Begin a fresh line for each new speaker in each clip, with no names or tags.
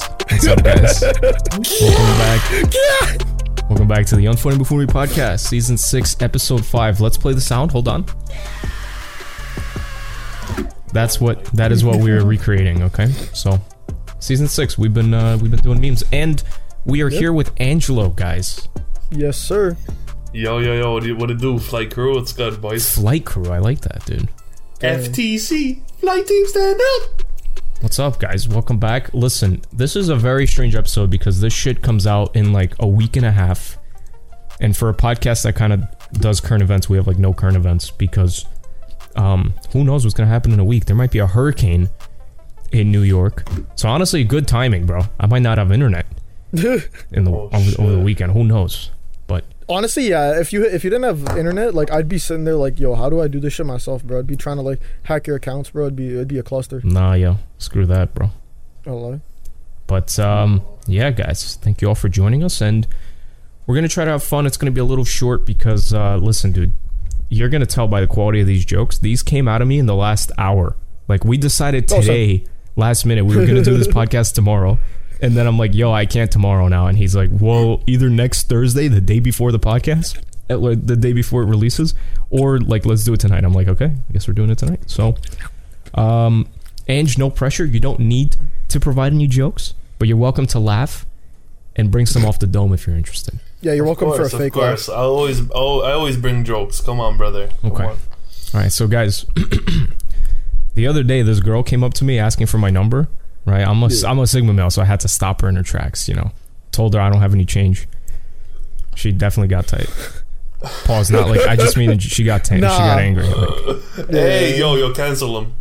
up, guys? Welcome back. Welcome back to the Unfunny Buffoonery Podcast, Season 6, Episode 5. Let's play the sound. Hold on. That's what that is what we're recreating, okay? So, Season 6, we've been uh, we've been doing memes and we are here with Angelo, guys.
Yes, sir.
Yo, yo, yo, what do you- what it do? Flight crew, what's good, boys?
Flight crew, I like that, dude.
FTC, flight team stand up!
What's up, guys? Welcome back. Listen, this is a very strange episode because this shit comes out in like a week and a half. And for a podcast that kind of does current events, we have like no current events because um, who knows what's going to happen in a week? There might be a hurricane in New York. So, honestly, good timing, bro. I might not have internet in the,
Oh,
over, over the
shit.
weekend. Who knows? But
Honestly, yeah. If you if you didn't have internet, like I'd be sitting there like, yo, how do I do this shit myself, bro? I'd be trying to like hack your accounts, bro. It'd be it'd be a cluster.
nah, yo, screw that, bro.
I'll lie.
But um, yeah, guys, thank you all for joining us, and we're gonna try to have fun. It's gonna be a little short because uh, listen, dude, you're gonna tell by the quality of these jokes. These came out of me in the last hour. Like we decided
Oh, so-
today, last minute, we were gonna do this podcast tomorrow. And then I'm like, yo, I can't tomorrow now. And he's like, well, either next Thursday, the day before the podcast, at- like, the day before it releases, or like, let's do it tonight. I'm like, okay, I guess we're doing it tonight. So, um, Ange, no pressure. You don't need to provide any jokes, but you're welcome to laugh and bring some off the dome if you're interested.
Yeah, you're welcome
course,
for a fake
Of course, I always, oh, I always bring jokes. Come on, brother. Come
Okay.
on.
All right, so guys, the other day this girl came up to me asking for my number. Right, I'm a am a Sigma male, so I had to stop her in her tracks. You know, told her I don't have any change. She definitely got tight. Pause. Not like I just mean she got tight. She got
Nah.
angry. Like,
Hey, yo, yo, cancel him.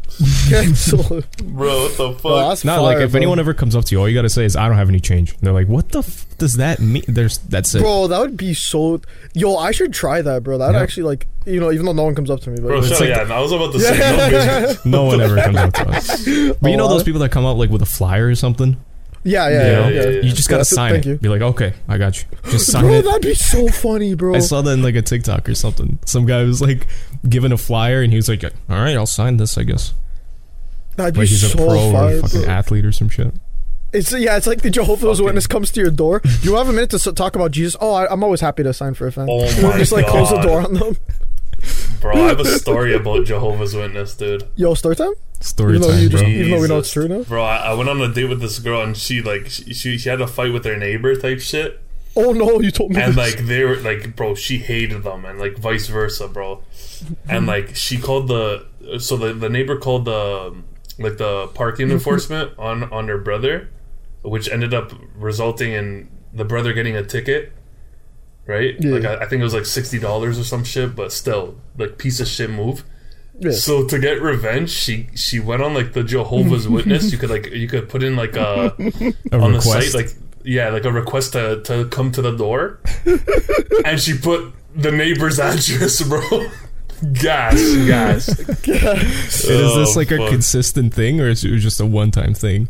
Cancel.
Bro, what the fuck?
Well, that's
not
fire,
like if
bro.
anyone ever comes up to you, all you gotta say is I don't have any change. And they're like, what the f- does that mean? There's that's it.
Bro, that would be so. Yo, I should try that, bro. That'd
Yeah.
actually like, you know, even though no one comes up to me, but
Bro,
it's
shut
like,
up. Yeah, I was about to say, no,
yeah,
No one ever comes up to us. But you know those people that come up like with a flyer or something.
yeah, yeah,
Yeah,
yeah.
yeah,
yeah.
yeah.
You just gotta
That's it,
sign
thank
it.
you.
Be like, okay, I got you. Just sign
Bro,
it.
that'd be so funny, bro.
I saw that in like a TikTok or something. Some guy was like given a flyer and he was like, "All right, I'll sign this, I guess."
That'd be
Like he's a
so
pro or
fire,
a fucking
bro.
athlete or some shit.
It's yeah, it's like the Jehovah's Witness comes to your door. Do you have a minute to s- talk about Jesus? Oh, I, I'm always happy to sign for a fan.
Oh
And then
my
just like close the
God.
door on them.
bro, I have a story about Jehovah's Witness, dude.
Yo, story time.
Story
Even though
time,
you
bro.
just- Even though we know it's
Jesus.
true now?
Bro, I, I went on a date with this girl and she, like, she, she, she had a fight with her neighbor type shit.
Oh no, you told me.
and
this.
like they were like bro she hated them and like vice versa bro
Mhm.
and like she called the so the, the neighbor called the like the parking
Mhm.
enforcement on on her brother which ended up resulting in the brother getting a ticket right
Yeah.
like I, I think it was like $60 or some shit but still like piece of shit move
Yeah.
so to get revenge she she went on like the jehovah's witness you could like you could put in like a
A
on the
request.
site, like yeah, like a request to, to come to the door, and she put the neighbor's address, bro. gas, gas.
And is this
Oh,
like a
fuck.
consistent thing or is it just a one-time thing?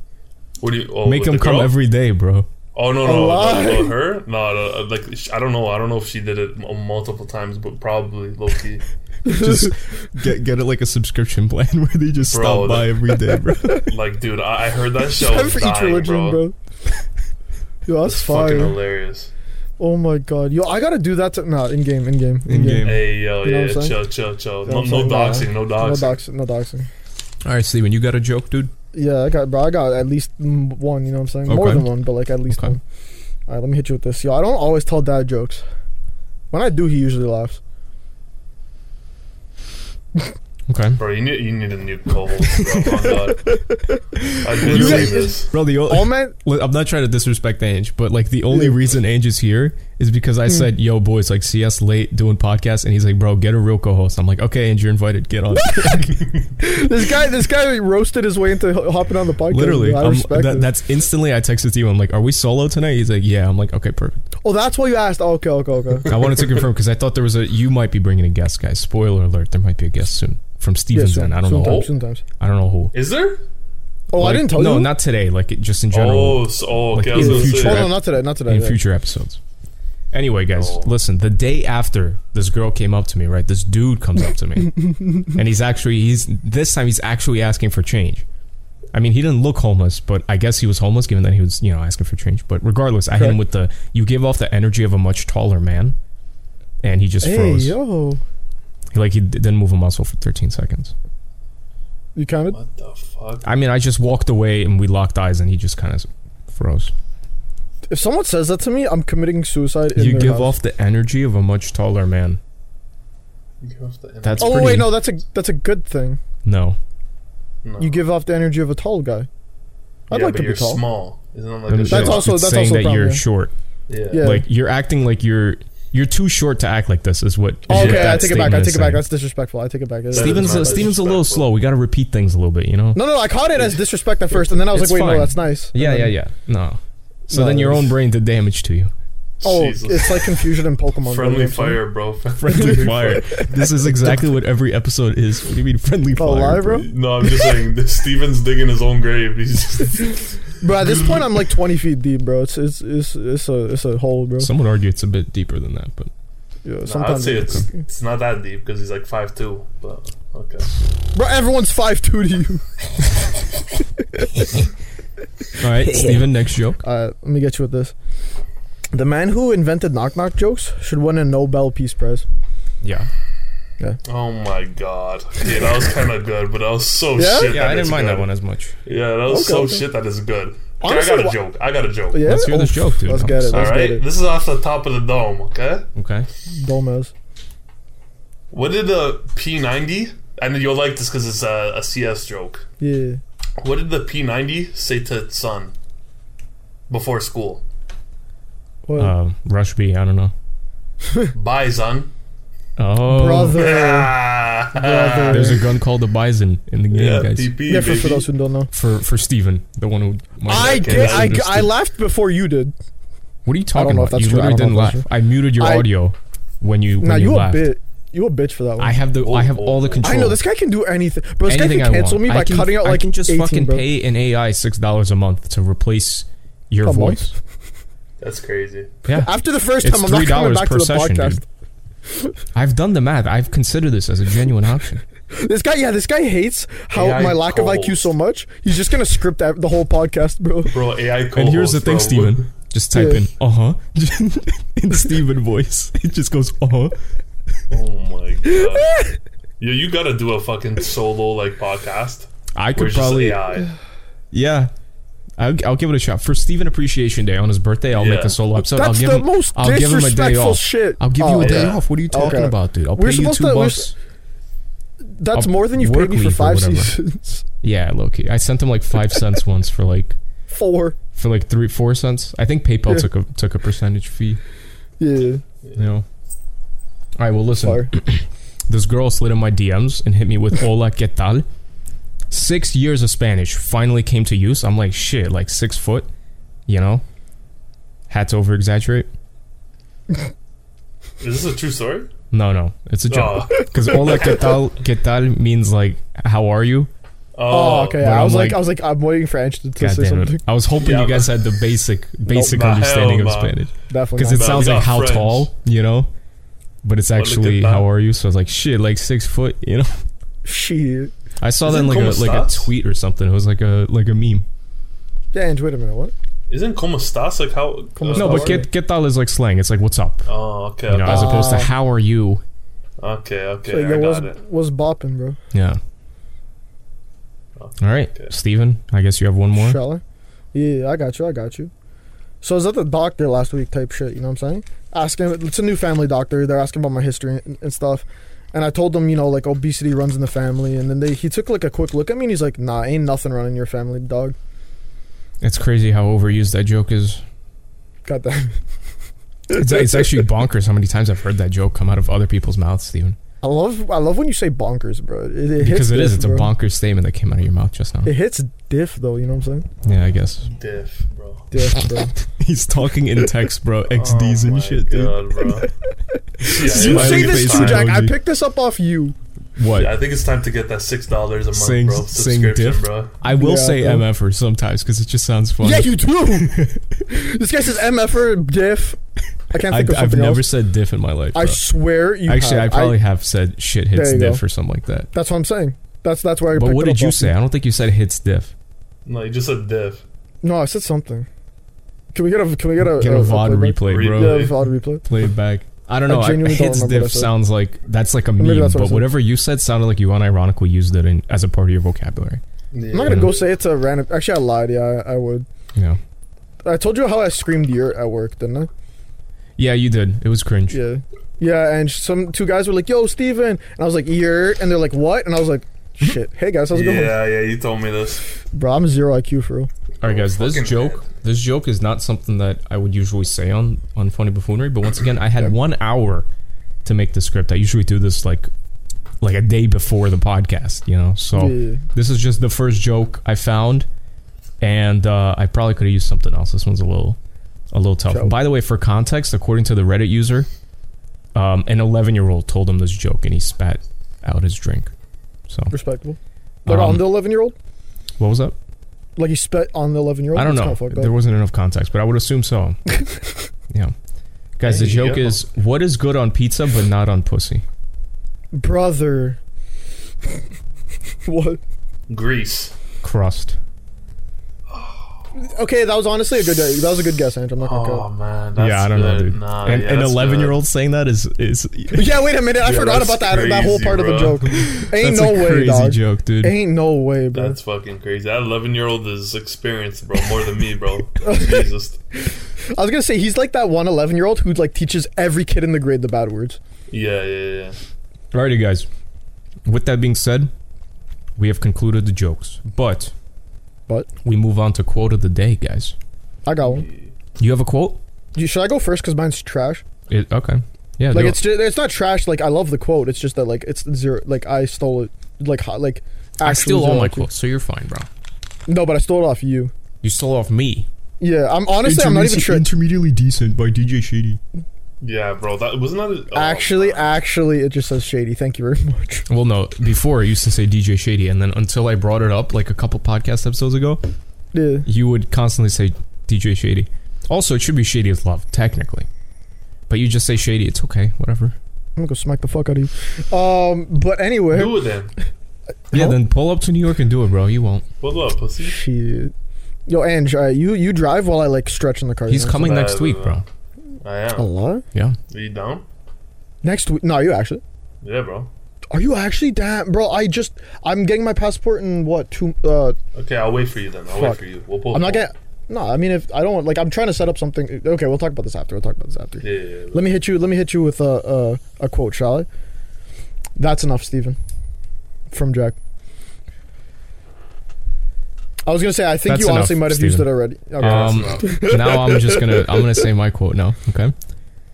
What do you oh,
Make
with
him
the
come
girl?
every day, bro.
Oh no, no,
Alive.
no, no, her? No, no, like sh- I don't know, I don't know if she did it m- multiple times, but probably low key.
Just get get it like a subscription plan where they just
Bro,
stop
that-
by every day, bro.
Like, dude, I, I heard that show.
Time
was
for
dying,
each religion,
bro.
bro. Yo, that's
It's
fire.
fucking hilarious.
Oh my god. Yo, I gotta do that. To, nah, in game, in game, in
In-game.
game.
Hey, yo,
You know
yeah,
what I'm saying?
chill, chill, chill.
You know
No,
what
no
I'm
doxing,
saying?
no
No
doxing.
doxing, no doxing.
All right, Steven, you got a joke, dude?
Yeah, I got, bro. I got at least mm, one. You know what I'm saying? More
Okay.
than one, but like at least
Okay.
one. All right, let me hit you with this. Yo, I don't always tell dad jokes. When I do, he usually laughs.
Okay.
Bro, you need, you need a new co-host, bro. Oh, God. I did
You
see
guys-
this.
Bro, the
All man,
Look, I'm not trying to disrespect Ange, but like the only
Yeah. Hmm.
reason Ange is here is because I said, "Yo, boys, like see us late doing podcasts," and he's like, "Bro, get a real co-host." I'm like, "Okay, Ange, you're invited. Get on."
this guy, this guy roasted his way into h- hopping on the podcast.
Literally,
bro. I
I'm-
respect
that,
it.
that's instantly. I texted you. I'm like, "Are we solo tonight?" He's like, "Yeah." I'm like, "Okay, perfect."
Oh, that's why you asked. Oh, okay, okay, okay.
I wanted to confirm because I thought there was a. You might be bringing a guest, guys. Spoiler alert: there might be a guest soon from Steven's
soon-
end. I don't know. Who,
sometimes,
Oh.
Sometimes.
I don't know who.
Is there?
Oh,
Like,
I didn't tell
no,
you.
not today. Like it, just in general,
Oh, so, oh okay.
Like,
I was
in the
gonna
future.
Oh
say,
no, not today. Not today.
in
yeah.
future episodes. Anyway, guys,
Oh.
listen. The day after this girl came up to me, right? This dude comes up to me, and he's actually he's this time he's actually asking for change. I mean, he didn't look homeless, but I guess he was homeless given that he was, you know, asking for change. But regardless, I hit him
Correct.
with the you give off the energy of a much taller man, and he just
Hey,
froze.
yo.
Like he d- didn't move a muscle for 13 seconds.
You counted?
What the fuck?
I mean, I just walked away and we locked eyes, and he just kind of froze.
If someone says that to me, I'm committing suicide. In
you
their
give
house.
off the energy of a much taller man.
You give off the energy.
That's-
Oh
pretty-
wait, no, that's a that's a good thing.
No,
No.
You give off the energy of a tall guy. I'd
yeah,
like to
but
be
you're
tall.
small. Isn't it like
Then
a
it's-
That's
dog?
it's
also- that's
saying
also a
that you're
problem.
short.
Yeah.
Yeah.
Like you're acting like you're you're too short to act like this. Is what? is
Oh,
what
okay,
that
I take it back.
statement
I
is
take it back.
saying.
That's disrespectful. I take it back. It is-
Steven-
Steven's
not
Steven's a little
disrespectful.
slow. We got to repeat things a little bit, you know.
no, no, I caught it as disrespect at first, and then I was
It's
like, wait,
fine.
no, that's nice. And
Yeah, yeah,
then-
yeah. No. So
No,
then your
it's-
own brain did damage to you.
Oh,
Jesus.
it's like confusion in Pokemon. you
Friendly
know what I'm saying?
fire, bro.
Friendly fire. This is exactly what every episode is. What do you mean friendly fire?
Oh, live, bro.
No, I'm just saying. this- Steven's digging his own grave. He's just,
Bro, at this point, I'm like 20 feet deep, bro. It's it's it's it's a it's a hole, bro.
Some would argue it's a bit deeper than that, but
Yeah,
no, I'd
sometimes.
say it's it's not that deep because he's like five two. But okay.
bro, everyone's five two to you.
all right, Steven, next joke.
Uh, let me get you with this. The man who invented knock knock jokes should win a Nobel Peace Prize.
Yeah.
Oh my god. Yeah, that was kind of good, but that was so
Yeah?
shit.
Yeah,
that
I didn't
it's
mind
good.
that one as much.
Yeah, that was
Okay,
so
okay.
shit that is good. Okay,
Honestly,
I got a
wha-
joke. I got a joke.
Yeah?
Let's hear this joke, dude.
Let's
I'm
get it.
All
Let's
right,
get it.
this is off the top of the dome. Okay,
Okay.
Gomez.
what did the P90? And you'll like this because it's a, a CS joke.
Yeah.
What did the P90 say to its son before school?
What?
Um, Rush B, I don't know.
Bye, son.
Oh.
Brother.
Ah.
Brother.
There's a gun called the Bison in the game,
Yeah,
guys.
TP,
Yeah, for, for
baby.
those who don't know.
For for Steven, the one who
I
Okay,
did.
that's
I,
interesting.
I laughed before you did.
What are you talking
I don't know if
about?
that's
You
true. I
literally
don't
didn't
know if
laugh.
that's
I muted your
I-
audio when you when
Now
you
you a
laughed.
bit. You a bitch for that one.
I have the I have all the
Oh,
control.
I know this guy can do anything, bro. This guy can cancel me by
can,
cutting out
I
like
can just
18,
fucking
bro.
pay an AI six dollars a month to replace your
A month?
voice.
That's crazy.
Yeah,
After the first
It's
time, I'm not coming
$3
back
per
to the
session,
podcast.
I've done the math. I've considered this as a genuine option.
This guy, yeah, this guy hates how
AI
my lack of IQ
co-host.
so much. He's just gonna script that- the whole podcast, bro.
Bro, AI
and here's the thing,
co-host, bro.
Steven. Just type
Yeah.
in uh huh in Steven voice. It just goes uh huh.
Oh my god. Yo, you gotta do a fucking solo like podcast.
I
We're
could
just
probably
AI.
yeah. I'll, I'll give it a shot for Steven Appreciation Day on his birthday. I'll make
Yeah.
a solo episode.
That's
I'll give
the
him,
most
I'll give him a day
disrespectful
off.
shit.
I'll give you
Oh,
a day
yeah.
off. What are you talking
Okay.
about, dude? I'll
We're
pay you
supposed
two
to- we're
bucks.
s- That's
I'll
more than you've
work
paid me for
leave or
five
whatever.
seasons.
Yeah, low key. I sent him like five cents once for like
Four.
for like three four cents. I think PayPal
Yeah.
took a took a percentage fee.
Yeah.
You know. All right. Well, listen.
Sorry.
This girl slid in my DMs and hit me with "Hola, qué tal." Six years of Spanish finally came to use. I'm like, shit, like six foot, you know. Had to over exaggerate.
Is this a true story?
No, no, it's a joke.
Oh.
Because "Hola, qué tal," "qué tal" means like, "How are you?"
Uh,
Oh, okay.
but
I
I'm
was like,
like-
I was like, I'm waiting for Ange to, to
God
say
damn
something.
it! I was hoping
Yeah, Oh,
you guys had the basic, basic
Nah, hell
understanding of
nah.
Spanish.
Definitely.
because
Not.
it
Nah,
sounds
we
like
got
how
friends.
tall, you know, but it's
look at
actually
that.
how are you? So it's like shit, like six foot, you know.
Shit.
I saw
Is
that
it
in like a
como
like a
estás?
tweet or something. It was like a like a meme.
Yeah, Ange. Wait a minute. What?
Isn't como estás like how? uh,
Como
No,
How
but
are you?
get get tal is like slang. It's like what's up,
Oh, okay.
you know, as opposed to
Ah.
how are you?
okay, okay.
So
I
yo,
got
was
it.
was bopping, bro.
Yeah.
Oh,
All right, Steven, I guess you have one more.
Shall I? Yeah, I got you. I got you. So I was at the doctor last week, type shit. You know what I'm saying? Asking. It's a new family doctor. They're asking about my history and, and stuff. And I told them, you know, like obesity runs in the family. And then they he took like a quick look at me and he's like, Nah, ain't nothing running in your family, dog.
It's crazy how overused that joke is.
Got that?
It's, it's actually bonkers how many times I've heard that joke come out of other people's mouths, Steven.
I love I love when you say bonkers, bro. It, it hits
Because it is.
diff,
It's
bro.
a bonkers statement that came out of your mouth just now.
It hits diff though. You know what I'm saying?
Yeah, I guess.
Diff, bro.
Diff, bro.
He's talking in text, bro.
oh my God, bro. yeah,
you
Smiley
say this
face
too, Jack. I
emoji.
picked this up off you.
What?
Yeah, I think it's time to get that six dollars a month,
Sing-
bro.
sing
Subscription,
diff?
bro.
I will
Yeah,
say
bro.
MFR sometimes because it just sounds fun.
Yeah, you do. this guy says mf'er diff. I can't
I,
think of
I've
something
never
else.
said diff in my life.
I
bro.
swear you.
Actually, I
have.
probably have said shit hits
There you
diff
go.
or something like that.
That's what I'm saying. That's that's where I.
But
picked
what
it
did
up
you
off
say? I don't think you said hits diff.
Like just a diff.
No, I said something. Can we get a can we get a,
Get a VOD replay,
Replay.
bro.
uh, Yeah, a VOD replay.
Play it back. I don't
I
know. I
genuinely don't
hits
remember what I
diff
said.
sounds like that's like a
Maybe
meme,
that's what I
but
said.
whatever you said sounded like you unironically used it in, as a part of your vocabulary.
I'm not gonna go say it's a random. Actually, I lied. Yeah, I, I would.
Yeah.
I told you how I screamed "yurt" at work, didn't I?
Yeah, you did. It was cringe.
Yeah. Yeah, and some two guys were like, "Yo, Steven. and I was like, "Yurt," and they're like, "What?" And I was like, "Shit, hey guys, how's it going?"
yeah, yeah, you told me this.
Bro, I'm zero IQ for real.
All right, guys. This
Fucking
joke, this joke is not something that I would usually say on on funny buffoonery. But once again, I had
Yeah.
one hour to make the script. I usually do this like like a day before the podcast, you know. So
Yeah.
this is just the first joke I found, and uh, I probably could have used something else. This one's a little a little tough.
Joke.
By the way, for context, according to the Reddit user, um, an 11 year old told him this joke, and he spat out his drink. So
respectable. Like
Um,
on the 11 year old,
what was that?
like he spit on the 11 year old.
I don't
It's
know.
kinda fucked up.
There wasn't enough context, but I would assume so. yeah. Guys, the
There you
joke
go.
is what is good on pizza but not on pussy?
Brother, what?
Grease.
Crust.
Okay, that was honestly a good. That was a good guess, Andrew. I'm not gonna.
Oh man, that's
yeah, I don't
good.
know, dude.
Nah,
and
Ah, yeah,
an
that's
11 year
good.
old saying that is is
But yeah, wait a minute. I
Yeah,
forgot
that's
about that that whole
crazy,
part
bro.
of the joke. Ain't
that's
no
a
way,
crazy
dog.
joke, dude.
Ain't no way, bro.
That's fucking crazy. That 11 year old is experienced, bro. More than me, bro. Jesus.
I was gonna say he's like that one 11 year old who like teaches every kid in the grade the bad words.
Yeah, yeah, yeah.
Alrighty, guys. With that being said, we have concluded the jokes, but
But
we move on to quote of the day, guys.
I got one.
You have a quote?
You, should I go first? Cause mine's trash.
It, okay. Yeah.
Like
do it.
it's just, it's not trash. Like I love the quote. It's just that like it's zero. Like I stole it. Like ho- like
I
actually
steal all
zero
my
IQ.
quotes, so you're fine, bro.
No, but I stole it off you.
You stole off me.
Yeah, I'm honestly I'm not even sure.
Intermediately decent by DJ Shady.
Yeah, bro. That wasn't that. a- oh,
Actually, actually, it just says shady. Thank you very much.
Well, no. Before I used to say DJ Shady, and then until I brought it up like a couple podcast episodes ago,
Yeah.
you would constantly say DJ Shady. Also, it should be Shady as Love, technically, but you just say Shady. It's okay, whatever.
I'm gonna go smack the fuck out of you. Um, but anyway,
do it then.
Yeah,
Huh?
then pull up to New York and do it, bro. You won't.
What up, pussy?
shit. Yo, Ange, uh, you you drive while I like stretch in the car.
He's
you know?
coming
bad,
next week, bro.
I
A
am.
lot
Yeah.
Are you down?
next week. No, are you actually?
Yeah, bro.
Are you actually? Damn, bro. I just I'm getting my passport in what two? Uh,
Okay, I'll wait for you then. I'll wait
Fuck.
for you. We'll pull.
I'm not
we'll-
getting. No, I mean if I don't like I'm trying to set up something. Okay, we'll talk about this after. We'll talk about this after.
Yeah, yeah, yeah.
Let me hit you. Let me hit you with a a, a quote, shall I? That's enough, Stephen. From Jack. I was gonna say I think
That's
you honestly
enough,
might have
Stephen.
used it already. Okay.
Yeah,
Um,
that's
now I'm just gonna I'm gonna say my quote now. Okay.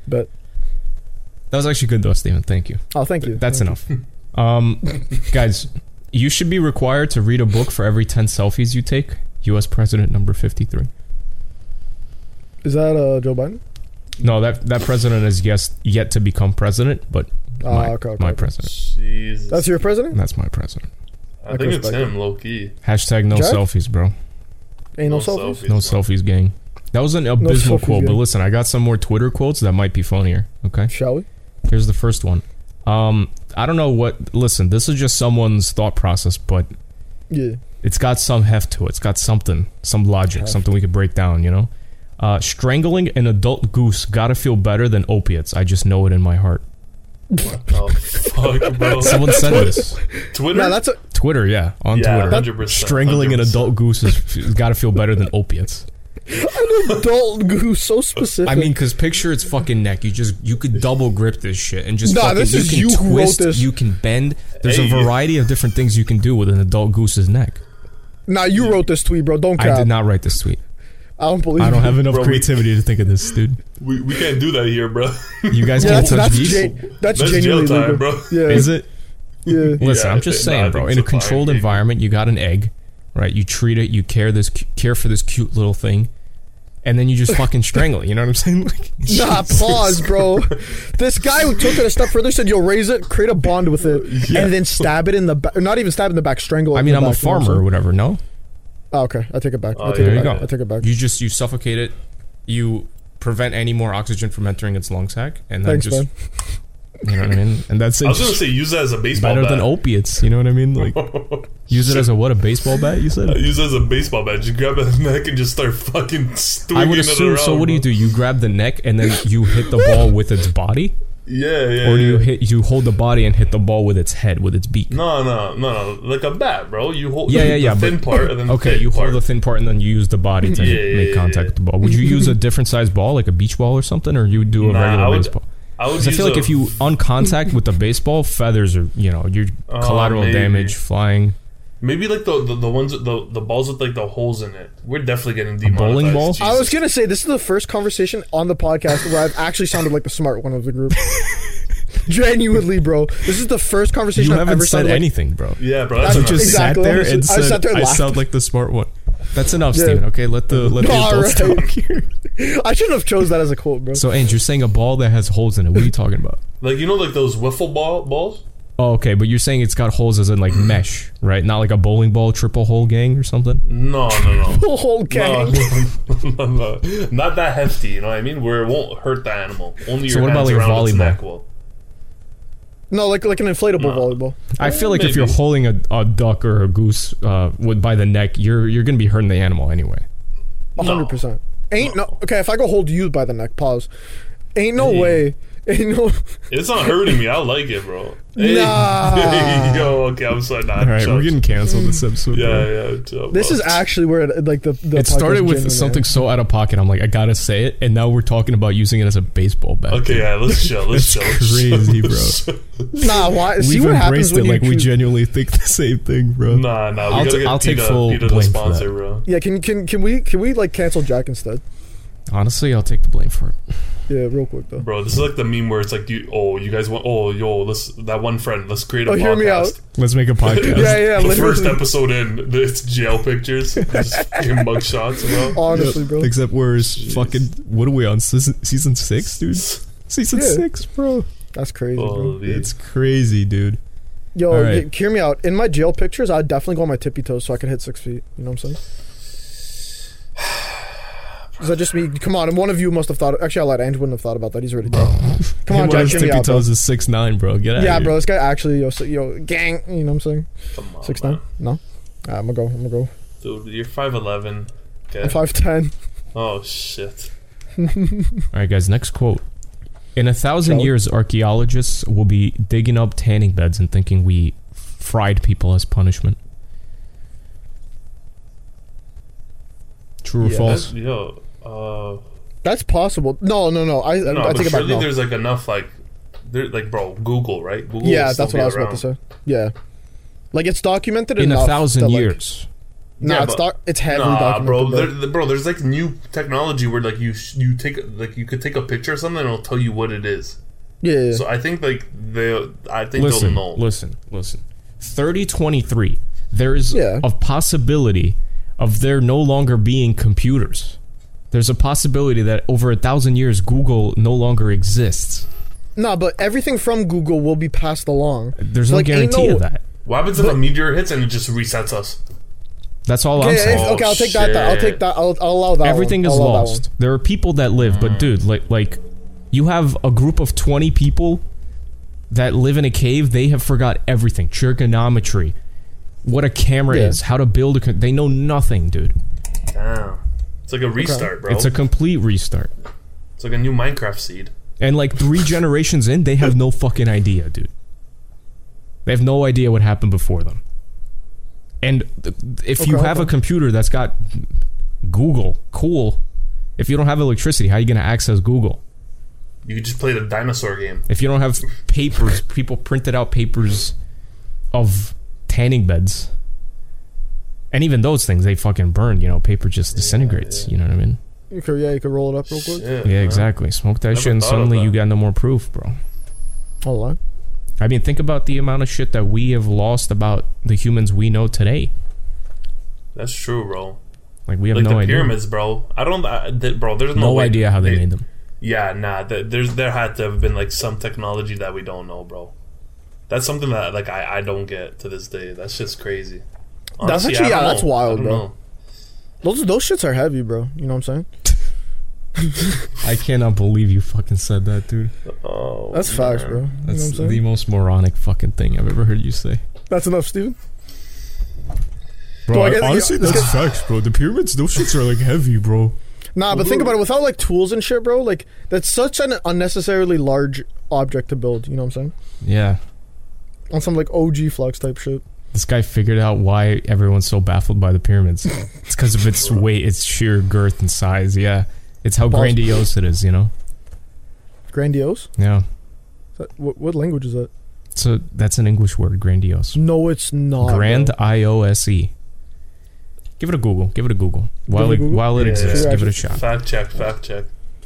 but
That was actually good though, Steven. Thank you.
oh, thank you.
That's
Thank
enough. Um, guys, you should be required to read a book for every ten selfies you take. U.S. President number fifty-three.
you. Is that uh, Joe Biden?
No, that that president is yes yet to become president, but
Ah,
my,
okay, okay,
my
okay.
president.
Jesus.
That's your president?
That's my president.
I think it's
Respect
him, low key.
Hashtag no
Jack?
selfies, bro.
Ain't no selfies.
No
bro.
selfies, gang. That was an abysmal
selfies,
quote, but
gang.
listen, I got some more Twitter quotes that might be funnier. Okay,
Shall we?
here's the first one. Um, I don't know what. Listen, this is just someone's thought process, but
Yeah.
it's got some heft to it. It's got something, some logic,
Heft.
something we could break down. You know, uh, strangling an adult goose gotta feel better than opiates. I just know it in my heart.
Oh fuck, bro.
Someone said this.
Twitter.
No, that's a
Twitter, yeah, on
Yeah,
Twitter.
100%,
Strangling an
100%.
adult goose has got to feel better than opiates.
adult goose. So specific.
I mean, because picture its fucking neck. You just you could double grip this shit and just
Nah,
fucking,
this
you
is
can
you who wrote
twist,
this.
you can bend. There's
Hey.
a variety of different things you can do with an adult goose's neck.
nah, you wrote this tweet, bro. Don't
I
cap. I,
did not write this tweet.
don't believe.
I don't have enough
Bro, we-
creativity to think of this, dude.
we, we can't do that here, bro.
You guys
Yeah,
can't
that's
touch
that's,
these.
gen- that's,
That's jail
genuinely
time,
illegal.
bro.
Yeah,
Is it?
yeah.
Listen,
Yeah,
I'm
I
just
think- no, I
saying,
think
bro.
it's
In a
a fine
controlled
gig.
environment, you got an egg, right? You treat it, you care this, cu- care for this cute little thing, and then you just fucking strangle it. You know what I'm saying? Like,
Nah, pause, bro. this guy who took it a step further said, "Yo, raise it, create a bond with it, and then stab it in the back. Not even stab it in the back, strangle." it
I
in
mean,
the
I'm a
back, you know what
farmer or
saying?
whatever. No,
Oh, okay, I take it back.
Oh,
I take
there
it
you
back.
go.
I take it back.
you just you suffocate it. You prevent any more oxygen from entering its lung sac, and then
Thanks,
just
man.
You know what I mean? And that's
I
it.
was gonna say use that as a baseball
better
bat.
than opiates. You know what I mean? Like use it as a what? A baseball bat? You said?
use it as a baseball bat. You grab a neck and just start fucking
I
swinging
would
it
assume.
around.
So what do you do?
bro.
You grab the neck and then you hit the ball with its body,
Yeah, yeah.
or do you
yeah.
hit? You hold the body and hit the ball with its head, with its beak.
No, no, no, no. Like a bat, bro. You hold
Yeah,
the,
yeah, yeah,
the thin
but-
part and then the
Okay,
thick
you
part.
hold the thin part and then you use the body to
Yeah, yeah,
make
yeah,
contact
yeah.
with the ball. Would you use a different size ball, like a beach ball or something, or you would do a
Nah,
regular
I would-
baseball?
I would
Because I feel
use
like
a-
if you on contact with the baseball, feathers are you know your
Uh,
collateral
maybe.
damage, flying
maybe like the, the the ones with the the balls with like the holes in it. We're definitely getting demonetized.
bowling ball?
Jesus.
I was gonna say this is the first conversation on the podcast where I've actually sounded like the smart one of the group. Genuinely, bro, this is the first conversation
You
I've
haven't
ever
said
sounded like-
anything, bro.
yeah, bro. That's
You
enough.
just
Exactly.
sat there
I
and
sat
said, I,
there and laughed.
sound like the smart one." That's enough,
Yeah.
Steven. Okay, let the let the
All
adults
right.
talk here.
I shouldn't have chose that as a quote, bro.
So, Ange, you're saying a ball that has holes in it. What are you talking about?
like you know, like those wiffle ball balls.
Oh, okay, but you're saying it's got holes as in like mesh, right? Not like a bowling ball triple hole gang or something.
No, no, no.
The whole
No,
gang.
no, no, no. not that hefty. You know what I mean? Where it won't hurt the animal. Only
So
your
what about,
hands
like, a
around its
volleyball?
neck will.
No, like like an inflatable
No.
volleyball.
I feel like if
Maybe.
you're holding a, a duck or a goose uh, with, by the neck, you're you're gonna be hurting the animal anyway.
A
No.
hundred percent. Ain't no. Okay, if I go hold you by the neck, pause. Ain't no way. Ain't no.
It's not hurting me. I like it, bro. Hey,
Nah.
hey, yo, okay, I'm sorry. Nah,
All right, we're getting canceled this
Mm.
episode.
Yeah,
bro.
yeah. I'm chill,
This
bro.
is actually where it, like the the.
It started with
podcast genuinely
something
ends.
so out of pocket. I'm like, I gotta say it, and now we're talking about using it as a baseball bat.
Okay, yeah. Let's chill. Let's chill. let's
crazy,
chill,
bro.
let's chill.
Nah, why? see
We've
what happens
embraced
when
it
you
like we
choose-
genuinely think the same thing, bro.
Nah, nah. We
I'll
gotta
t-
get
I'll take
PETA,
full
PETA
blame
the
for
sponsor,
that.
bro.
Yeah, can can can we can we like cancel Jack instead?
Honestly, I'll take the blame for it.
Yeah, real quick though.
Bro, this is like the meme where it's like, you, oh, you guys want, oh, yo, let's that one friend, let's create a
Oh,
podcast.
hear me out.
Let's make a podcast.
Yeah, yeah.
the first
literally.
episode in, it's jail pictures, just fucking mug shots, bro.
Honestly, bro.
Except we're
Jeez.
fucking. What are we on season season six, dude? Season
Yeah.
six, bro.
That's crazy, bro.
Holy.
It's crazy, dude.
Yo,
all right.
y- hear me out. In my jail pictures, I'd definitely go on my tippy toes so I could hit six feet. You know what I'm saying? Is that just me? Come on, one of you must have thought. Actually, I lied. Andrew wouldn't have thought about that. He's already dead. Come
Him
on,
on
Jack.
his
Hear me
tippy
out, bro.
toes is six nine, bro. Get out.
Yeah,
here.
bro. This guy actually, yo, so, yo, gang. You know what I'm saying?
Come on,
Six nine?
Oh, man.
No. Alright, I'm gonna go. I'm gonna go.
Dude, you're 5'11.
I'm
Okay.
five ten.
Oh, shit.
All right, guys, next quote. In a thousand
Quote.
years, archaeologists will be digging up tanning beds and thinking we fried people as punishment. True or
Yeah.
false?
That's- yo, uh,
That's possible. No, no, no. I,
no,
I
but
take it back.
surely
No.
there's like enough, like, there, like, bro, Google, right? Google
Yeah,
will still
that's what I
be
was about to
around.
say. Yeah, like it's documented
In a
enough
thousand
that, like-
years.
Nah,
Yeah,
it's
but-
doc- It's heavily
Nah,
documented.
bro,
bro.
there, the- bro. There's like new technology where like you sh- you take like you could take a picture or something and it'll tell you what it is.
Yeah, yeah, yeah.
So I think like they, I think
listen,
they'll know.
listen, listen. 3023, there is
Yeah.
a possibility of there no longer being computers. There's a possibility that over a thousand years, Google no longer exists.
No, but everything from Google will be passed along.
There's no
Like, ain't
guarantee
no-
of that.
What happens if a meteor hits and it just resets us?
That's all
Okay,
I'm saying.
Oh,
if- okay, I'll take that. that- I'll take that. I'll, I'll allow that. one.
Everything is
I'll allow that
lost. There are people that live,
Mm.
but dude, like like you have a group of 20 people that live in a cave, they have forgot everything. Trigonometry, what a camera
Yeah.
is, how to build a co- they know nothing, dude.
Damn. It's like a restart, bro.
It's a complete restart.
like a new Minecraft seed.
And like 3 generations in, they have no fucking idea, dude. They have no idea what happened before them. And th- if you
Okay,
have a
okay.
computer that's got Google, cool. If you don't have electricity, how are you going to access Google?
You could just play the dinosaur game.
If you don't have papers, people printed out papers of tanning beds. And even those things, they fucking burn, you know, paper just disintegrates, you know what I mean?
one. You could, yeah, you could roll it up real quick.
Yeah,
Yeah,
man.
exactly. Smoke that
Never
shit and
thought of
suddenly you
that.
got no more proof, bro.
Hold on.
I mean, think about the amount of shit that we have lost about the humans we know today.
That's true, bro.
Like we have
Like
no
the
idea.
pyramids, bro. I don't. I, th- bro, there's no,
no
way-
idea how they made them.
Yeah, nah. Th- there's there had to have been like some technology that we don't know, bro. That's something that like I, I don't get to this day. That's just crazy.
actually-
I don't
yeah, that's
know.
wild,
I don't
bro.
know.
Those those shits are heavy, bro. You know what I'm saying?
I cannot believe you fucking said that, dude.
Oh,
That's facts,
man.
bro. You know what I'm
That's
saying?
the most moronic fucking thing I've ever heard you say.
That's enough, Steven.
Bro,
Well, I
I-
guess-
honestly,
let's
that's facts, bro. The pyramids, those shits are like heavy, bro.
Nah, but think about it. Without like tools and shit, bro, like that's such an unnecessarily large object to build. You know what I'm saying?
Yeah.
On some like OG flex type shit.
This guy figured out why everyone's so baffled by the pyramids. It's because of its weight, its sheer girth and size. Yeah. It's how
Balls.
grandiose it is, you know?
Grandiose.
Yeah.
Is that- what, what language is that?
So that's an English word, grandiose.
No, it's not. bro.
Grand I O S E. Give it a Google. Give it a Google. While
it a
it,
Google?
while it
Yeah.
exists,
Figure
give it a
out-
shot.
Fact check, fact check.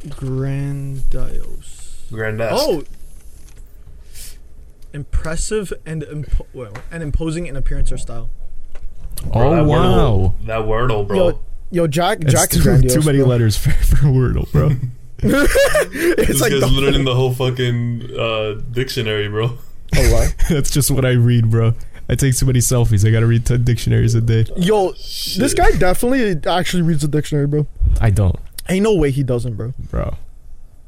Grandiose.
Grandass.
Oh. Impressive and impo- well, and imposing in appearance or style.
Bro,
Oh
that
wow.
Wordle, that Wordle, bro.
Yo, yo, Jack.
That's
Jack is
too,
grandiose.
too many
bro.
letters for, for Wordle, bro.
it's
this
like
guy's
the
learning the whole fucking uh, dictionary, bro.
Oh, wow.
That's just what I read, bro. I take so many selfies. I gotta read ten dictionaries a day.
Yo, this
Shit.
guy definitely actually reads the dictionary, bro.
I don't,
Ain't no way he doesn't, bro.
bro.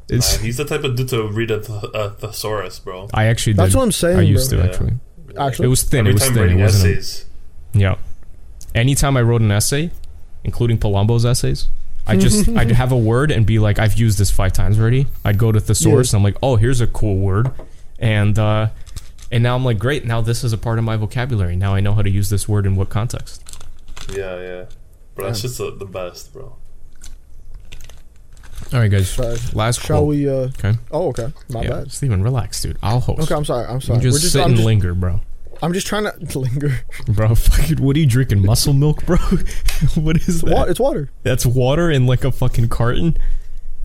Nah,
It's
he's the type of dude to read a, th- a thesaurus, bro.
I actually
That's
did.
what I'm saying,
I used
bro.
to
Yeah.
actually.
Actually,
It was thin.
Every
it was
time
thin. It
writing
wasn't. a-
essays.
yeah. Anytime I wrote an essay, including Palombo's essays, I just I'd have a word and be like, I've used this five times already. I'd go to thesaurus and I'm like, oh, here's a cool word, and uh, and now I'm like, great. Now this is a part of my vocabulary. Now I know how to use this word in what context.
Yeah, yeah. Bro, that's just the, the best, bro.
All right, guys.
Sorry.
Last
Shall
quote.
we? Uh,
Okay.
Oh, okay. My
yeah,
bad.
Steven, relax, dude. I'll host.
Okay, I'm sorry. I'm
You
sorry.
just,
We're just,
sit
I'm,
and
just
linger, bro.
I'm just trying to linger.
Bro, fucking, what are you drinking? Muscle milk, bro? what is that?
Wa- it's water.
That's water in like a fucking carton?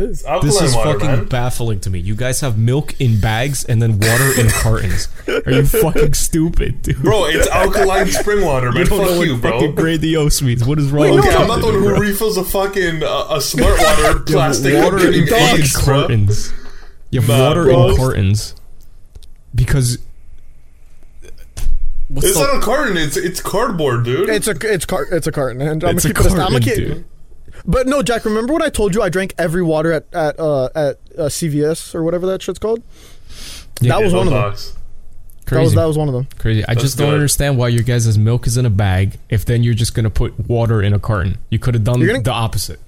It's alkaline
this is
water,
fucking
man.
baffling to me. You guys have milk in bags and then water in cartons. Are you fucking stupid, dude?
Bro, it's alkaline spring water,
you
man.
don't know
Fuck
what
you, bro.
fucking grandiose means. What is wrong with
Okay,
you?
I'm not the one who
bro?
refills a fucking uh, a smart water
You have
plastic
water in
fucking
fucking
eggs, bro.
cartons. You have
Nah,
water
bro.
in cartons because. What's
It's
the-
not a carton. It's it's cardboard, dude.
It's a it's car it's a carton. And I'm
it's
gonna
a
keep it.
carton,
I'm gonna keep.
dude.
But no, Jack. Remember when I told you I drank every water at at uh, at uh, CVS or whatever that shit's called?
Yeah.
that was
One
one of them. That
box.
was
Crazy.
that was one of them.
Crazy. I
That's
just don't
good.
understand why your guys' milk is in a bag if then you're just gonna put water in a carton. You could have done
You're gonna-
the opposite.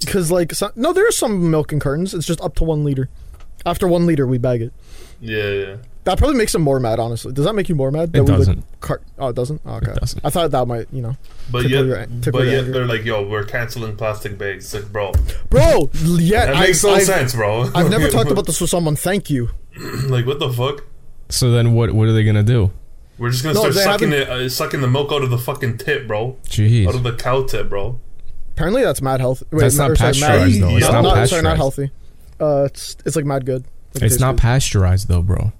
Because like some, no, there's some milk in cartons. It's just up to one liter. After one liter, we bag it.
Yeah, yeah.
That probably makes him more mad. Honestly, does that make you more mad? that
It
we would
doesn't.
Car- oh, it doesn't. Oh, okay.
doesn't.
I thought that might, you know,
But
Tickle
yet,
your- tickle
but
your
yet
anger.
they're like, yo, we're canceling plastic bags. It's like, bro,
bro. Yeah,
that
I,
makes no
I've,
sense, bro.
I've never talked about this with someone. Thank you.
like what the fuck.
So then what what are they gonna do?
We're just gonna
No,
start
they
sucking it, uh, sucking the milk out of the fucking tip, bro. Out of
Jeez.
the cow tip, bro.
Apparently, that's mad healthy. Wait,
That's
ma-
not
or sorry, mad-
pasteurized though. It's
Yeah.
not
No,
sorry,
pasteurized.
not healthy. Uh, it's it's like mad good. Like, it
It's
tastes
not
good.
pasteurized though, bro.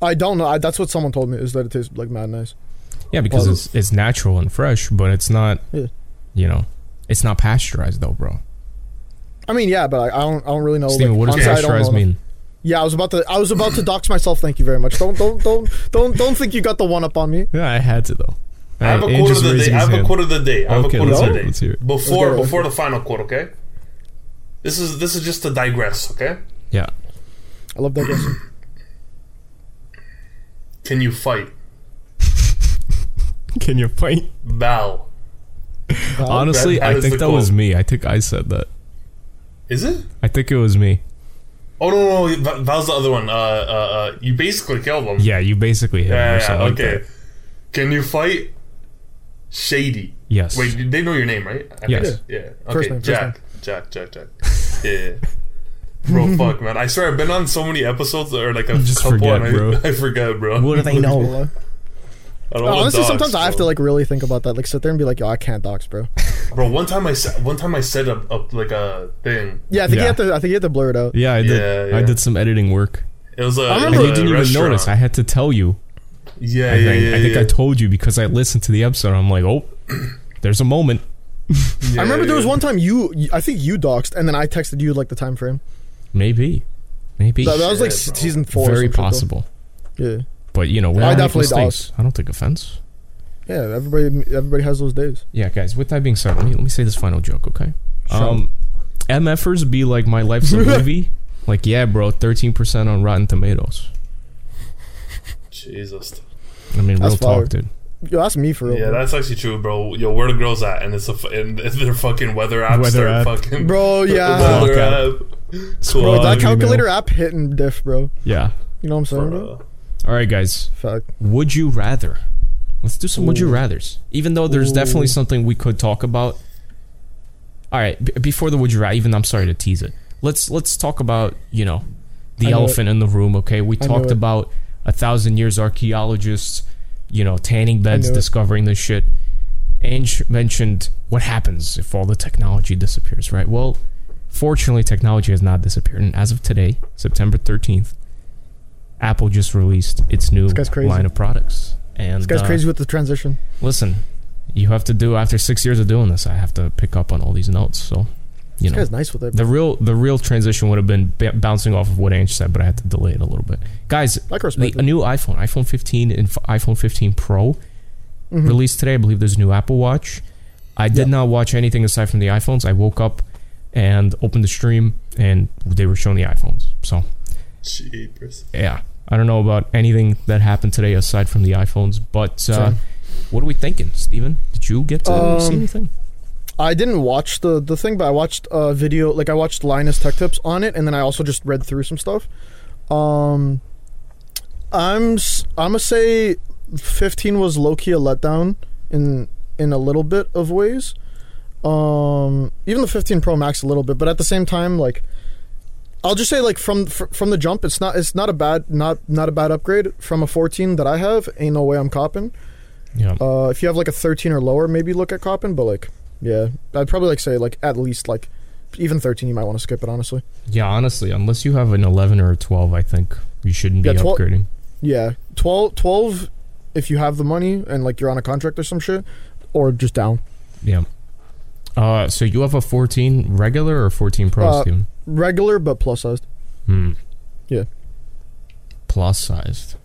I don't know. I, that's what someone told me is that it tastes like mad nice.
Yeah, because
Well-
it's it's natural and fresh, but it's not
Yeah.
you know it's not pasteurized though, bro.
I mean, yeah, but I, I don't. I don't
Oh,
really know.
Steven,
like,
what does
honestly, I don't
pasteurized
know.
mean?
Yeah, I was about to. I was about to dox myself. Thank you very much. Don't don't don't don't don't think you got the one up on me.
Yeah, I had to though.
I have a
Alright,
quote of
Andrew's
the day.
raising
I
his
have a
hand.
quote of the day. I have
Okay,
a quote
let's
of
hear
the
it.
day.
Let's hear it.
Before
Let's go, let's
before the final quote, okay? This is this is just to digress, okay?
Yeah.
I love that guess.
Can you fight?
Can you fight?
Bow.
Valid.
Honestly,
that
I
is
think
the
that
quote.
was me. I think I said that.
Is it?
I think it was me.
Oh no no, no that that was the other one. Uh uh, uh you basically killed them.
Yeah, you basically hit him
yeah,
or something like
okay.
that.
Can you fight? Shady.
Yes.
Wait, they know your name, right? I
Yes.
think- Yeah. Okay.
First name, first
Jack. Jack. Jack. Jack. Yeah. yeah. Bro, fuck, man. I swear I've been on so many episodes or like a
just
couple,
forget,
and I,
bro.
I forgot, bro.
What do they know?
Hello.
I
No,
don't wanna
honestly,
dox,
sometimes I have to
bro.
like really think about that. Like sit there and be like, "Yo, I can't dox, bro."
Bro, one time I said, one time I said up, up like a thing.
Yeah, I think
Yeah.
you have to. I think you have to blur it out.
Yeah, I did.
Yeah, yeah.
I did some editing work,
It was a. it
remember-
and
was
you
a
didn't even
restaurant.
notice. I had to tell you.
yeah,
I
yeah,
think.
yeah,
I think I
yeah.
told you because I listened to the episode. I'm like, oh, there's a moment.
Yeah,
I remember there was
yeah.
one time you, you- I think you doxed, and then I texted you like the time frame.
Maybe, maybe
That, that was like
Shit,
se-
bro.
season four. or
very
some shit, though.
possible.
Yeah,
But you know, we
I
all make
definitely
mistakes. I don't take offense.
yeah. Everybody, everybody has those days.
Yeah, guys. With that being said, let me, let me say this final joke, okay?
Sure.
Um, MFers be like, my life's a movie. like, yeah, bro, 13% on Rotten Tomatoes.
Jesus.
I mean,
That's
real
fire.
talk, dude.
Yo, that's me for real.
Yeah,
bro.
that's actually true, bro. Yo, where the girls at? And it's a f- and their fucking weather apps
Weather
start
app.
fucking
Bro, yeah.
Walk
weather
out.
app.
Scroll
Bro,
down
that
to email.
calculator app hitting diff, bro.
Yeah.
You know what I'm saying, bro?
Bro.
All right, guys.
Fuck.
Would you rather? Let's do some would you
Ooh.
rather's. Even though there's definitely
Ooh.
something we could talk about. All right, b- before the would you rather, even I'm sorry to tease it. Let's let's talk about you know the
I know it.
elephant in the room. Okay, we
I know
talked
it.
about a thousand years archaeologists, you know, tanning beds,
know it.
discovering this shit. Ange mentioned what happens if all the technology disappears, right? Well, fortunately, technology has not disappeared, and as of today, September 13th, Apple just released its new
guy's crazy.
line of products. And
This guy's
uh,
crazy with the transition.
listen, you have to do after six years of doing this. I have to pick up on all these notes. So, you
This
know,
guy's nice with it.
the real the real transition would have been b- bouncing off of what Ange said, but I had to delay it a little bit. Guys,
I can
the,
respect
a
it.
new iPhone, iPhone 15 and f- iPhone 15 Pro
Mhm.
released today. I believe there's a new Apple Watch. I did
Yep.
not watch anything aside from the iPhones. I woke up and opened the stream, and they were showing the iPhones. So
Jeepers.
yeah, I don't know about anything that happened today aside from the iPhones. But uh,
Same.
what are we thinking, Steven? Did you get to see
Um,
anything?
I didn't watch the the thing, but I watched a video. Like I watched Linus Tech Tips on it, and then I also just read through some stuff. Um, I'm s- I'm gonna say 15 was low key a letdown in in a little bit of ways. Um, even the 15 Pro Max a little bit, but at the same time, like I'll just say like from fr- from the jump, it's not it's not a bad not not a bad upgrade from a 14 that I have. Ain't no way I'm copping.
Yeah,
Uh, if you have like a 13 or lower, maybe look at Coppin. But like, yeah, I'd probably like say like at least like even 13, you might want to skip it. Honestly,
yeah. Honestly, unless you have an 11 or a 12, I think you shouldn't be
Yeah, 12
upgrading.
yeah, 12, 12, if you have the money and like you're on a contract or some shit, or just down
Yeah. Uh, so you have a 14 regular or 14 Pro,
Uh,
Steven?
regular but plus sized.
Hmm.
yeah.
Plus sized.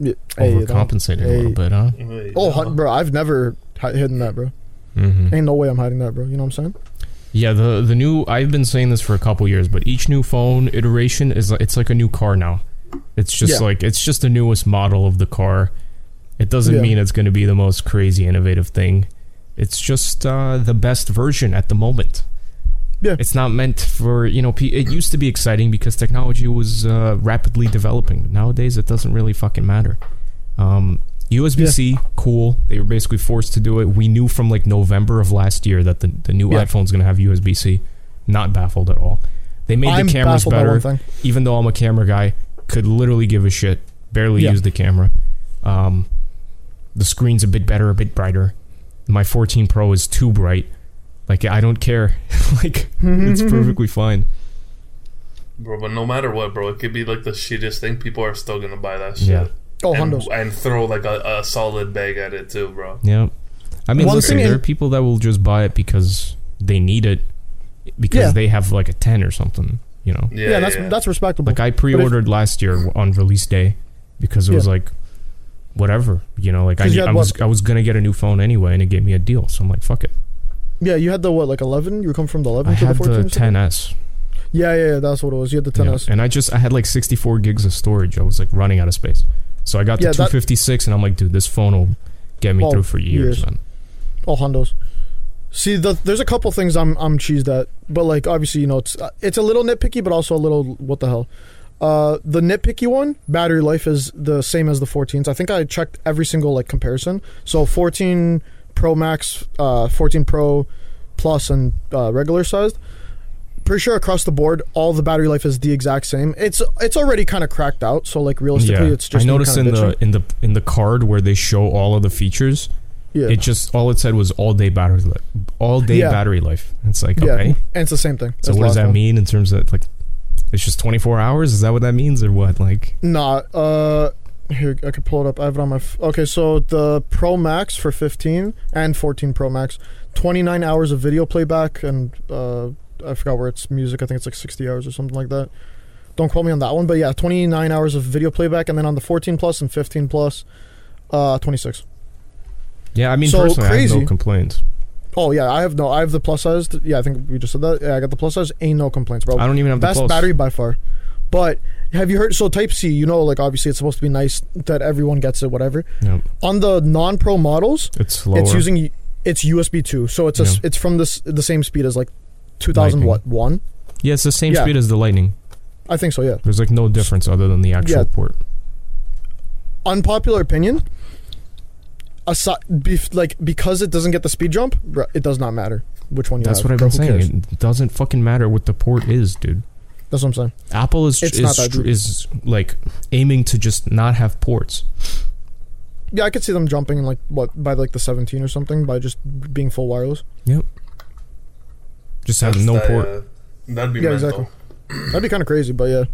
Yeah, hey, you know.
Overcompensating a little
hey.
bit, huh?
Oh, hun- bro, I've never hi- hidden that, bro.
hmm
Ain't no way I'm hiding that, bro. You know what I'm saying?
Yeah, the the new I've been saying this for a couple years, but each new phone iteration is like- it's like a new car now. It's just
Yeah.
like it's just the newest model of the car. It doesn't
Yeah.
mean it's going to be the most crazy innovative thing. It's just uh, the best version at the moment.
Yeah.
It's not meant for, you know, pe- it used to be exciting because technology was uh, rapidly developing. But nowadays it doesn't really fucking matter. Um, USB-C, cool. They were basically forced to do it. We knew from like November of last year that the, the new
Yeah.
iPhone's going to have USB-C. Not baffled at all. They made
I'm
the cameras
baffled by
better,
one thing.
even though I'm a camera guy. Could literally give a shit. Barely
Yeah.
use the camera. Um, the screen's a bit better, a bit brighter. My 14 Pro is too bright. Like I don't care. like it's perfectly fine.
Bro, but no matter what, bro, it could be like the shittiest thing. People are still gonna buy that shit.
Yeah.
Oh,
and,
Hondos.
and throw like a, a solid bag at it too, bro.
Yeah. I mean,
One
listen,
thing
there
in-
are people that will just buy it because they need it because
Yeah.
they have like a 10 or something, you know.
Yeah,
Yeah, that's that's respectable.
Like I pre-ordered last year on release day because it was
Yeah.
like whatever, you know, like I,
'Cause
need,
you had
I was I was going to get a new phone anyway and it gave me a deal. So I'm like, fuck it.
yeah, you had the what like 11? You were coming from the 11
I
to the
had
14?
the
or something?
10s.
Yeah, yeah, yeah, that's what it was. You had the
yeah,
10s.
And I just I had like 64 gigs of storage. I was like running out of space. So I got
Yeah,
to
that-
256 and I'm like, dude, this phone will get me
Well,
through for years,
years.
man.
Oh, hondos. See, the, there's a couple things I'm I'm cheesed at, but like obviously you know it's uh, it's a little nitpicky, but also a little what the hell. Uh, the nitpicky one, battery life is the same as the 14s. I think I checked every single like comparison. So 14 Pro Max, uh, 14 Pro Plus, and uh, regular sized. Pretty sure across the board, all the battery life is the exact same. It's it's already kind of cracked out. So like realistically,
yeah.
it's just
I
me
noticed in
kinda bitching.
the in the in the card where they show all of the features,
yeah.
it just all it said was all day battery life, all day
Yeah.
battery life. It's like
Yeah.
okay,
and it's the same thing.
so
as
what does
last
that
one.
mean in terms of like, it's just twenty four hours? Is that what that means or what? Like
Nah. Uh, here I could pull it up. I have it on my. F- okay, so the Pro Max for 15 and 14 Pro Max, 29 hours of video playback, and uh, I forgot where it's music. I think it's like 60 hours or something like that. Don't quote me on that one, but yeah, 29 hours of video playback, and then on the 14 Plus and 15 Plus, uh, 26.
yeah, I mean
So
personally, I have no
crazy.
complaints.
Oh yeah, I have no. I have the plus size. Yeah, I think we just said that. Yeah, I got the plus size. Ain't no complaints, bro.
I don't even have the
Best
plus.
battery by far. But have you heard? So Type C, you know, like obviously it's supposed to be nice that everyone gets it, whatever.
Yep.
On the non-pro models,
It's slower.
it's using it's USB two, so it's a, s-
Yeah.
it's from this the same speed as like two thousand
Lightning.
what one.
yeah, it's the same
Yeah.
speed as the Lightning.
I think so. Yeah.
There's like no difference other than the actual
Yeah.
port.
Unpopular opinion. Aside, bef- like because it doesn't get the speed jump, bro, it does not matter which one you
That's
have.
what I've
bro,
been
who
saying.
cares?
It doesn't fucking matter what the port is, dude.
That's what I'm saying.
Apple is
It's not
is,
that deep.
is like aiming to just not have ports.
Yeah, I could see them jumping in like what by like the 17 or something by just being full wireless.
Just have
That's
no
that,
port.
uh, that'd be
Yeah,
mental.
exactly. That'd be kind of crazy, but yeah,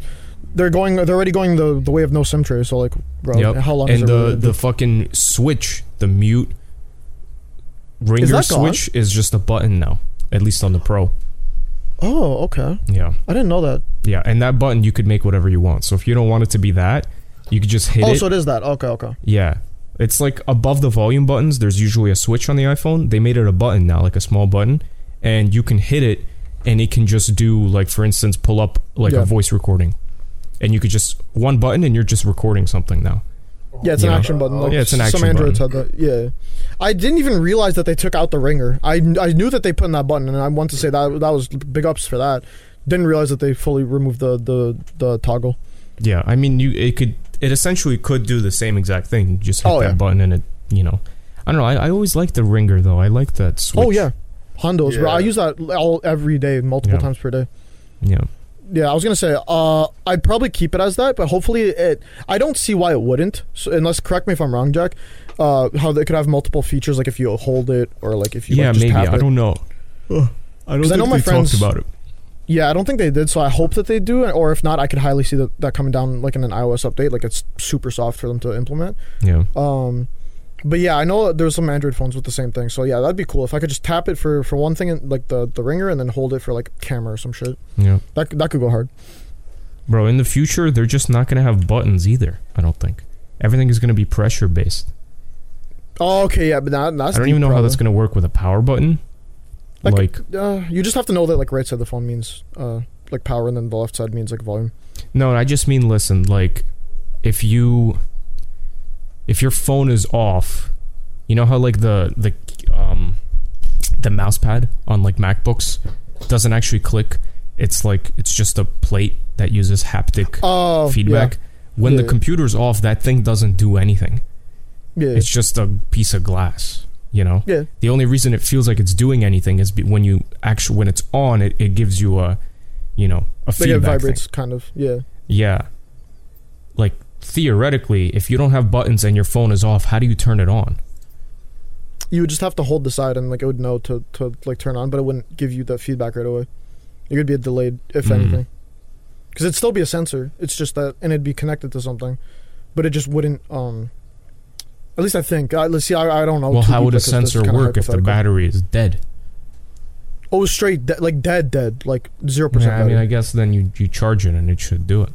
they're going. They're already going the the way of no SIM tray. So like, bro,
Yep.
how long?
and
is it
the
really-
the fucking switch, the mute
Is
ringer
that gone?
switch is just a button now. At least on the Pro.
oh okay,
Yeah.
I didn't know that.
Yeah, and that button you could make whatever you want. So if you don't want it to be that, you could just hit
oh,
it.
so it is that. Okay, okay.
yeah. It's like above the volume buttons, there's usually a switch on the iPhone. They made it a button now, like a small button, and you can hit it and it can just do like for instance pull up like
Yeah.
a voice recording. And you could just one button and you're just recording something now.
Oh.
Yeah, it's an
Yeah. Oh,
action button. Like,
Yeah, it's an action
Some Androids had that. Yeah, I didn't even realize that they took out the ringer. I, I knew that they put in that button, and I want to say that that was big ups for that. Didn't realize that they fully removed the the the toggle.
Yeah, I mean, you it could it essentially could do the same exact thing. You just hit
Oh,
that
yeah.
button and it, you know, I don't know. I, I always like the ringer though. I like that switch.
Oh yeah, Hondos, bro.
Yeah.
I use that all every day, multiple
Yeah.
times per day.
yeah,
Yeah, I was gonna say, uh, I'd probably keep it as that, but hopefully it. I don't see why it wouldn't, so, unless correct me if I'm wrong, Jack. Uh, how they could have multiple features, like if you hold it or like if you
yeah.
like, just
maybe
tap
I
it.
don't know. I don't
I
think
know my
they
friends-
talked about it.
Yeah, I don't think they did, so I hope that they do, or if not, I could highly see that, that coming down like in an iOS update. Like it's super soft for them to implement.
Yeah,
Um, but yeah, I know there's some Android phones with the same thing, so yeah, that'd be cool if I could just tap it for for one thing, and like the the ringer, and then hold it for like camera or some shit.
yeah,
That that could go hard.
bro. In the future, they're just not gonna have buttons either. I don't think everything is gonna be pressure based.
Oh, okay, yeah, but that, that's
I don't
deep,
even know how
probably.
that's gonna work with a power button.
Like-
like
Uh, you just have to know that like right side of the phone means uh like power, and then the left side means like volume.
No, I just mean listen, like if you if your phone is off, you know how like the the um the mouse pad on like MacBooks doesn't actually click. It's like it's just a plate that uses haptic
Oh,
feedback. When the
Yeah.
computer's off, that thing doesn't do anything.
Yeah, yeah.
It's just a piece of glass, you know?
Yeah.
The only reason it feels like it's doing anything is be- when you actually when it's on, it, it gives you a you know, a
like it
feedback thing.
vibrates kind of. Yeah,
Yeah. Like theoretically, if you don't have buttons and your phone is off, how do you turn it on?
you would just have to hold the side, and like it would know to to like turn on, but it wouldn't give you the feedback right away. It could be a delayed, if
Mm.
anything, because it'd still be a sensor. It's just that, and it'd be connected to something, but it just wouldn't. um At least I think. I, let's see. I, I don't know.
well,
too
how
deep
would a
because this is
sensor
kinda
work if the
hypothetical.
battery is dead?
Oh, straight de- like dead, dead, like zero percent.
Yeah, I mean, I guess then you, you charge it and it should do it.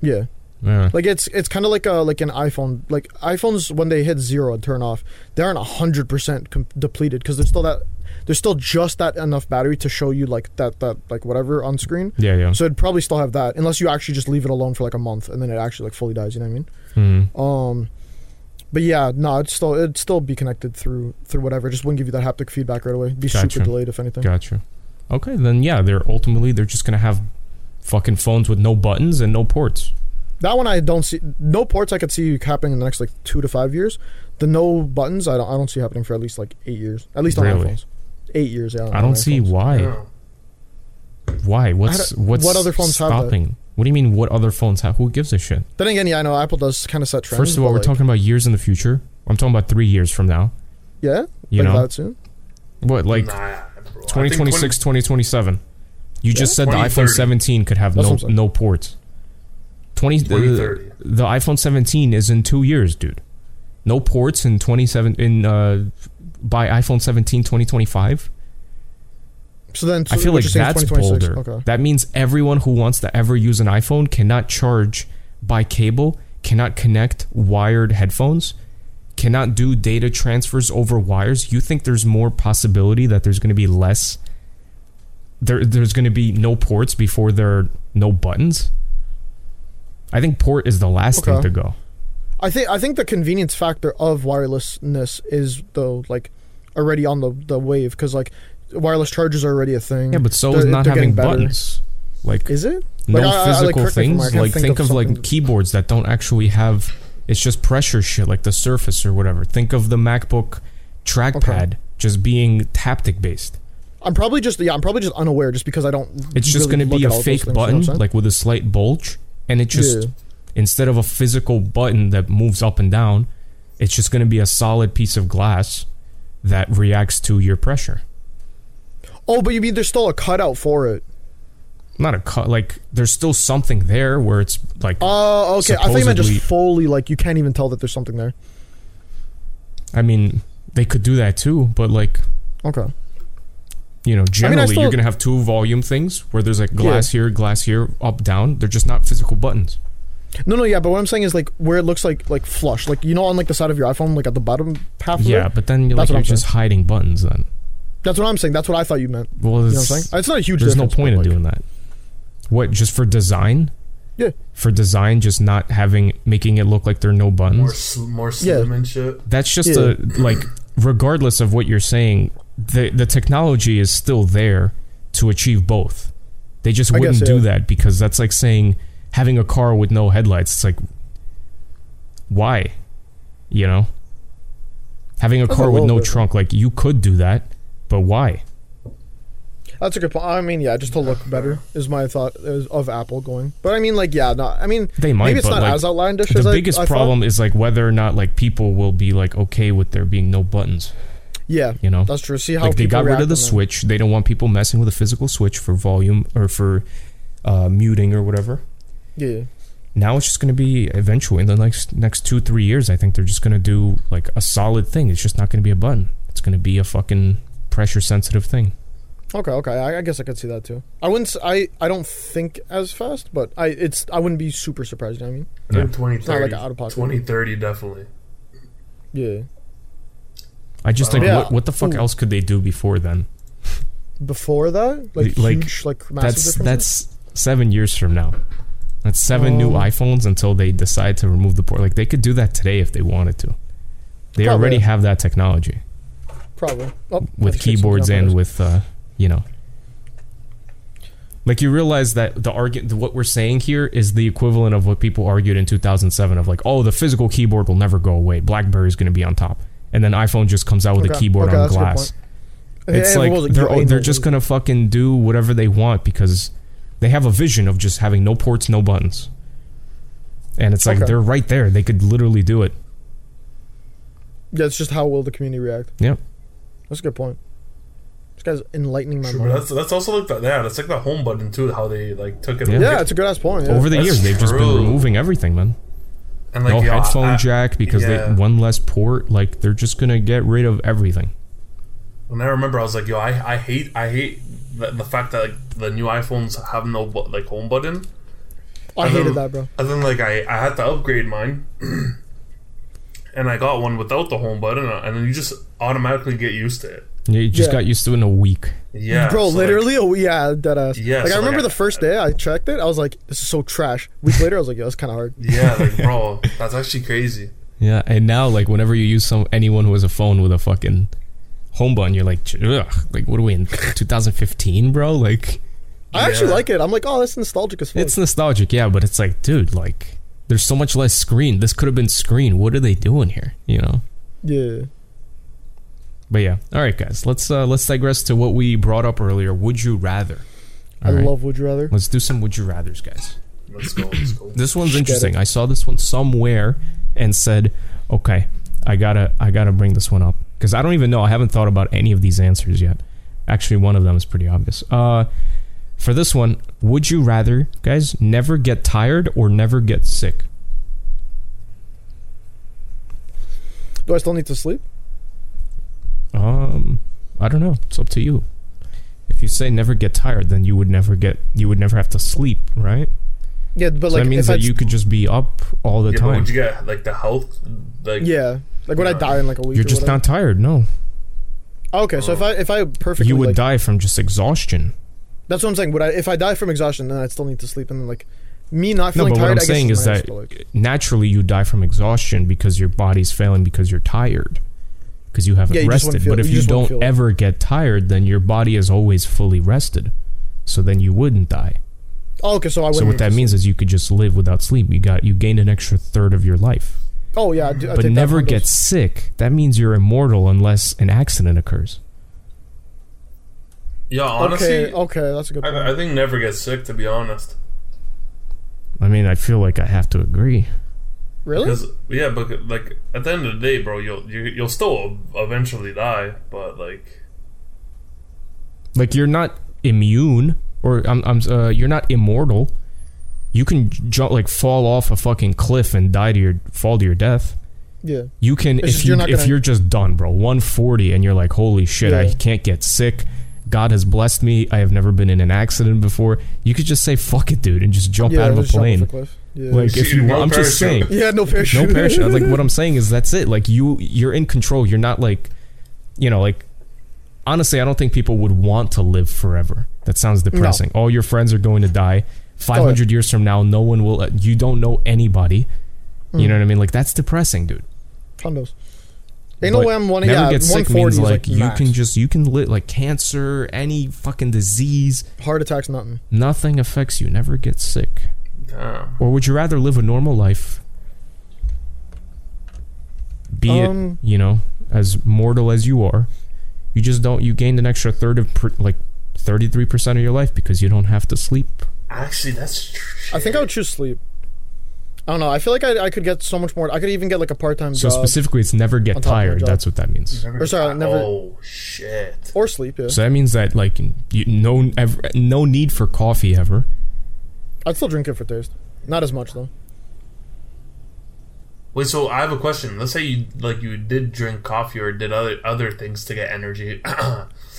yeah.
Yeah.
Like it's it's kind of like a like an iPhone. Like iPhones when they hit zero and turn off, they aren't hundred percent com- depleted because there's still that there's still just that enough battery to show you like that that like whatever on screen.
Yeah, yeah.
So it'd probably still have that unless you actually just leave it alone for like a month and then it actually like fully dies. You know what
Hmm.
I mean? Um, but yeah, no, it's still it'd still be connected through through whatever. It just wouldn't give you that haptic feedback right away. It'd be
Gotcha.
super delayed if anything.
Gotcha. Okay, then yeah, they're ultimately they're just gonna have fucking phones with no buttons and no ports.
That one I don't see. No ports I could see happening in the next like two to five years. The no buttons I don't. I don't see happening for at least like eight years. At least on
Really?
iPhones. Eight years. Yeah. on
I don't see
iPhones.
why.
Yeah.
Why? What's
don't-
what's
what other phones have that?
stopping? What do you mean? What other phones have? Who gives a shit?
Then again, yeah, I know Apple does kind of set trends.
First of all,
but,
we're
like,
talking about years in the future. I'm talking about three years from now.
Yeah.
You
like
know
that soon.
what? Like
nah, bro. I think
2026, 2027. You just said the iPhone
2030.
17 could have
That's
no
what I'm saying.
no ports. 20 the,
2030.
the iPhone 17 is in 2 years, dude. No ports in 27 in uh by iPhone 17 2025.
So then
I feel like
what you're saying is
that's
2026.
bolder.
Okay.
That means everyone who wants to ever use an iPhone cannot charge by cable, cannot connect wired headphones, cannot do data transfers over wires, you think there's more possibility that there's going to be less there there's going to be no ports before there are no buttons? I think port is the last thing
Okay.
to go.
I think I think the convenience factor of wirelessness is though like already on the the wave because like wireless chargers are already a thing.
Yeah, but so
They're-
is not
they're
having
getting better.
buttons. Like
is it?
no
Like, I- I- like,
physical
correct me if I'm wrong, I
things.
can't
Like
think
think
of
of like
something-
keyboards that don't actually have. It's just pressure shit, like the Surface or whatever. Think of the MacBook trackpad just being haptic based.
I'm probably just yeah I'm probably just unaware just because I don't.
It's just
really
going to
look
be
at
a
all those
fake
things, you know what
button,
I'm saying?
like with a slight bulge, and it just
Yeah.
instead of a physical button that moves up and down, it's just going to be a solid piece of glass that reacts to your pressure.
Oh, but you mean there's still a cutout for it?
Not a cut. Like there's still something there where it's like
Oh, okay. I thought you meant
Supposedly-
just fully like you can't even tell that there's something there.
I mean they could do that too, but like
Okay.
you know, generally
still-
you're gonna have two volume things where there's like glass here, glass here, up, down. They're just not physical buttons.
No, no, yeah, but what I'm saying is like where it looks like like flush, like you know, on like the side of your iPhone, like at the bottom half. Of
Yeah,
it?
but then you're, like,
That's what
you're
I'm
just hiding buttons. Then
that's what I'm saying. That's what I thought you meant.
well,
You
it's,
know what I'm saying? It's not a huge.
there's no
difference,
point in
but, like,
doing that. What just for design?
Yeah.
for design, just not having making it look like there are no
More,
buttons.
sl- more slim and shit.
That's just
Yeah.
a like, regardless of what you're saying, the the technology is still there to achieve both. They just
I
wouldn't
guess,
do
yeah.
that because that's like saying having a car with no headlights. It's like, why? You know, having a
That's a
car with
little
no
bit-
trunk. Like you could do that, but why?
That's a good point. I mean, yeah, just to look better is my thought is of Apple going. But I mean, like, yeah, not. I mean,
They might.
maybe it's
but
not
like,
as outlandish
the
as I-
biggest
I, thought.
problem is like whether or not like people will be like okay with there being no buttons.
Yeah,
You know,
that's true. See how
like they
people
got rid of
react
the
on that.
switch. They don't want people messing with a physical switch for volume or for uh, muting or whatever.
Yeah,
Now it's just going to be eventually in the next next two three years. I think they're just going to do like a solid thing. It's just not going to be a button. It's going to be a fucking pressure sensitive thing.
Okay, okay. I, I guess I could see that too. I wouldn't. s- I I don't think as fast, but I it's I wouldn't be super surprised. You know what I mean,
I think 20,
it's not
30,
like out of pocket.
2030 definitely.
Yeah.
I just like
Yeah.
what, what the fuck
Ooh.
else could they do before then?
Before that, like,
The- like,
huge, like massive
that's
difference.
that's seven years from now. That's seven new
Um,
iPhones until they decide to remove the port. Like they could do that today if they wanted to. They
Probably.
already have that technology.
probably oh,
with
that's fixing
keyboards
something
and
else.
with uh, you know like you realize that the argument what we're saying here is the equivalent of what people argued in 2007 of like oh the physical keyboard will never go away blackberry is going to be on top and then iphone just comes out with a
Okay.
keyboard
Okay,
on
that's a good
glass
And
it's
it
like
was,
they're
you ain't
they're
no
just
reason.
going to fucking do whatever they want because they have a vision of just having no ports no buttons and it's like
Okay.
they're right there they could literally do it
Yeah, it's just how will the community react.
Yeah.
that's a good point. This guy's enlightening my
True, but
mind.
that's that's also like the, yeah, that's like the home button too. How they like took it
Yeah.
away.
Yeah, it's a good ass point. Yeah.
over the
That's
years they've just been
true.
removing everything man
and like
no
yo, I-
headphone
I-
jack because
yeah.
they one less port. Like they're just gonna get rid of everything.
And I remember I was like, yo, I, I hate I hate the, the fact that like the new iPhones have no bu- like home button.
I
and
hated
then-
that, bro.
And then like I I had to upgrade mine, and I got one without the home button, and then you just automatically get used to it.
You just
Yeah.
got used to it in a week.
Yeah,
Bro,
so, like,
literally, oh yeah, dead ass.
Yeah,
like
so,
I
like,
remember
I-
the first day I checked it, I was like, "This is so trash." Week later, I was like, "Yo, it's kind of hard."
yeah, like bro, that's actually crazy.
Yeah, and now like whenever you use some anyone who has a phone with a fucking home button, you're like, ugh, like what are we in 2015, bro? Like
I actually
Yeah.
like it. I'm like, "Oh, that's nostalgic as fuck."
it's nostalgic, yeah, but it's like, dude, like there's so much less screen. This could have been screen. What are they doing here? You know.
yeah.
But yeah, all right, guys, let's uh let's digress to what we brought up earlier. Would you rather?
I
All right,
love Would You Rather.
let's do some would you rather's, guys.
Let's go. Let's go.
This one's
Get
interesting. I saw this one somewhere and said, "Okay, I gotta, I gotta bring this one up because I don't even know. I haven't thought about any of these answers yet. Actually, one of them is pretty obvious. Uh, for this one, would you rather, guys, never get tired or never get sick?
Do I still need to sleep?
Um, I don't know. It's up to you. If you say never get tired, then you would never get, you would never have to sleep, right?
Yeah, but
So
like
that means
if I
that you could just be up all the
yeah, but
time.
would you get like the health? Like
yeah, like when I
No.
die in like a week,
You're
or
just
whatever.
not tired. No,
Okay, so if I if I perfectly
you would
like,
die from just exhaustion.
that's what I'm saying. Would I if I die from exhaustion, then I'd still need to sleep, and then like me not
No,
feeling
but what
tired.
I'm
I guess
saying
is
is
nice,
that
but, like,
naturally you die from exhaustion because your body's failing because you're tired because you haven't
Yeah, you just wouldn't
rested.
feel-
but if
you
you,
just wouldn't
don't
feel it.
ever get tired, then your body is always fully rested. So then you wouldn't die.
oh, okay, so I
So
wouldn't.
what that means is you could just live without sleep. You got you gained an extra third of your life,
oh yeah, I do, I
but
take that
never
from those.
get sick. That means you're immortal unless an accident occurs.
yeah. Honestly,
okay, okay, that's a good point.
I, I think never get sick to be honest.
I mean, I feel like I have to agree.
really?
Because yeah, but like at the end of the day, bro, you'll you, you'll still eventually die. But like,
Like you're not immune, or I'm, I'm uh, you're not immortal. You can jump, like fall off a fucking cliff and die to your fall to your death.
Yeah.
You can
It's
if
just
you
you're not
if
gonna-
you're just done, bro. 140 and you're like, holy shit, I
Yeah.
can't get sick. God has blessed me. I have never been in an accident before. You could just say fuck it, dude, and just jump
yeah,
out of a
just jump off
plane.
cliff. Yeah.
Like if you,
No
want, I'm just saying,
parachute.
yeah, no
no
parachute.
parachute. like what I'm saying is that's it. Like you, you're in control. You're not like, you know, like honestly, I don't think people would want to live forever. That sounds depressing. All your friends are going to die. 500 years from now, no one will. uh, You don't know anybody. You
Mm.
know what I mean? Like that's depressing, dude.
Condos. Ain't no
But
way I'm one.
Never
Yeah,
get sick
140
means
is
like,
like,
you
max.
can just you can live like cancer, any fucking disease,
heart attacks, nothing.
nothing affects you. Never get sick.
damn.
Or would you rather live a normal life? Be it
um,
you know, as mortal as you are, you just don't. You gained an extra third of per, like thirty three percent of your life because you don't have to sleep.
Actually, that's. True.
I think I would choose sleep. I don't know. I feel like I, I could get so much more. I could even get like a part time
So
job
specifically, it's never
On
get
top of my
tired.
job.
That's what that means.
Never,
Or sorry, I never-
Oh shit!
or sleep. Yeah,
So that means that like you, no ever, no need for coffee ever.
I'd still drink it for taste. Not as much though.
Wait, so I have a question. Let's say you like you did drink coffee or did other other things to get energy.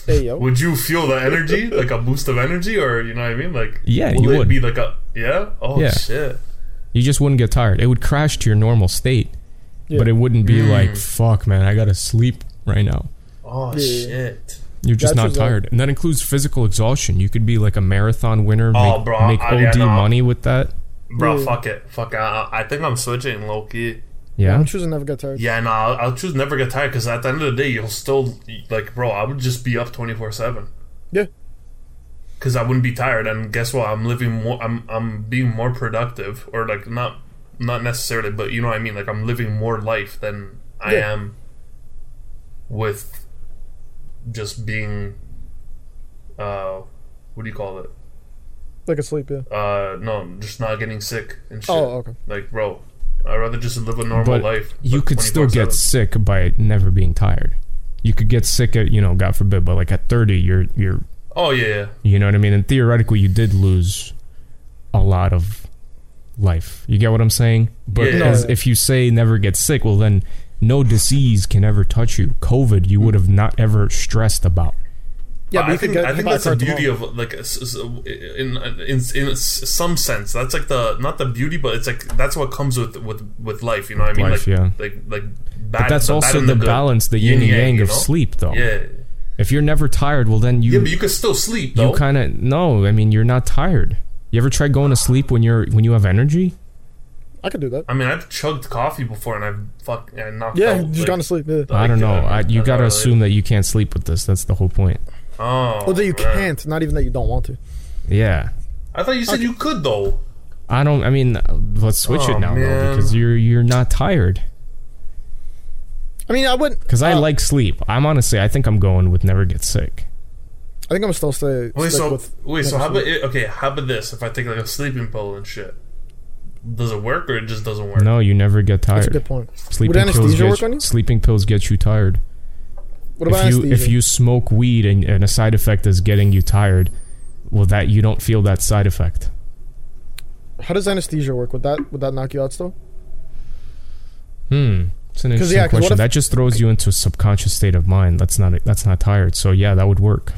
Hey yo.
Would you feel the energy, like a boost of energy, or you know what I mean? Like,
Yeah,
will
you
it
would.
be like a yeah? Oh
Yeah.
shit!
You just wouldn't get tired. It would crash to your normal state,
Yeah.
but it wouldn't be
Mm.
like fuck, man. I gotta sleep right now.
Oh
Yeah.
shit!
You're just
That's
not
just like-
tired, and that includes physical exhaustion. You could be like a marathon winner,
Oh,
make,
bro,
make
I- yeah,
OD
no.
money with that.
Bro,
Yeah.
fuck it, fuck. it. I, I think I'm switching, low key.
Yeah,
I'm choosing never get tired.
Yeah, no, I'll, I'll choose never get tired because at the end of the day, you'll still like, bro. I would just be up twenty four seven.
Yeah.
Because I wouldn't be tired, and guess what? I'm living more. I'm I'm being more productive, or like not not necessarily, but you know what I mean. Like I'm living more life than I
Yeah.
am with just being. Uh, what do you call it?
Like a sleep. Yeah.
Uh, no, just not getting sick and shit.
Oh okay.
Like, bro, I'd rather just live a normal
But
life.
you
but
could still get
24/7.
sick by never being tired. You could get sick at you know, God forbid, but like at thirty, you're you're
Oh yeah, yeah.
you know what I mean. And theoretically, you did lose a lot of life. You get what I'm saying? But
Yeah.
as,
No.
if you say never get sick, well then no disease can ever touch you. COVID, you would have not ever stressed about.
Yeah, but
I
you could
think,
get.
I think
buy a
that's the
car tomorrow.
beauty of like s- s- in, in in some sense that's like the not the beauty but it's like that's what comes with with with life you know what I mean
Life,
like
yeah.
like like
But
bad,
that's
the bad
also
and
the,
good.
balance, the yin
Yin
and yang,
yang, you
of
know?
sleep, though.
yeah
If you're never tired, well then you
yeah but you could still sleep though
you kind of no. I mean, you're not tired. You ever try going to sleep when you're when you have energy?
I could do that.
I mean I've chugged coffee before and I've fuck I knocked
Yeah,
out,
just
Oh, like,
gone to sleep. Yeah.
I
like,
don't know.
uh,
I, you
uh,
gotta
uh,
assume that you can't sleep with this. That's the whole point.
oh
Or that you
man.
can't. Not even that you don't want to.
Yeah,
I thought you said you could though
I don't. I mean, uh, let's switch
Oh,
it now though,
man.
because you're you're not tired.
I mean, I wouldn't.
Because I
Uh,
like sleep. I'm honestly, I think I'm going with never get sick.
I think I'm still stay.
wait
stick
so
with,
wait so
never
how about
sleep.
it, okay how about this if I take like a sleeping pill and shit does it work or it just doesn't work
No, you never get
That's a
tired.
good point.
Sleeping pills
anesthesia
get
work on you?
sleeping pills get you tired.
What about
if you
anesthesia?
if you smoke weed and, and a side effect is getting you tired, well, that you don't feel that side effect.
how does anesthesia work? Would that would that knock you out still?
Hmm. It's an
'Cause,
interesting
yeah, 'cause what
question.
if-
that just throws you into a subconscious state of mind. That's not that's not tired. So yeah, that would work.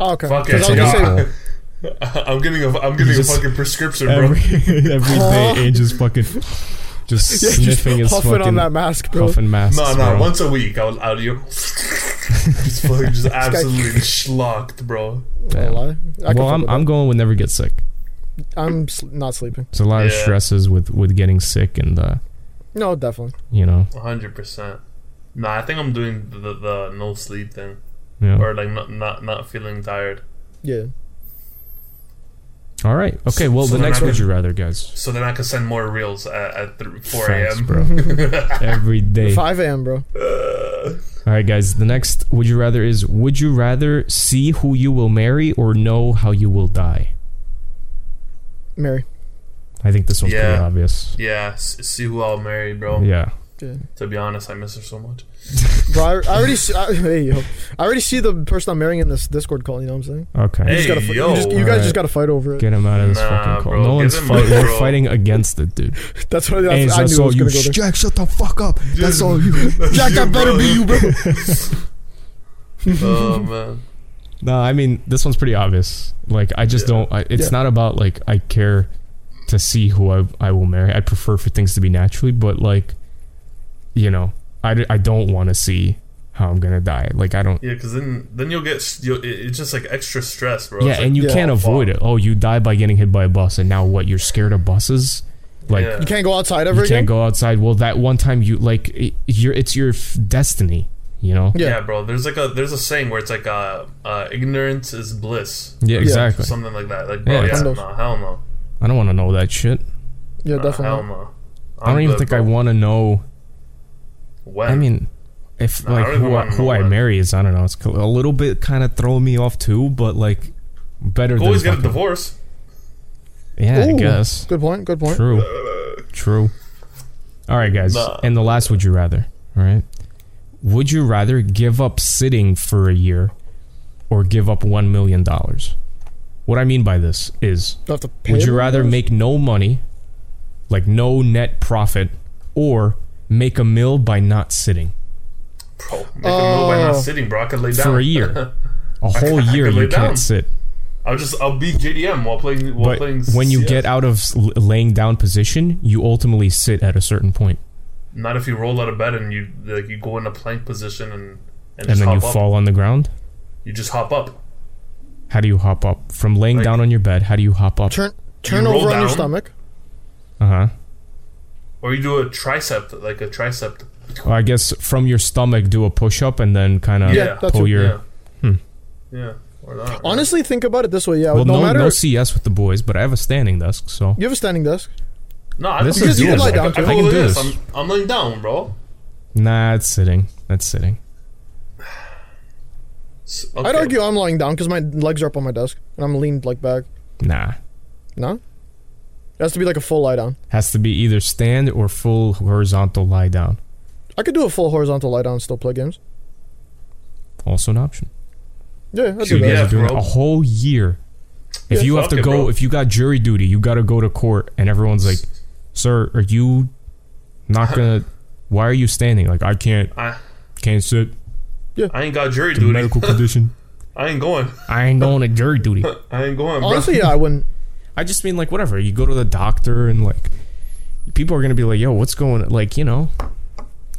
Oh, okay.
Fuck it.
Because I
That's
was gonna
Yeah.
say,
illegal.
I'm getting a I'm getting a
Just
fucking prescription, bro.
every, every day, Ange is fucking just
Yeah, just
sniffing his
puffing
fucking
on that mask, bro.
puffing masks.
No, no,
bro.
once a week I'll out you. just fucking just absolutely schlocked, bro.
I
Damn.
lie. I
well,
can fuck
I'm,
with
I'm
that.
going with never get sick.
I'm sl- not sleeping.
There's a lot of
Yeah.
stresses with with getting sick and uh,
No, definitely.
you know,
hundred percent. Nah, I think I'm doing the, the, the no sleep thing,
you know.
or like not not not feeling tired.
Yeah.
All right. Okay. Well,
So
the
then
next
I
would
can-
you rather, guys?
So then I can send more reels at, at thr- four
Facts,
a.m.
bro. Every day.
5 a.m., bro.
Uh,
All right, guys. The next would you rather is would you rather see who you will marry or know how you will die?
Mary.
I think this one's
Yeah.
pretty obvious.
yeah, s- see who I'll marry, bro.
Yeah.
Yeah.
To be honest, I miss her so much.
Bro, I, I already see. I, hey, yo. I already see the person I'm marrying in this Discord call. You know what I'm saying?
Okay.
You, just
Hey,
gotta, fi-
yo.
you, just, you guys
Alright.
just gotta fight over it.
Get him out of this
Nah,
fucking call.
bro,
no
give
one's
him
fight.
a
We're
bro.
fighting against it, dude.
That's what
Ange,
that's, I
that's
knew it
all
was
you.
gonna go there.
Jack, shut the fuck up. That's all you.
Jack, that better be you, bro.
oh man.
No, I mean this one's pretty obvious. Like I just
Yeah.
don't. I, it's
Yeah.
not about like I care to see who I I will marry. I prefer for things to be naturally, but like, you know, I, d- I don't want to see how I'm gonna die. Like I don't.
Yeah, because then then you'll get s- you'll, it- it's just like extra stress, bro.
yeah,
It's
and
like,
you
yeah,
can't
fuck.
avoid it. Oh, you die by getting hit by a bus, and now what? You're scared of buses. Like
Yeah.
You can't go outside
you
ever
can't
again.
go outside. Well, that one time you like it, you're it's your f- destiny. You know.
Yeah.
yeah. bro. There's like a there's a saying where it's like uh, uh ignorance is bliss,
Yeah, exactly.
something like that. Like bro,
Yeah,
yeah,
it's-
no, hell no,
I don't want to know that shit.
yeah,
Nah, Uh, hell
definitely.
no.
I don't even think I want to know
When?
I mean, if
Nah, I
like
don't even
who, I-
wanna know
who I
that.
marry is, I don't know. It's co- a little bit kind of throwing me off too, but like better
You
than
always get a
fucking-
divorce.
Yeah, I
Ooh.
guess.
Good point. Good point.
True, true. All right, guys,
Nah.
and the last would you rather? All right, would you rather give up sitting for a year or give up one million dollars? What I mean by this is,
Don't have to pay
would you
them,
rather
bro.
make no money, like no net profit, or make a mill by not sitting?
Bro, make a move by not
Oh.
sitting, bro. I could lay down
For a year. A whole
I
year
could lay
you
down.
can't sit.
I'll just I'll be JDM while playing while
but
playing.
when you
CS.
get out of s- l- laying down position, you ultimately sit at a certain point,
not if you roll out of bed and you like you go in a plank position and
and
and, just
then you
hop up.
fall on the ground.
You just hop up.
How do you hop up from laying
Like-
down on your bed? How do you hop up?
Turn turn
You roll
over on your
down.
stomach.
Uh huh.
Or you do a tricep, like a tricep.
Or I guess from your stomach do a push up and then kind of
Yeah, that's
pull
what-
your.
Yeah.
Hmm.
Yeah. Or not. right?
Honestly, think about it this way. Yeah,
Well,
no,
no,
matter.
no CS with the boys, but I have a standing desk, so
you have a standing desk.
No, I
This
don't
is
think
doable.
I can-
I
I
can
can
do
do this.
this.
I'm, I'm laying down, bro.
nah, it's sitting. That's sitting.
S- okay.
I'd argue I'm lying down because my legs are up on my desk and I'm leaned like back.
Nah,
No, it has to be like a full lie down.
has to be either stand or full horizontal lie down.
I could do a full horizontal lie down and still play games.
Also an option.
Yeah,
So
I do
you
that.
guys
Yeah,
are doing
bro.
a whole year. If
Yeah,
you have
fuck
to
it,
go,
bro.
if you got jury duty, you got to go to court, and everyone's like, "Sir, are you not gonna? why are you standing? Like, I can't,
I-
can't sit.
I ain't got jury
It's a
duty.
medical condition.
I ain't going.
I ain't going to jury duty.
I ain't going, bro.
Honestly, yeah, I wouldn't.
I just mean like whatever. You go to the doctor, and like people are gonna be like, "Yo, what's going? Like, you know."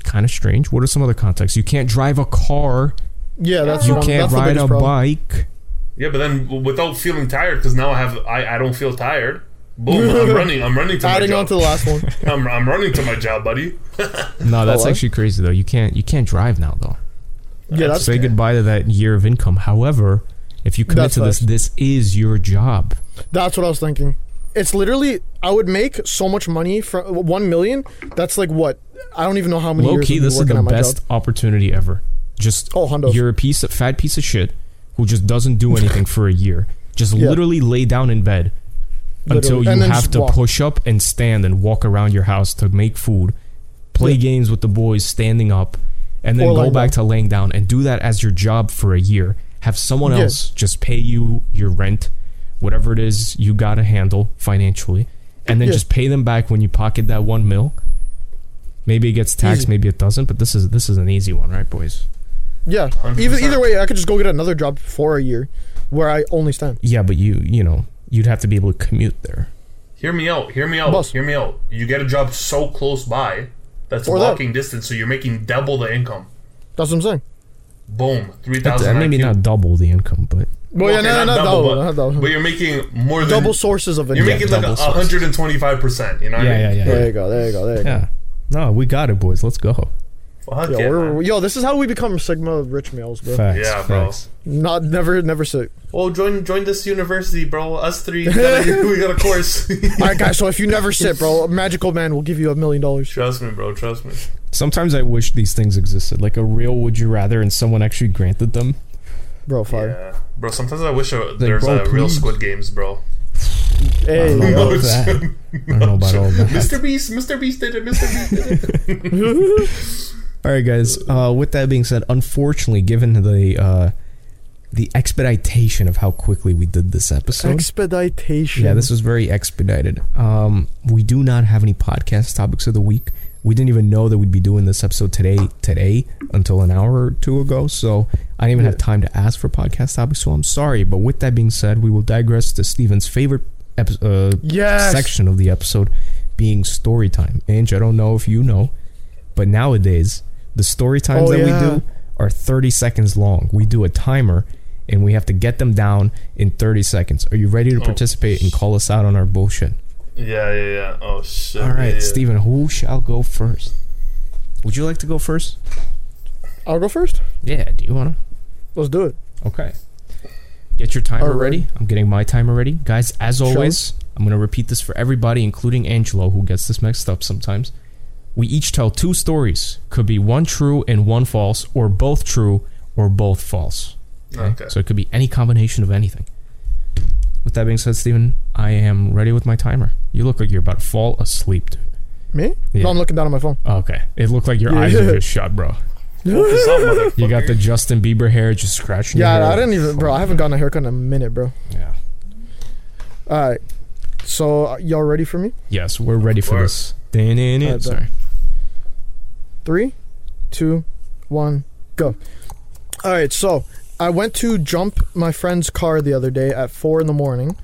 Kind of strange. What are some other contexts? You can't drive a car.
Yeah, that's
You
what I'm-
can't
that's the
ride
biggest
a
problem.
bike.
Yeah, but then w- without feeling tired, because now I have I, I don't feel tired. Boom! I'm running. I'm running to my
Adding
job.
on to the last one.
I'm, I'm running to my job, buddy.
No, that's
what?
actually crazy though. You can't. You can't drive now though.
Yeah, that's
say goodbye to that year of income. However, if you commit
That's
to this,
facts.
this is your job.
That's what I was thinking. It's literally I would make so much money from one million. That's like what I don't even know how many.
Low
years
key,
I've been
this is
working
the
at my
best
Job.
opportunity ever. Just
Oh, hundos.
you're a piece of fat piece of shit who just doesn't do anything for a year. Just
Yeah.
literally lay down in bed
Literally.
until
And
you
then
have
just
to
walk.
push up and stand and walk around your house to make food, play
Yeah.
games with the boys standing up, and then
Or
go
lying
back to laying down and do that as your job for a year. Have someone
Yeah.
else just pay you your rent, whatever it is you got to handle financially, and then
Yeah.
just pay them back when you pocket that one mil. Maybe it gets taxed,
Easy.
maybe it doesn't, but this is this is an easy one, right, boys?
Yeah. Either
100%.
either way, I could just go get another job for a year, where I only stand.
Yeah, but you you know you'd have to be able to commute there.
Hear me out. Hear me out.
Boss.
Hear me out. You get a job so close by that's
Or that.
walking distance, so you're making double the income.
That's what I'm saying.
Boom, three
That's,
thousand.
maybe not double the income, but
Well, yeah, no, no, not double, not double.
But you're making more than
Double sources of
You're
income.
making like
double
a
source.
hundred and twenty-five percent. You know what I
yeah,
mean?
yeah, yeah,
There
yeah.
you go. There you go. There you go.
yeah. No, we got it, boys. Let's go.
Fuck
Yo,
yeah,
we're,
man.
yo, this is how we become Sigma rich males, bro.
Facts.
Yeah, bro.
facts.
Not never, never sick.
Oh, join join this university, bro. Us three, we got a, we got a course.
All right, guys. So if you never sit, bro, a magical man will give you a million dollars.
trust me, bro. Trust me.
Sometimes I wish these things existed, like a real "Would you rather" and someone actually granted them.
Bro, fire.
Yeah, bro. Sometimes I wish uh there's
bro,
a real
please.
Squid Games, bro.
Hey,
I don't know
yo.
about that. I don't know about all that.
Mr. Beast, Mr. Beast did it. Mr. Beast did it.
All right, guys. Uh, with that being said, unfortunately, given the uh, the expeditation of how quickly we did this episode,
expeditation.
yeah, this was very expedited. Um, we do not have any podcast topics of the week. We didn't even know that we'd be doing this episode today today until an hour or two ago. So I didn't even have time to ask for podcast topics. So I'm sorry, but with that being said, we will digress to Steven's favorite epi- uh,
yes.
section of the episode being story time. Ange, I don't know if you know, but nowadays the story times
Oh,
that
yeah.
we do are 30 seconds long. We do a timer and we have to get them down in 30 seconds. Are you ready
Oh.
to participate and call us out on our bullshit?
Yeah, yeah, yeah. Oh shit.
All right,
yeah,
Steven, who shall go first? Would you like to go first?
I'll go first.
Yeah, do you want to?
Let's do it.
Okay. Get your timer
All right.
ready. I'm getting my timer ready. Guys, as
we?
always, I'm going to repeat this for everybody, including Angelo, who gets this mixed up sometimes. We each tell two stories. Could be one true and one false, or both true or both false.
yeah. Okay.
So it could be any combination of anything. With that being said, Steven, I am ready with my timer. You look like you're about to fall asleep, dude.
Me?
Yeah.
No, I'm looking down at my phone.
Okay. It looked like your eyes are just shut, bro.
Focus up, motherfucker.
You got the Justin Bieber hair just scratching your
Yeah,
hair.
I didn't even, bro. I haven't gotten a haircut in a minute, bro.
Yeah.
All right. So uh, y'all ready for me?
Yes, we're ready for
course.
this. Da-na-na.
Alright,
Sorry.
Three, two, one, go. All right, so I went to jump my friend's car the other day at four in the morning.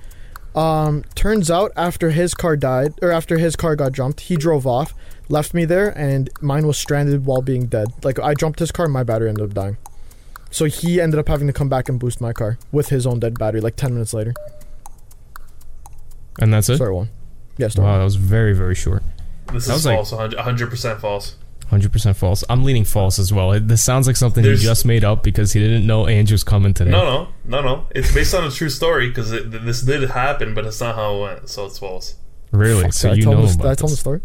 Um, turns out after his car died, or after his car got jumped, he drove off, left me there, and mine was stranded while being dead. Like I jumped his car, my battery ended up dying. So he ended up having to come back and boost my car with his own dead battery, like ten minutes later.
And that's it?
Sorry, one. Yeah, story.
Wow, that was very, very short.
This
That was
is
like-
false. Like, 100% false.
100% false. I'm leaning false as well. It, this sounds like something
There's-
he just made up because he didn't know Andrew's coming today.
No, no, no, no. It's based on a true story because this did happen, but it's not how it went, so it's false.
Really?
Fuck,
so
did I
you
tell
know
him this-
about
did I tell him the
this.
story.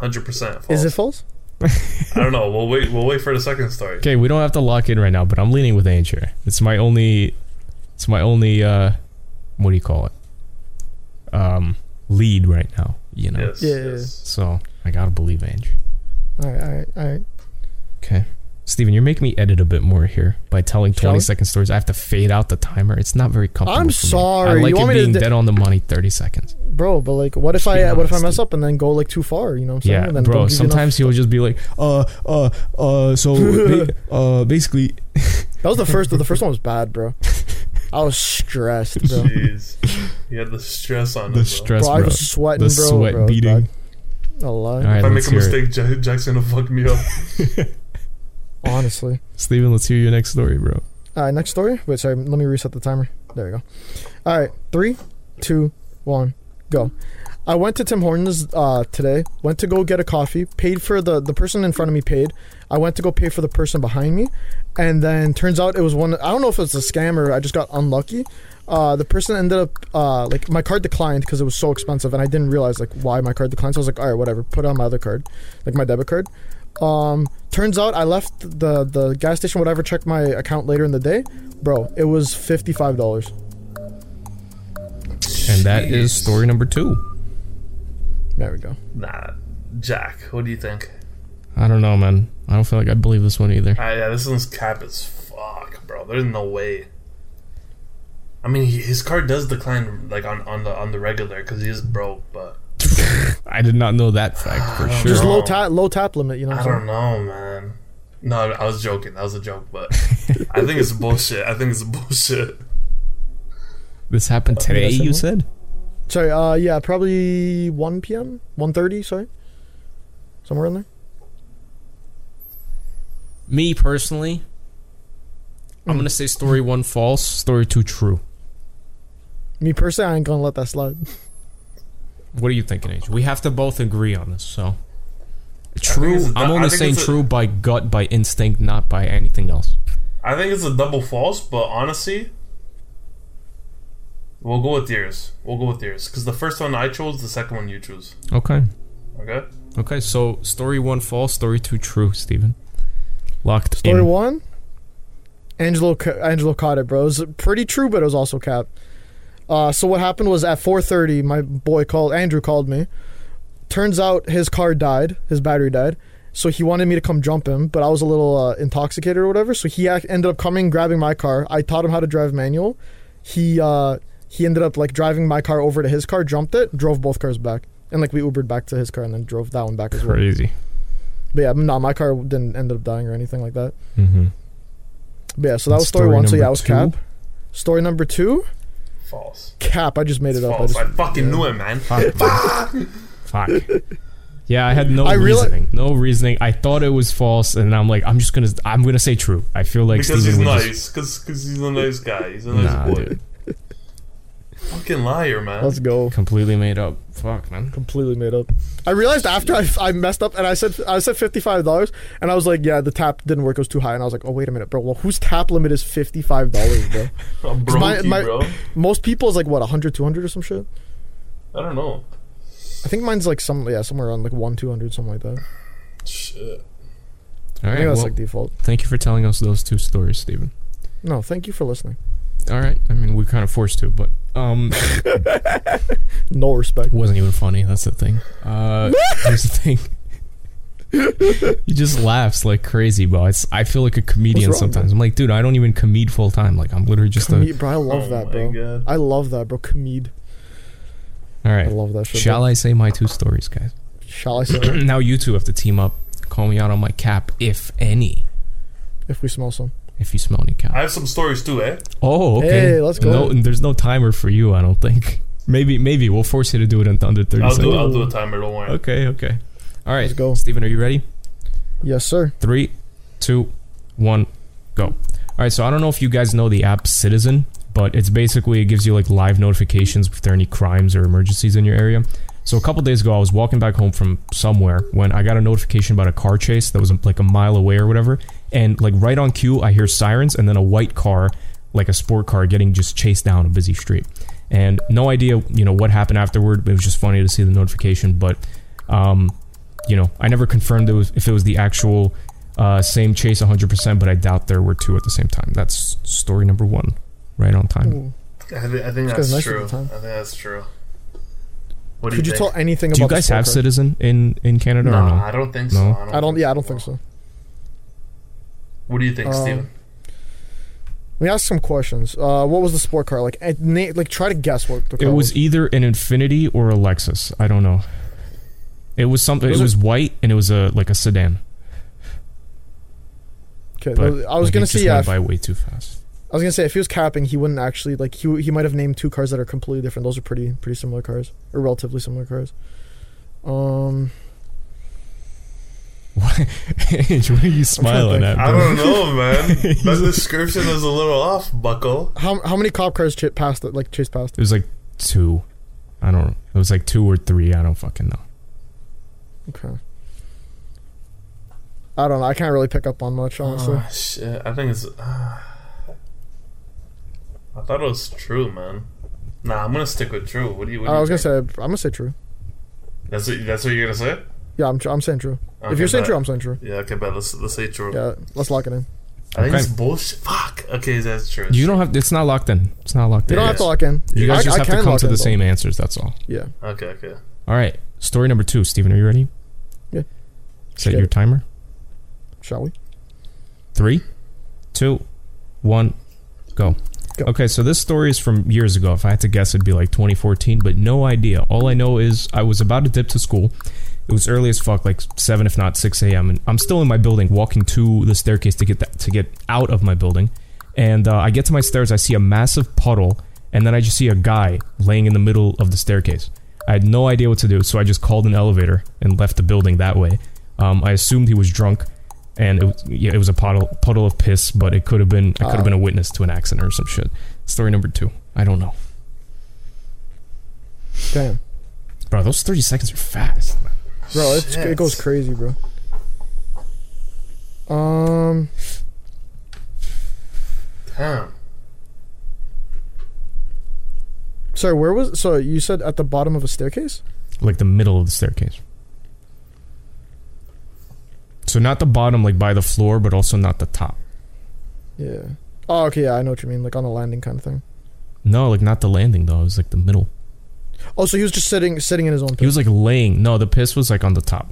100% false.
Is it false?
I don't know. We'll wait. We'll wait for the second story.
Okay, we don't have to lock in right now, but I'm leaning with Andrew. It's my only. It's my only. uh What do you call it? Um, lead right now. You know.
Yes.
Yeah, yeah,
yes.
So I gotta believe Andrew.
All right, all right, all right.
Okay. Steven, you're making me edit a bit more here by telling
Shall we?
20 second stories. I have to fade out the timer. It's not very comfortable.
I'm
for me.
sorry.
I like
You
it
want me to
being
d-
dead on the money 30 seconds.
Bro, but like, what if
Just be
I what if I
honest,
mess
dude.
up and then go like too far? You know what I'm saying?
Yeah,
And then
bro.
don't give you enough-
Sometimes he'll just be like, uh, uh, uh, so, ba- uh, basically,
that was the first. the first one was bad, bro. I was stressed, bro.
Jeez. You had the stress on
the
us. bro.
stress,
bro,
bro.
I was sweating,
the
bro.
sweat
bro,
beating.
A lot,
All right,
If I make
let's
a
hear it.
mistake, Ja- Jackson will fuck me up.
honestly.
Steven, let's hear your next story, bro.
All right, next story. Wait, sorry. Let me reset the timer. There we go. All right, three, two, one, go. I went to Tim Hortons uh, today. Went to go get a coffee. Paid for the the person in front of me. Paid. I went to go pay for the person behind me, and then turns out it was one. I don't know if it's a scam or I just got unlucky. Uh, the person ended up uh, like my card declined because it was so expensive, and I didn't realize like why my card declined. So I was like, all right, whatever. Put it on my other card, like my debit card. Um, turns out I left the the gas station, whatever. Checked my account later in the day, bro. It was fifty five dollars.
And that is story number two.
There we go.
Nah, Jack. What do you think?
I don't know, man. I don't feel like I believe this one either.
Ah, yeah, this one's cap as fuck, bro. There's no way. I mean, he, his card does decline like on, on the on the regular because he's broke, but
I did not know that fact for sure.
Just
Bro.
low tap, low tap limit. You know. What
I
I'm saying?
don't know, man. No, I was joking. That was a joke, but I think it's bullshit. I think it's bullshit.
This happened
Uh,
today,
yes,
you
what?
said?
Sorry, uh, yeah, probably 1 p.m., 1.30, sorry. Somewhere in there.
Me personally, I'm
Mm.
going to say story one false, story two true.
Me personally, I ain't gonna let that slide.
What are you thinking, H? We have to both agree on this, so.
think
True.
it's a-
I'm
I
only
think
saying
it's a-
true by gut, by instinct, not by anything else.
I think it's a double false, but honestly, we'll go with yours. We'll go with yours because the first one I chose, the second one you choose.
Okay.
Okay.
Okay, so story one false, story two true, Steven. Locked
Story
in.
one, Angelo ca- Angelo caught it, bro. It was pretty true, but it was also cap. Uh, so what happened was at 4:30, my boy called Andrew called me. Turns out his car died, his battery died. So he wanted me to come jump him, but I was a little uh, intoxicated or whatever. So he ac- ended up coming, grabbing my car. I taught him how to drive manual. He uh, he ended up like driving my car over to his car, jumped it, drove both cars back, and like we Ubered back to his car and then drove that one back as well.
Crazy.
But yeah, no, my car didn't end up dying or anything like that.
Mm-hmm.
But yeah, so that was story,
Story
one. So
number
yeah, it was
two?
Cap. Story number two,
False.
Cap. I just made it up.
false. I,
just,
fucking
yeah.
knew it, man.
Fuck. Fuck. Yeah, I had no
I reali-
reasoning. no reasoning. I thought it was false, and I'm like, I'm just gonna, I'm gonna say true. I feel like Steven
because he's
would
nice.
just-
Because he's a nice guy. He's a nice
Nah,
boy.
dude.
Fucking liar, man.
Let's go.
completely made up. Fuck, man.
Completely made up. I realized after I, I messed up and I said I said fifty five dollars and I was like, yeah, the tap didn't work. It was too high. And I was like, oh wait a minute, bro. Well, whose tap limit is fifty five dollars, bro?
I'm broke,
my-
you,
my-
bro.
Most people is like what 100, 200 or some shit.
I don't know.
I think mine's like some yeah somewhere around like one two hundred something like that.
Shit.
All
I
right.
think that's
Well,
like default.
thank you for telling us those two stories, Steven.
No, thank you for listening.
All right. I mean, we kind of forced to, but um, it
No respect.
wasn't even funny. That's the thing. Uh, here's the thing. he just laughs like crazy, bro. It's, I feel like a comedian
wrong,
sometimes.
bro?
I'm like, dude, I don't even comede full time. Like, I'm literally just
Comed- bro, I love
Oh
that,
my
bro.
God.
I love that, bro. Comed.
a. All
I
right.
love that shit.
Shall I say my two stories, guys?
I? Shall I say
now you two have to team up. Call me out on my cap, if any.
if we smell some?
If you smell any
I
cap.
have some stories too, eh?
Oh, okay.
Hey, let's go.
No, and there's no timer for you. I don't think. Maybe, maybe we'll force you to do it in under 30
I'll
seconds.
do. I'll do a timer. Don't worry.
Okay, okay. All right.
Let's go.
Steven, are you ready?
Yes, sir.
Three, two, one, go. All right. So I don't know if you guys know the app Citizen, but it's basically it gives you like live notifications if there are any crimes or emergencies in your area. So a couple days ago, I was walking back home from somewhere when I got a notification about a car chase that was like a mile away or whatever. And like right on cue, I hear sirens and then a white car, like a sport car, getting just chased down a busy street. And no idea, you know, what happened afterward. But it was just funny to see the notification. But, um, you know, I never confirmed it was, if it was the actual uh, same chase 100%, but I doubt there were two at the same time. That's story number one, right on time.
Ooh.
I, thi- I think
It's 'cause nice
that's
at
true. I
the time.
think that's true. What do
Could you
think?
tell anything
Do you
about? the
guys have
scorecard?
Citizen in, in Canada or
Nah,
no?
I don't think
No?
so.
I don't. Yeah, I don't think so.
What do you think,
Um,
Steven?
Let me ask some questions. Uh, what was the sport car like? eh, na- like try to guess what the
It
car
was E either an Infinity or a Lexus. I don't know. It was something.
Was
it
it-
was white and it was a like a sedan.
Okay,
But
I was
like,
gonna
it just
say uh, yeah.
went
if-
by way too fast.
I was gonna say if he was capping, he wouldn't actually like he he might have named two cars that are completely different. Those are pretty pretty similar cars or relatively similar cars. Um,
what are you smiling at?
think.
I
Bro?
don't know, man. that description is a little off, Buckle.
how how many cop cars ch- passed it like chased past?
It was like two. I don't. It was like two or three. I don't fucking know.
Okay. I don't know. I can't really pick up on much honestly.
Ah, shit. I think it's. ah. I thought it was true, man. Nah, I'm gonna stick with true. What do you? What do
I
you
was gonna
think?
say I'm gonna say true.
That's what, that's what you're gonna say.
Yeah, I'm tr- I'm saying true.
Okay,
if you're saying
bet.
true, I'm saying true.
yeah, okay, but let's let's say true.
Yeah, let's lock it in.
I think
Okay.
it's bullshit. Fuck. Okay, that's true.
You don't have. It's not locked in. It's not locked
You
in.
don't
Yeah.
have to lock in.
You guys
I-
just
I
have to
can
come
lock
to
in,
the
though.
same answers. That's all.
Yeah.
Okay, okay.
All right. Story number two. Steven, are you ready?
Yeah.
Set
Get
your
it.
timer.
Shall we?
Three, two, one, go.
Go.
Okay, so this story is from years ago. If I had to guess, it'd be like 2014, but no idea. All I know is I was about to dip to school. It was early as fuck, like seven, if not six a.m. And I'm still in my building, walking to the staircase to get that, to get out of my building. And uh, I get to my stairs, I see a massive puddle, and then I just see a guy laying in the middle of the staircase. I had no idea what to do, so I just called an elevator and left the building that way. Um, I assumed he was drunk, and it was, yeah, it was a puddle puddle of piss, but it could have been I could have
Ah.
been a witness to an accident or some shit. Story number two. I don't know,
Damn,
bro. Those thirty seconds are fast.
bro, it's, it goes
Shit.
crazy, bro. Um,
Damn.
sorry, where was? So you said at the bottom of a staircase?
like the middle of the staircase. So not the bottom, like by the floor, but also not the top.
Yeah. Oh, okay, yeah, I know what you mean, like on a landing kind of thing.
No, like not the landing though. It was like the middle.
Oh, so he was just sitting, sitting in his own.
He
Piss.
was like laying. No, the piss was like on the top.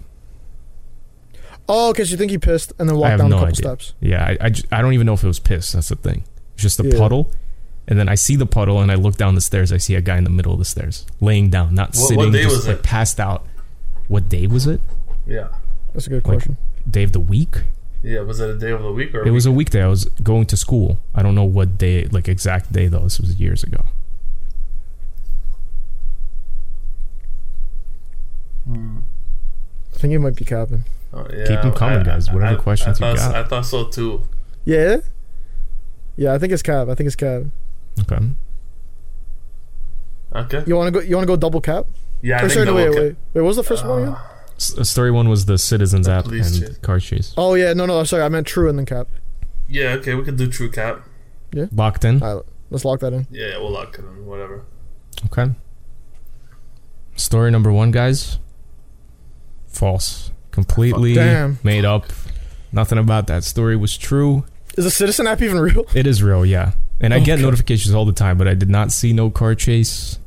Oh, okay, so you think he pissed and then walked
have
down
no
a couple
idea.
steps?
Yeah, I, I, ju- I don't even know if it was piss. That's the thing. It's just the
Yeah.
puddle, and then I see the puddle, and I look down the stairs. I see a guy in the middle of the stairs, laying down, not
What- what
sitting,
day
just
was
like
it?
passed out. What day was it?
Yeah.
That's a
Like-
good question.
Day of the week?
Yeah. Was it a day of the week or?
It was a weekday. I was going to school. I don't know what day, like exact day though. This was years ago.
Hmm.
I think it might be capping.
Oh, yeah,
Keep 'em coming,
I-
guys.
I-
Whatever
I-
questions you
I thought,
got.
I thought so too.
Yeah. Yeah, I think it's cab. I think it's cab.
Okay.
Okay.
You want to go? You want to go double cap?
Yeah. I
Or
think
sorry, no,
double
wait,
ca-
wait, wait. What was the first one again?
S- uh, story one was the citizens
The
app and
police chase.
car chase.
Oh yeah, no, no. Sorry, I meant true and then cap.
Yeah. Okay. We could do true cap.
Locked in.
All right, let's lock that in.
Yeah. We'll lock it in. Whatever.
Okay. Story number one, guys. False. Completely
Damn.
made up. Nothing about that story was true.
Is the citizen app even real?
It is real, yeah. And I get
Okay.
notifications all the time, but I did not see no car chase.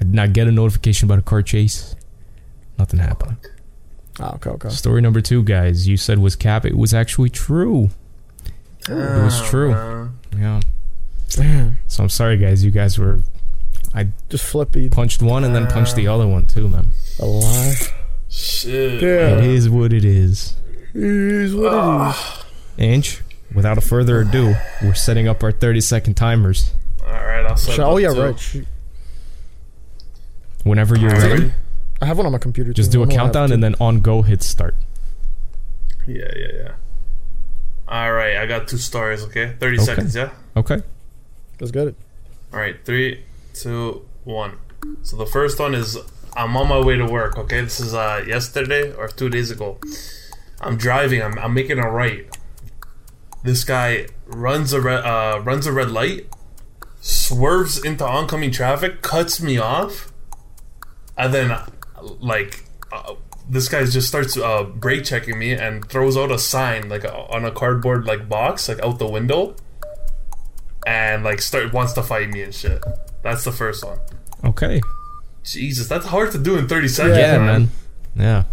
I did not get a notification about a car chase. Nothing happened.
Ah, okay, okay.
Story number two, guys. You said was cap. It was actually true. it was
Damn,
true.
man.
Yeah.
Damn,
So I'm sorry, guys. You guys were
just flippy.
punched one and then punched the other one too, man.
A lie.
Shit.
Yeah.
It is what it is.
It is what it is.
Inch, without further ado, we're setting up our 30 second timers.
All right. I'll set.
Should- oh
up,
yeah,
too.
right. shoot.
Whenever you're
All right.
ready,
I have one on my computer.
just
too.
do a
I don't know what
countdown and
happened
then on go hit start.
Yeah. Yeah. Yeah. All right. I got two stories. Okay. Thirty
Okay.
seconds. Yeah.
Okay.
to it. Let's get it.
All right, three, two, one. So the first one is I'm on my way to work. Okay, this is uh, yesterday or two days ago. I'm driving. I'm, I'm making a right. This guy runs a red uh, runs a red light, swerves into oncoming traffic, cuts me off, and then uh, like uh, this guy just starts uh, brake checking me and throws out a sign like uh, on a cardboard like box like out the window and like start wants to fight me and shit. That's the first one.
Okay.
Jesus, that's hard to do in 30
Yeah,
seconds.
man. Yeah.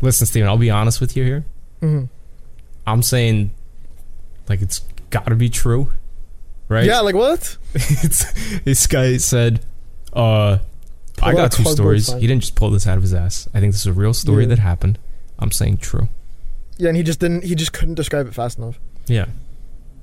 Listen, Steven, I'll be honest with you here.
Mhm.
I'm saying, like, it's gotta be true, right?
Yeah, like what?
it's, this guy said, uh, I
out a
got two
cardboard
stories.
sign.
He didn't just pull this out of his ass. I think this is a real story
Yeah.
that happened. I'm saying true.
Yeah, and he just didn't. He just couldn't describe it fast enough.
Yeah.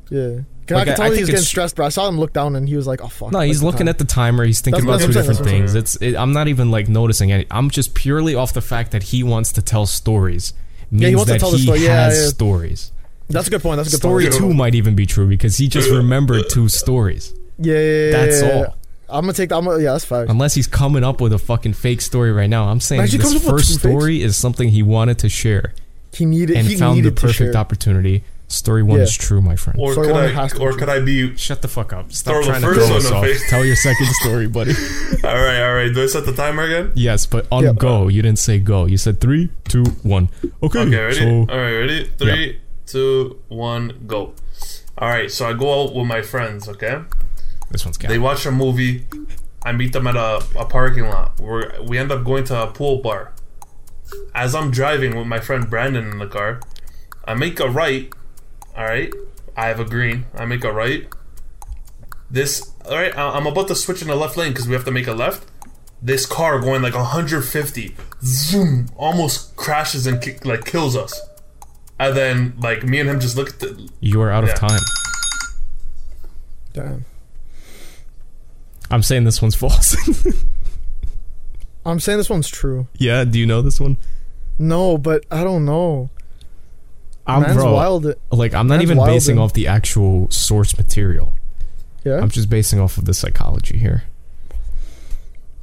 Yeah. 'Cause I
Like, I-
could
I
tell
think
he was getting
it's-
stressed, but I saw him look down and he was like, "Oh fuck."
No, he's looking at the timer. He's thinking
That's-
about two
that's what I'm
different
saying,
things.
that's
It's. It, I'm not even like noticing any. I'm just purely off the fact that he wants to tell stories. Means
he wants to
that
tell the
he
story. Yeah,
has
yeah.
stories.
That's a good point. That's a good
Story
point.
two might even be true because he just remembered two stories.
Yeah, yeah, yeah,
That's
yeah, yeah.
all. Um,
I'm gonna take that. I'm gonna, yeah, that's facts.
Unless he's coming up with a fucking fake story right now. I'm saying
Imagine he
this
comes up with
first
two fakes.
story is something he wanted to share
He needed.
and
he
found the
needed to
perfect
share.
opportunity. Story one
Yeah.
is true, my friend.
Or
So
could
one
I,
has to
or
be
could I be?
Shut the fuck up. Stop
Throw the
trying to
first
throw
one
us
in the
off.
face.
Tell your second story, buddy.
All right, all right. Do I set the timer again?
yes, but on
Yeah.
go. You didn't say go. You said three, two, one. Okay.
Okay, ready? Uh,
so-
all right, ready? Three, two, one, go. All right, so I go out with my friends. Okay,
This one's cat.
they watch a movie. I meet them at a, a parking lot. Where we end up going to a pool bar. As I'm driving with my friend Brandon in the car, I make a right. All right, I have a green. I make a right. This all right. I- I'm about to switch in the left lane because we have to make a left. This car going like 150, zoom, almost crashes and ki- like kills us. And then like me and him just look at the
You are out
Yeah.
of time.
Damn.
I'm saying this one's false.
I'm saying this one's true.
yeah, do you know this one?
No, but I don't know.
I'm
Man's
bro,
wild.
like I'm not
man's
even
wild
basing
and-
off the actual source material.
Yeah.
I'm just basing off of the psychology here.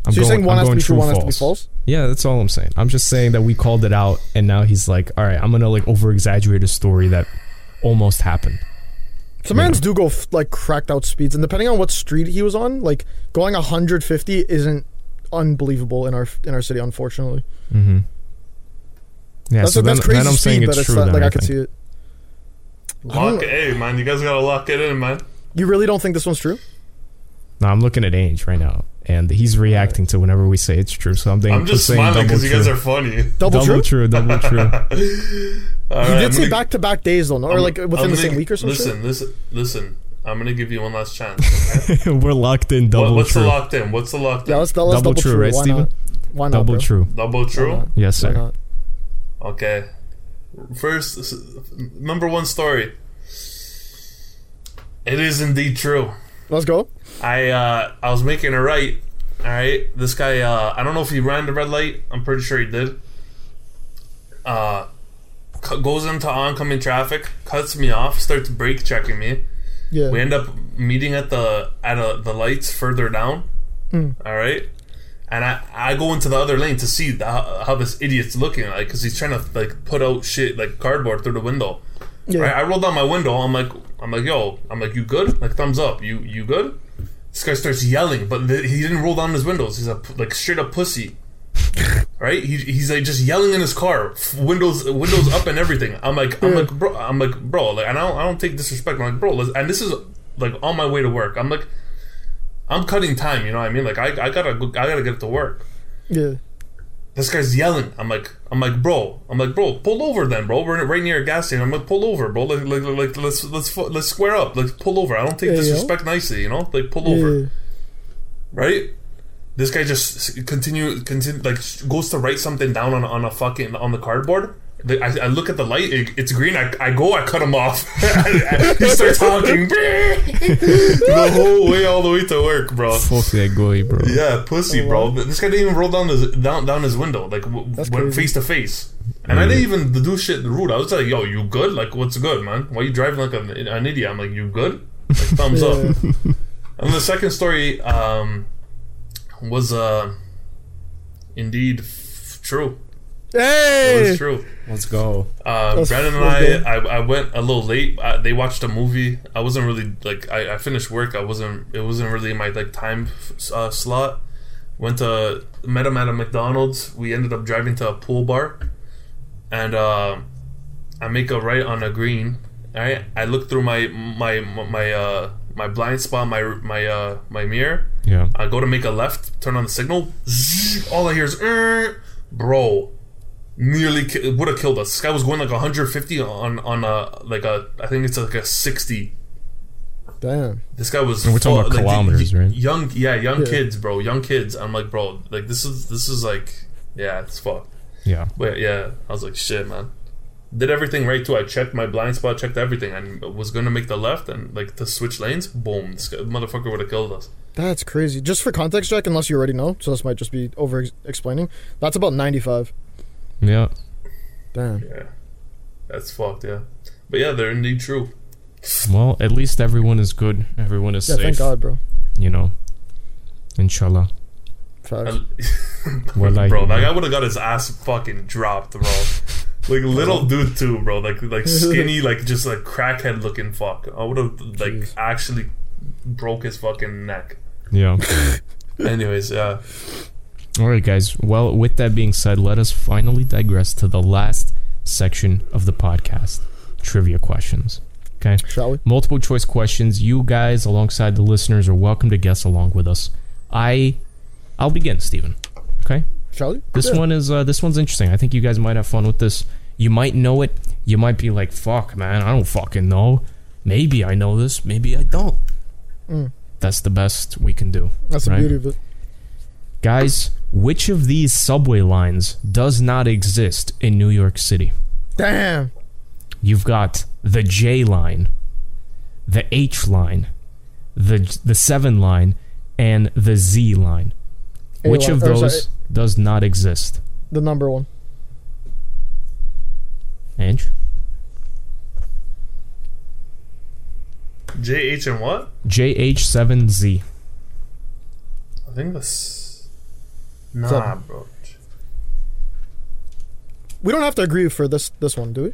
I'm
so you're saying one
I'm
has to
going
be true,
true,
one has to be false?
Yeah, that's all I'm saying. I'm just saying that we called it out, and now he's like, "All right, I'm gonna like over exaggerate a story that almost happened."
Some mans do go f- like cracked out speeds, and depending on what street he was on, like going 150 isn't unbelievable in our in our city. Unfortunately,
Mm-hmm. Yeah,
that's,
so then,
that's crazy
then I'm
speed,
saying
but
it's
it's
true.
not,
then,
like I,
I
could
think.
see it. I don't
Lock,
know.
hey man, you guys gotta lock it in, man.
You really don't think this one's true?
No, I'm looking at Ange right now, and he's reacting to whenever we say it's true. So I'm, thinking,
I'm just
saying
smiling
double
because you guys
true.
are funny.
Double,
double
true.
true, double true.
You
All right, I'm
did say
gonna-
back to back days though, no? or
I'm-
like
I'm
within the
gonna-
same week or something.
Listen, listen, listen. I'm gonna give you one last chance.
We're locked in
What-
double
what's
true.
the locked in? What's the locked in?
Yeah, let's, let's
Double
double,
true,
true,
right,
Why
Steven?
not? Why not?
double
bro?
true.
Double
Why
true.
not?
Yes,
Why
sir.
not?
Okay. First, s- number one story. It is indeed true.
Let's go.
I uh, I was making a right. All right, this guy. Uh, I don't know if he ran the red light. I'm pretty sure he did. Uh, cu- goes into oncoming traffic, cuts me off, starts brake checking me.
Yeah.
We end up meeting at the at a, the lights further down.
Mm.
All right, and I I go into the other lane to see the, how, how this idiot's looking like because he's trying to like put out shit like cardboard through the window.
yeah.
Right, I roll down my window. I'm like, I'm like, yo, I'm like, you good? Like, thumbs up. You, you good? This guy starts yelling, but th- he didn't roll down his windows. He's a p- like straight up pussy, right? He, he's like just yelling in his car, f- windows, windows up and everything. I'm like, I'm like, bro, I'm like, bro, like, and I don't, I don't take disrespect. I'm like, bro, let's, and this is like on my way to work. I'm like, I'm cutting time. You know what I mean? Like, I, I gotta, go, I gotta get to work.
yeah.
This guy's yelling. I'm like, I'm like, bro. I'm like, bro. Pull over then, bro. We're right near a gas station. I'm like, pull over, bro. Like, like, like let's let's fu- let's square up. Let's pull over. I don't take
Yeah, yo.
disrespect nicely, you know. Like, pull
Yeah.
over, right? This guy just s- continue continue like s- goes to write something down on on a fucking on the cardboard. The- I, I look at the light. It, it's green. I, I go. I cut him off. he starts honking the whole way all the way to work, bro.
Fuck that goalie, bro.
Yeah, pussy, bro. This guy didn't even roll down his down down his window, like w-
That's
went
crazy.
face to face. And I didn't even do shit rude. I was like, "Yo, you good? Like, what's good, man? Why you driving like an, an idiot?" I'm like, "You good?" Like, thumbs up. And the second story um, was uh, indeed f- true. It
Hey.
was true.
Let's go.
Uh,
That's
Brandon and
full
I,
game.
I, I went a little late. I, they watched a movie. I wasn't really like I, I finished work. I wasn't. It wasn't really my like time uh, slot. Went to met him at a McDonald's. We ended up driving to a pool bar, and uh, I make a right on a green. All right, I look through my my my uh, my blind spot, my my uh, my mirror.
Yeah.
I go to make a left, turn on the signal. zzz, All I hear is, "Er," bro, nearly ki- would have killed us. This guy was going like 150 on on a like a I think it's like a 60.
Damn.
This guy was.
And we're talking
fu-
about
the-
kilometers,
y-
right?
Young, yeah, young
Yeah.
kids, bro, young kids. I'm like, bro, like this is this is like, yeah, it's fucked.
Yeah.
Wait, yeah, I was like, shit, man. Did everything right too. I checked my blind spot, checked everything, and was gonna make the left and like to switch lanes. Boom, this guy, motherfucker would have killed us.
That's crazy. Just for context, Jack, unless you already know, so this might just be over explaining. That's about 95.
Yeah.
Damn.
Yeah, that's fucked. Yeah, but yeah, they're indeed true.
Well, at least everyone is good. Everyone is
Yeah,
safe.
thank God, bro.
You know. Inshallah.
Facts.
And-
Wallahi,
bro, that
man.
guy would have got his ass fucking dropped, bro. like little dude too, bro. Like like skinny, like just like crackhead looking fuck. I would have like
Jeez.
actually broke his fucking neck.
Yeah.
Anyways, yeah.
All right, guys. Well, with that being said, let us finally digress to the last section of the podcast trivia questions. Okay.
Shall we?
Multiple choice questions. You guys, alongside the listeners, are welcome to guess along with us. I, I'll begin, Stephen. Okay.
Shall we?
This
Yeah.
one is uh, this one's interesting. I think you guys might have fun with this. You might know it. You might be like, "Fuck, man, I don't fucking know." Maybe I know this. Maybe I don't.
Mm.
That's the best we can do,
That's the
Right.
beauty of it.
guys. Which of these subway lines does not exist in New York City?
Damn.
You've got the J line, the H line, the the seven line, and the Z line.
A
Which
line-
of
or oh, sorry,
those does not exist?
the number one.
Ange?
JH and what?
JH7Z.
I think this. Nah,
Seven.
bro.
We don't have to agree for this this one, do we?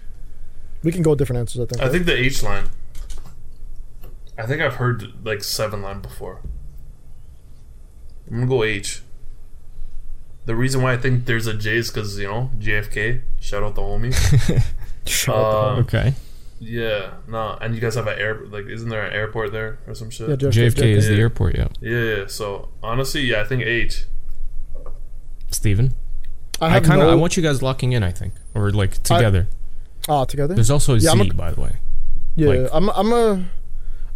We can go with different answers. I think.
I
right?
think the H line. I think I've heard like seven line before. I'm gonna go H. The reason why I think there's a J is because you know JFK. Shout out the homie.
Shut up.
Uh,
Okay.
yeah, no, and you guys have an air like isn't there an airport there or some shit?
Yeah,
JFK is the
Yeah.
airport, yeah.
Yeah, yeah. So honestly, yeah, I think H.
Steven?
I
I,
have
kind of
no.
I want you guys locking in, I think. Or like together.
ah, together.
There's also a Z,
Yeah, I'm a-
by the way.
Yeah,
like-
I'm. I'm a.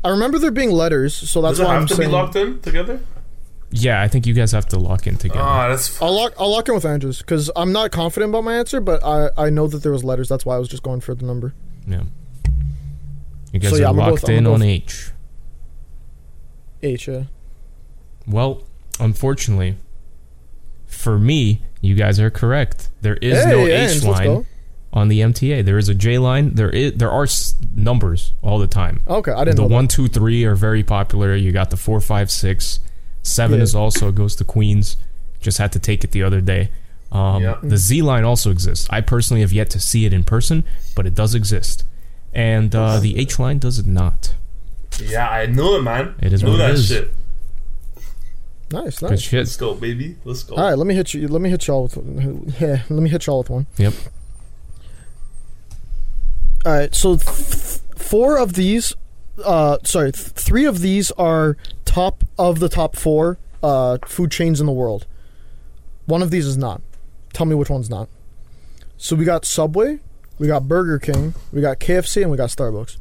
I remember there being letters, so that's
Does it
why
have
I'm
to
saying.
be locked in together?
Yeah, I think you guys have to lock in together.
Uh,
Ah, that's f-
I'll lock. I'll lock in with Andrews because I'm not confident about my answer, but I I know that there was letters. That's why I was just going for the number.
yeah. You guys
So, yeah,
are
I'm gonna go
locked
with- I'm
in
gonna go
on
with-
H.
H. Yeah.
Well, unfortunately, for me, you guys are correct. There is no
Hey,
H
Ange, let's
line
go.
on the MTA. There is a J line. There is there are s- numbers all the time.
Okay, I didn't
The
know.
one, two, three are very popular. You got the four, five, six, seven
Yeah.
is also goes to Queens. Just had to take it the other day. Um,
Yeah.
The Z line also exists. I personally have yet to see it in person, but it does exist. And uh, the H line does not.
yeah. I knew it, man.
It is
Knew
what it
that
is.
shit.
that. Nice,
Good
nice.
shit.
Let's go, baby. Let's go.
All right, let me hit you. Let me hit y'all with. Yeah, let me hit y'all with one.
Yep.
All right, so th- four of these, uh, sorry, th- three of these are top of the top four uh, food chains in the world. One of these is not. Tell me which one's not. So we got Subway, we got Burger King, we got KFC, and we got Starbucks.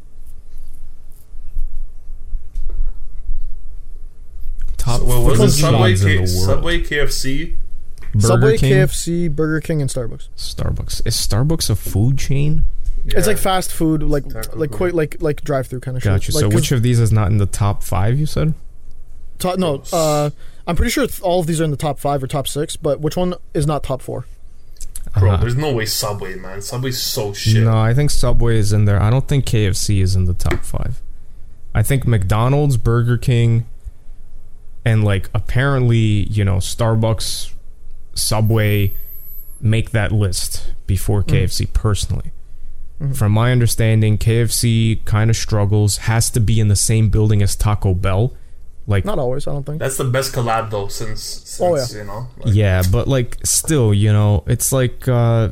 Top
So, what was
food
it? Subway,
chains in the
K-
world.
Subway, KFC.
Burger
Subway,
King,
KFC, Burger King, and Starbucks.
Starbucks. Is Starbucks a food chain?
It's
Yeah.
like fast food, like
Taco
like
Bell.
quick, like like drive through kind of.
Gotcha.
Shit. Like,
so
'cause
which of these is not in the top five? You said
to- no, uh, I'm pretty sure all of these are in the top five or top six, but which one is not top four?
Bro,
Uh-huh.
there's no way Subway, man. Subway's so shit.
No, I think Subway is in there. I don't think KFC is in the top five. I think McDonald's, Burger King, and like apparently, you know, Starbucks, Subway make that list before
Mm-hmm.
KFC personally. From my understanding, KFC kind of struggles, has to be in the same building as Taco Bell. Like,
Not always, I don't think.
That's the best collab though since since
Oh,
you know. Like,
yeah, but like still, you know, it's like uh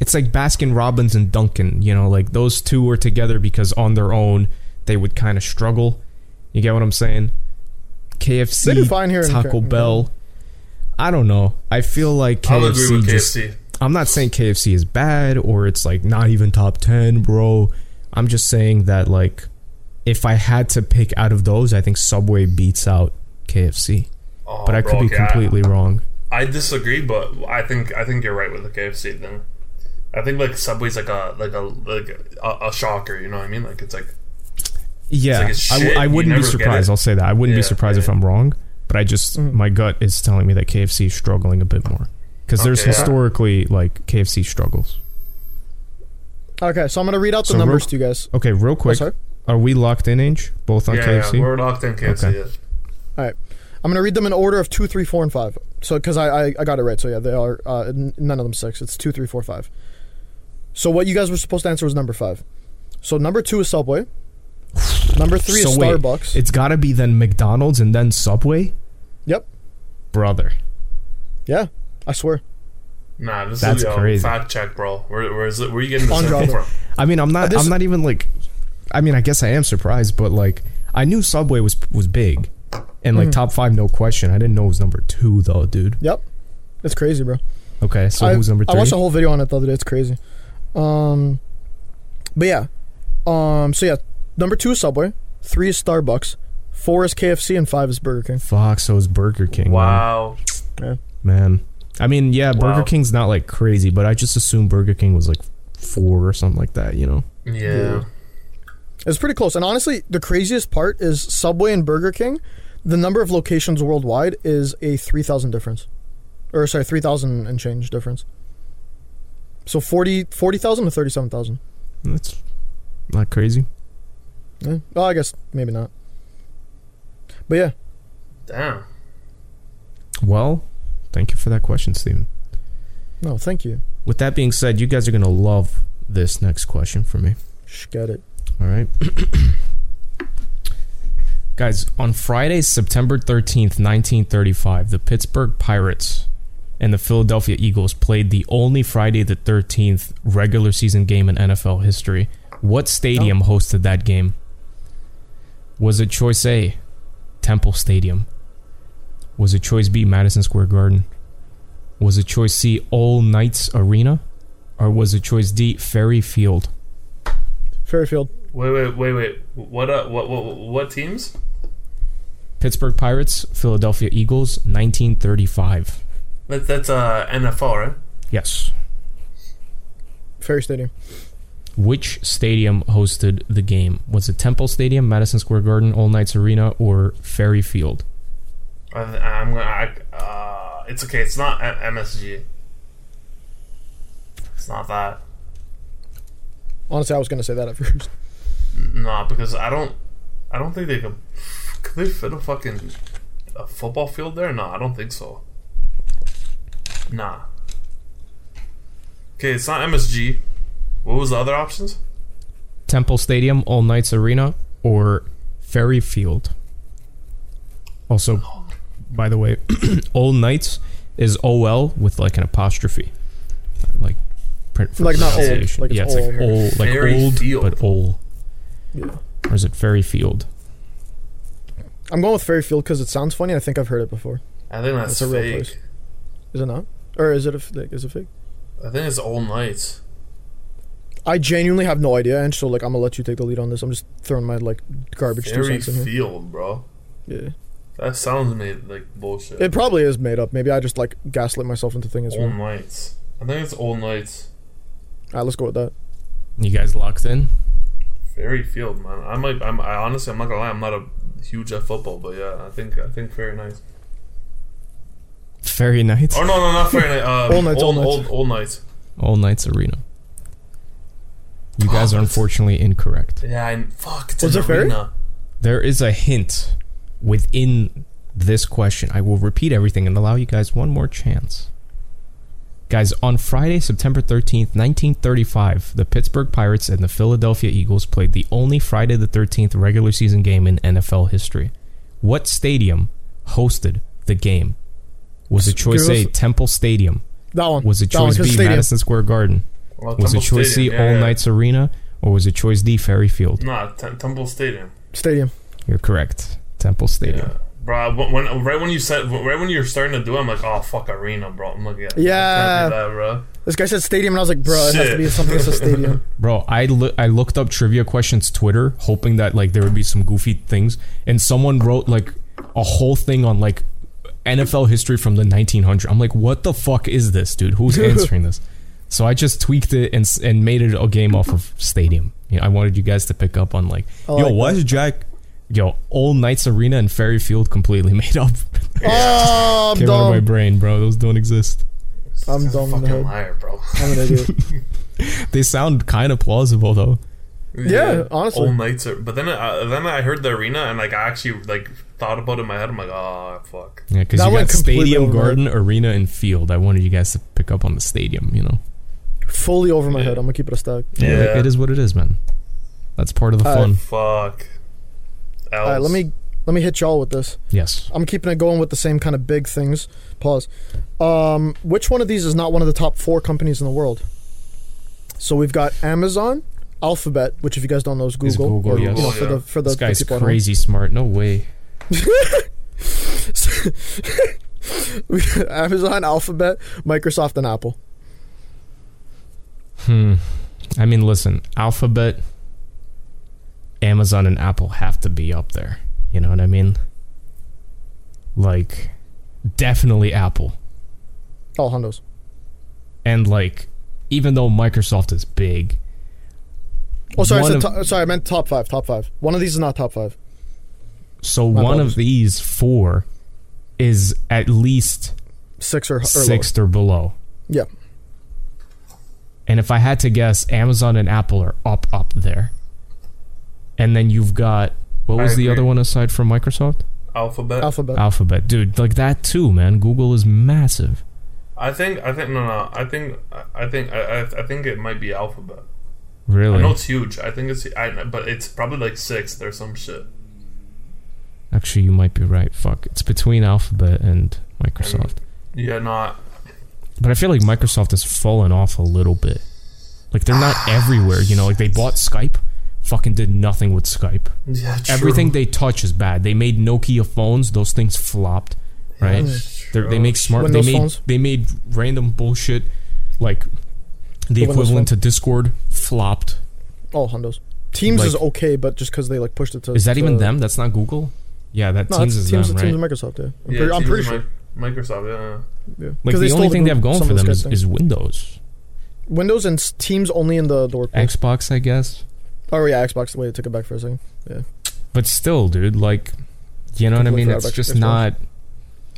it's like Baskin Robbins and Duncan, you know, like those two were together because on their own they would kind of struggle. You get what I'm saying? KFC,
They do fine here in
Taco
Ca- in
Bell. I don't know. I feel like KFC
I'll agree with
just
KFC.
I'm not saying KFC is bad or it's like not even top 10, bro. I'm just saying that like if I had to pick out of those, I think Subway beats out KFC.
Oh,
But I
bro,
could be
okay, I-
completely wrong.
I, disagree, but I think I think you're right with the KFC thing. I think like Subway's like a like a like a, a shocker. You know what I mean? Like it's like
Yeah,
like it's
I w-
shit,
I
you
wouldn't be
never get
surprised.
it.
I'll say that I wouldn't be
Yeah,
surprised if
yeah. Hmm.
I'm wrong, but I just my gut is telling me that KFC is struggling a bit more because there's
Okay, yeah.
historically like KFC struggles.
Okay, so I'm gonna read out the
So
numbers
real-
to you guys. Oh,
Okay, real quick,
sorry?
are we locked in, Ange? Both on
yeah,
KFC?
yeah. We're locked in KFC.
Okay.
Yeah.
All right, I'm gonna read them in order of two, three, four, and five. So because I, I I got it right. So yeah, they are uh, n- none of them six. It's two, three, four, five. So what you guys were supposed to answer was number five. So number two is Subway. Number three
So
is
wait,
Starbucks.
It's got to be then McDonald's and then Subway,
yep.
brother.
Yeah, I swear.
Nah, this
That's
is a
crazy.
fact check, bro. Where where is it? Where are you getting this
On
info
Java.
from?
I mean, I'm not.
this-
I'm not even like. I mean, I guess I am surprised, but like, I knew Subway was was big, and
Hmm.
like top five, no question. I didn't know it was number two though, dude.
Yep. It's crazy, bro.
Okay, so
I,
who's number three?
I watched a whole video on it the other day. It's crazy. Um, but yeah. Um, so yeah, number two is Subway. Three is Starbucks. Four is KFC and five is Burger King.
Fuck, so is Burger King. man.
Wow.
Man, I mean, yeah, Burger
Wow.
King's not like crazy, but I just assumed Burger King was like four or something like that. You know?
Yeah.
It's pretty close. And honestly, the craziest part is Subway and Burger King. the number of locations worldwide is a 3,000 difference. Or, sorry, 3,000 and change difference. So 40 40,000 to 37,000.
That's not crazy.
Yeah. Well, I guess maybe not. But yeah,
Damn.
Well, thank you for that question, Steven.
no, thank you.
With that being said, you guys are going to love this next question from me.
Sh- Get it.
All right. Guys, on Friday, September 13th, 1935, the Pittsburgh Pirates and the Philadelphia Eagles played the only Friday the 13th regular season game in NFL history. What stadium hosted that game? Was it choice A, Temple Stadium? Was it choice B, Madison Square Garden? Was it choice C, All Knights Arena? Or was it choice D, Ferry Field?
Fairfield.
Wait, wait, wait, wait. What? Uh, what? What? What teams?
Pittsburgh Pirates, Philadelphia Eagles, 1935.
That, that's uh NFL, right?
Yes.
Ferry Stadium.
Which stadium hosted the game? Was it Temple Stadium, Madison Square Garden, All Knights Arena, or Ferry Field?
I, I'm gonna. I, uh, it's okay. It's not M- MSG. It's not that.
Honestly, I was going to say that at first.
No, because I don't. I don't think they could. Could they fit a fucking a football field there? No, I don't think so. Nah. Okay, it's not MSG. What was the other options?
Temple Stadium, All Knights Arena, or Ferry Field? Also, by the way, All Knights is OL with like an apostrophe. Like print for
Like not old,
pronunciation.
like it's
yeah, it's like
old.
old, like
Ferry
old,
Field.
but old.
Yeah.
Or is it Ferry Field?
I'm going with Fairfield because it sounds funny. and I think I've heard it before.
I think that's
That's a real
fake.
place. Is it not? Or is it a f- like, is it fake?
I think it's all nights.
I genuinely have no idea, and so like I'm gonna let you take the lead on this. I'm just throwing my like garbage two
Ferry
cents in here.
Field, bro.
Yeah,
That sounds made like bullshit.
it probably is made up. Maybe I just like gaslit myself into thinking it's
all
real.
nights. I think it's all nights.
All right, let's go with that.
You guys locked in?
Fairy Field, man. I might. I'm. I honestly, I'm not gonna lie. I'm not a huge at football, but yeah, I think. I think very nice.
Ferry Nights?
Oh no, no, not very nice. Um,
All nights,
All,
all nights.
All, all nights.
All Knights Arena. You guys are unfortunately incorrect.
Yeah, and fuck. It's
Was
an
it fairy?
arena.
There is a hint within this question. I will repeat everything and allow you guys one more chance. Guys, on Friday, September 13th, 1935, the Pittsburgh Pirates and the Philadelphia Eagles played the only Friday the 13th regular season game in NFL history. What stadium hosted the game? Was it choice
Give us-
A, Temple Stadium?
That one
Was it
that one,
choice
'cause
B,
stadium.
Madison Square Garden?
Well,
Was it
Temple
choice C,
Stadium, yeah,
All
yeah.
Knights Arena, or was it choice D, Ferry Field?
Nah, Tem- Temple Stadium.
Stadium.
You're correct. Temple Stadium.
Yeah. Bro, when, when right when you said right when you're starting to do, it, I'm like, oh fuck, arena, bro. I'm like, yeah,
Yeah.
I can't do that, bro.
This guy said stadium, and I was like, bro, it has to
Shit.
be something that's a stadium.
Bro, I loo- I looked up trivia questions Twitter, hoping that like there would be some goofy things, and someone wrote like a whole thing on like NFL history from the 1900. I'm like, what the fuck is this, dude? Who's answering this? So I just tweaked it and s- and made it a game off of Stadium. You know, I wanted you guys to pick up on like,
I
Oh,
yo,
like
why is Jack? Yo, All Knights Arena and Ferry Field completely made up.
oh, I'm
Came out of my
dumb.
brain, bro. Those don't exist.
I'm
He's a
dumb in the
Fucking
head.
liar, bro.
I'm an idiot.
They sound kind of plausible though.
Yeah, honestly.
all nights. Are, but then, uh, then I heard the arena, and like I actually like thought about it in my head. I'm like, oh fuck.
Yeah, because
That
you got
went completely
stadium,
over my
garden, arena, and field. I wanted you guys to pick up on the stadium. You know,
Fully over my head. I'm gonna keep it a stack.
Yeah.
Like, it is what it is, man. That's part of the
All
fun.
right.
Fuck. Else.
All right, let me let me hit y'all with this.
Yes.
I'm keeping it going with the same kind of big things. Pause. Um, which one of these is not one of the top four companies in the world? So we've got Amazon, Alphabet, which if you guys don't know is Google.
Is Google,
you know,
yes.
for the for the,
This
the
guy's
people at home.
crazy smart. No way.
We got Amazon, Alphabet, Microsoft, and Apple.
Hmm. I mean, listen, Alphabet, Amazon, and Apple have to be up there. You know what I mean? Like, definitely Apple.
All hundos.
And like, even though Microsoft is big,
Oh, sorry, I
One
said
of-
to- sorry, I meant top five. Top five. One of these is not top five.
So
My
one
apologies.
of these four is at least
Six or, or
sixth or below.
Yeah.
And if I had to guess, Amazon and Apple are up up there. And then you've got what
I
was the
agree.
other one aside from Microsoft?
Alphabet.
lower. Alphabet.
Alphabet, dude. Like that too, man. Google is massive.
I think. I think. No. No. I think. I- I think. I, I I think it might be Alphabet. I
Really?
know it's huge. I think it's. I. But it's probably like sixth or some shit.
Actually, you might be right. Fuck. It's between Alphabet and Microsoft.
Yeah. Not.
But I feel like Microsoft has fallen off a little bit. Like they're not everywhere, you know. Like they bought Skype, fucking did nothing with Skype.
Yeah. True.
Everything they touch is bad. They made Nokia phones; those things flopped, right?
Mm.
They're- They make smart.
Windows
they made
phones.
they made random bullshit, like the,
Windows
equivalent to Discord flopped.
All Oh, Hondos. Teams
Like-
is okay, but just because they like pushed it to.
Is that
to-
even them? That's not Google. Yeah, that
Uh, No,
Teams
that's
is
teams,
them, right?
teams and Microsoft. Yeah, I'm
Yeah,
pretty, I'm
it's
pretty
usually
sure.
Mi- Microsoft. Yeah.
Yeah. 'Cause
like
they
the
stole
only thing
Goo-
they have going
some
for
of the
them
Skype
is,
thing.
is Windows,
Windows and s- Teams only in the, the workplace.
Xbox, I guess.
oh yeah, Xbox. Wait, I took it back for a second.
But still, dude, like, you know what I
Completely
mean?
forgot
It's
about
just
Xbox.
not.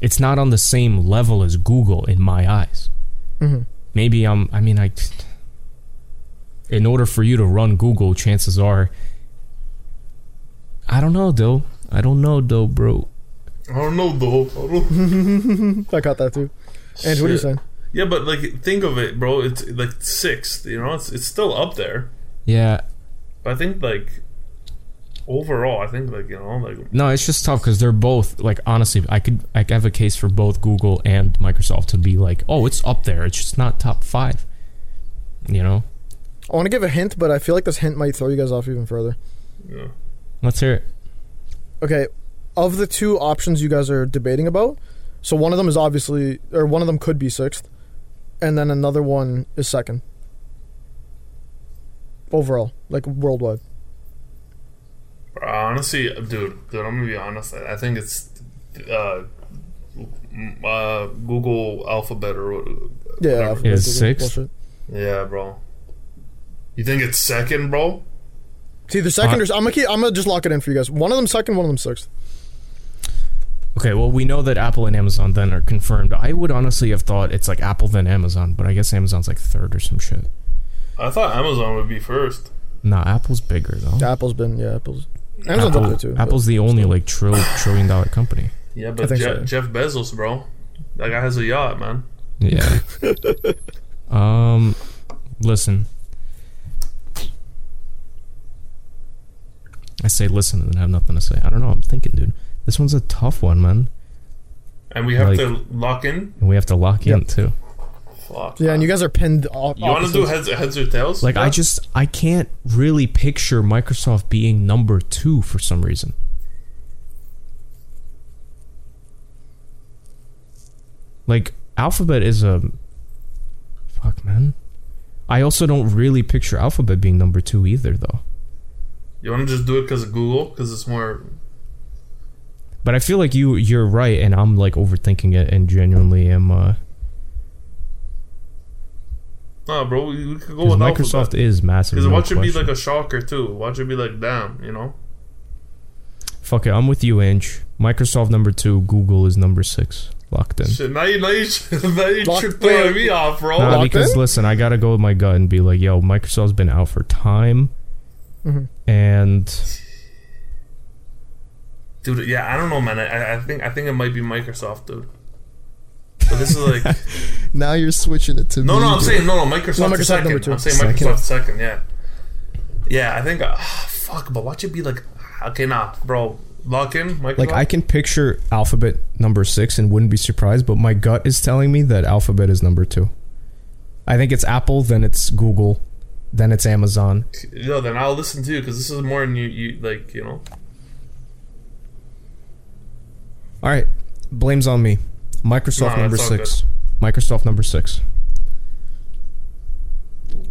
It's not on the same level as Google in my eyes.
Mhm.
maybe I'm. I mean, I. In order for you to run Google, chances are. I don't know, though. I don't know, though, bro.
I don't know though. I don't-
I caught that too. And what are you
Shit.
saying?
Yeah, but like, think of it, bro. It's like sixth. You know, it's it's still up there.
Yeah,
But I think like overall, I think like you know like
no, it's just tough because they're both like honestly. I could I could have a case for both Google and Microsoft to be like, oh, it's up there. It's just not top five. You know,
I want to give a hint, but I feel like this hint might throw you guys off even further.
you know.
let's hear it.
Okay, of the two options you guys are debating about, so one of them is obviously, or one of them could be sixth, and then another one is second. Overall, like worldwide.
Bro, Honestly, dude, dude, I'm gonna be honest. I I think it's uh, m- uh, Google Alphabet or what-
Yeah,
Whatever.
alphabet
Is
doesn't-
sixth?
bullshit.
yeah, bro. You think it's second, bro?
It's either second or I'm gonna keep, I'm gonna just lock it in for you guys. One of them second, one of them sixth.
Okay, well, we know that Apple and Amazon then are confirmed. I would honestly have thought it's like Apple then Amazon, but I guess Amazon's like third or some shit.
I thought Amazon would be first.
Nah, Apple's bigger though.
Apple's been yeah, Apple's. Amazon's up
Apple-
there too. but-
Apple's the only like trill, trillion dollar company.
Yeah,
I
but Je-
think so.
Jeff Bezos, bro, that guy has a yacht, man.
Yeah. um, listen. I say listen and then have nothing to say. I don't know. I'm thinking, dude. This one's a tough one, man.
And we have
Like-
to lock in.
And we have to lock in
Yep.
too.
Fuck.
yeah, and you guys are pinned. Off,
You want to do heads, heads or tails?
Like I
Yeah.
just I can't really picture Microsoft being number two for some reason. Like Alphabet is a fuck man. I also don't really picture Alphabet being number two either though.
You want to just do it because of Google? Because it's more.
But I feel like you you're right and I'm like overthinking it and genuinely am uh
Nah, bro, we, we could go
'cause
with
Microsoft is massive.
Oh, Because
no
watch it be
question.
like a shocker too. Watch it be like damn, you know.
Fuck it, I'm with you, Inch. Microsoft number two, Google is number six. Locked in.
Shit, now you now you now you
Lock-
tricked throwing me off, bro.
Nah,
locked
because
in?
listen, I gotta go with my gut and be like, yo, Microsoft's been out for time,
Mm-hmm.
Mhm.
and
Dude, yeah, I don't know, man. I- I, I think I think it might be Microsoft, dude. But this is like
Now you're switching it to
no,
me.
no. I'm saying no, no. Microsoft,
No,
is
Microsoft
second.
number two.
I'm saying
Second.
Microsoft second. Yeah, yeah. I think uh, fuck, but watch it be like okay, nah, bro. Lock in, Microsoft.
like I can picture Alphabet number six and wouldn't be surprised, but my gut is telling me that Alphabet is number two. I think it's Apple, then it's Google, then it's Amazon.
Yo, then I'll listen to you because this is more than you, you like. You know,
All right, blames on me. Microsoft
Nah,
number
that's all
six. Microsoft number six.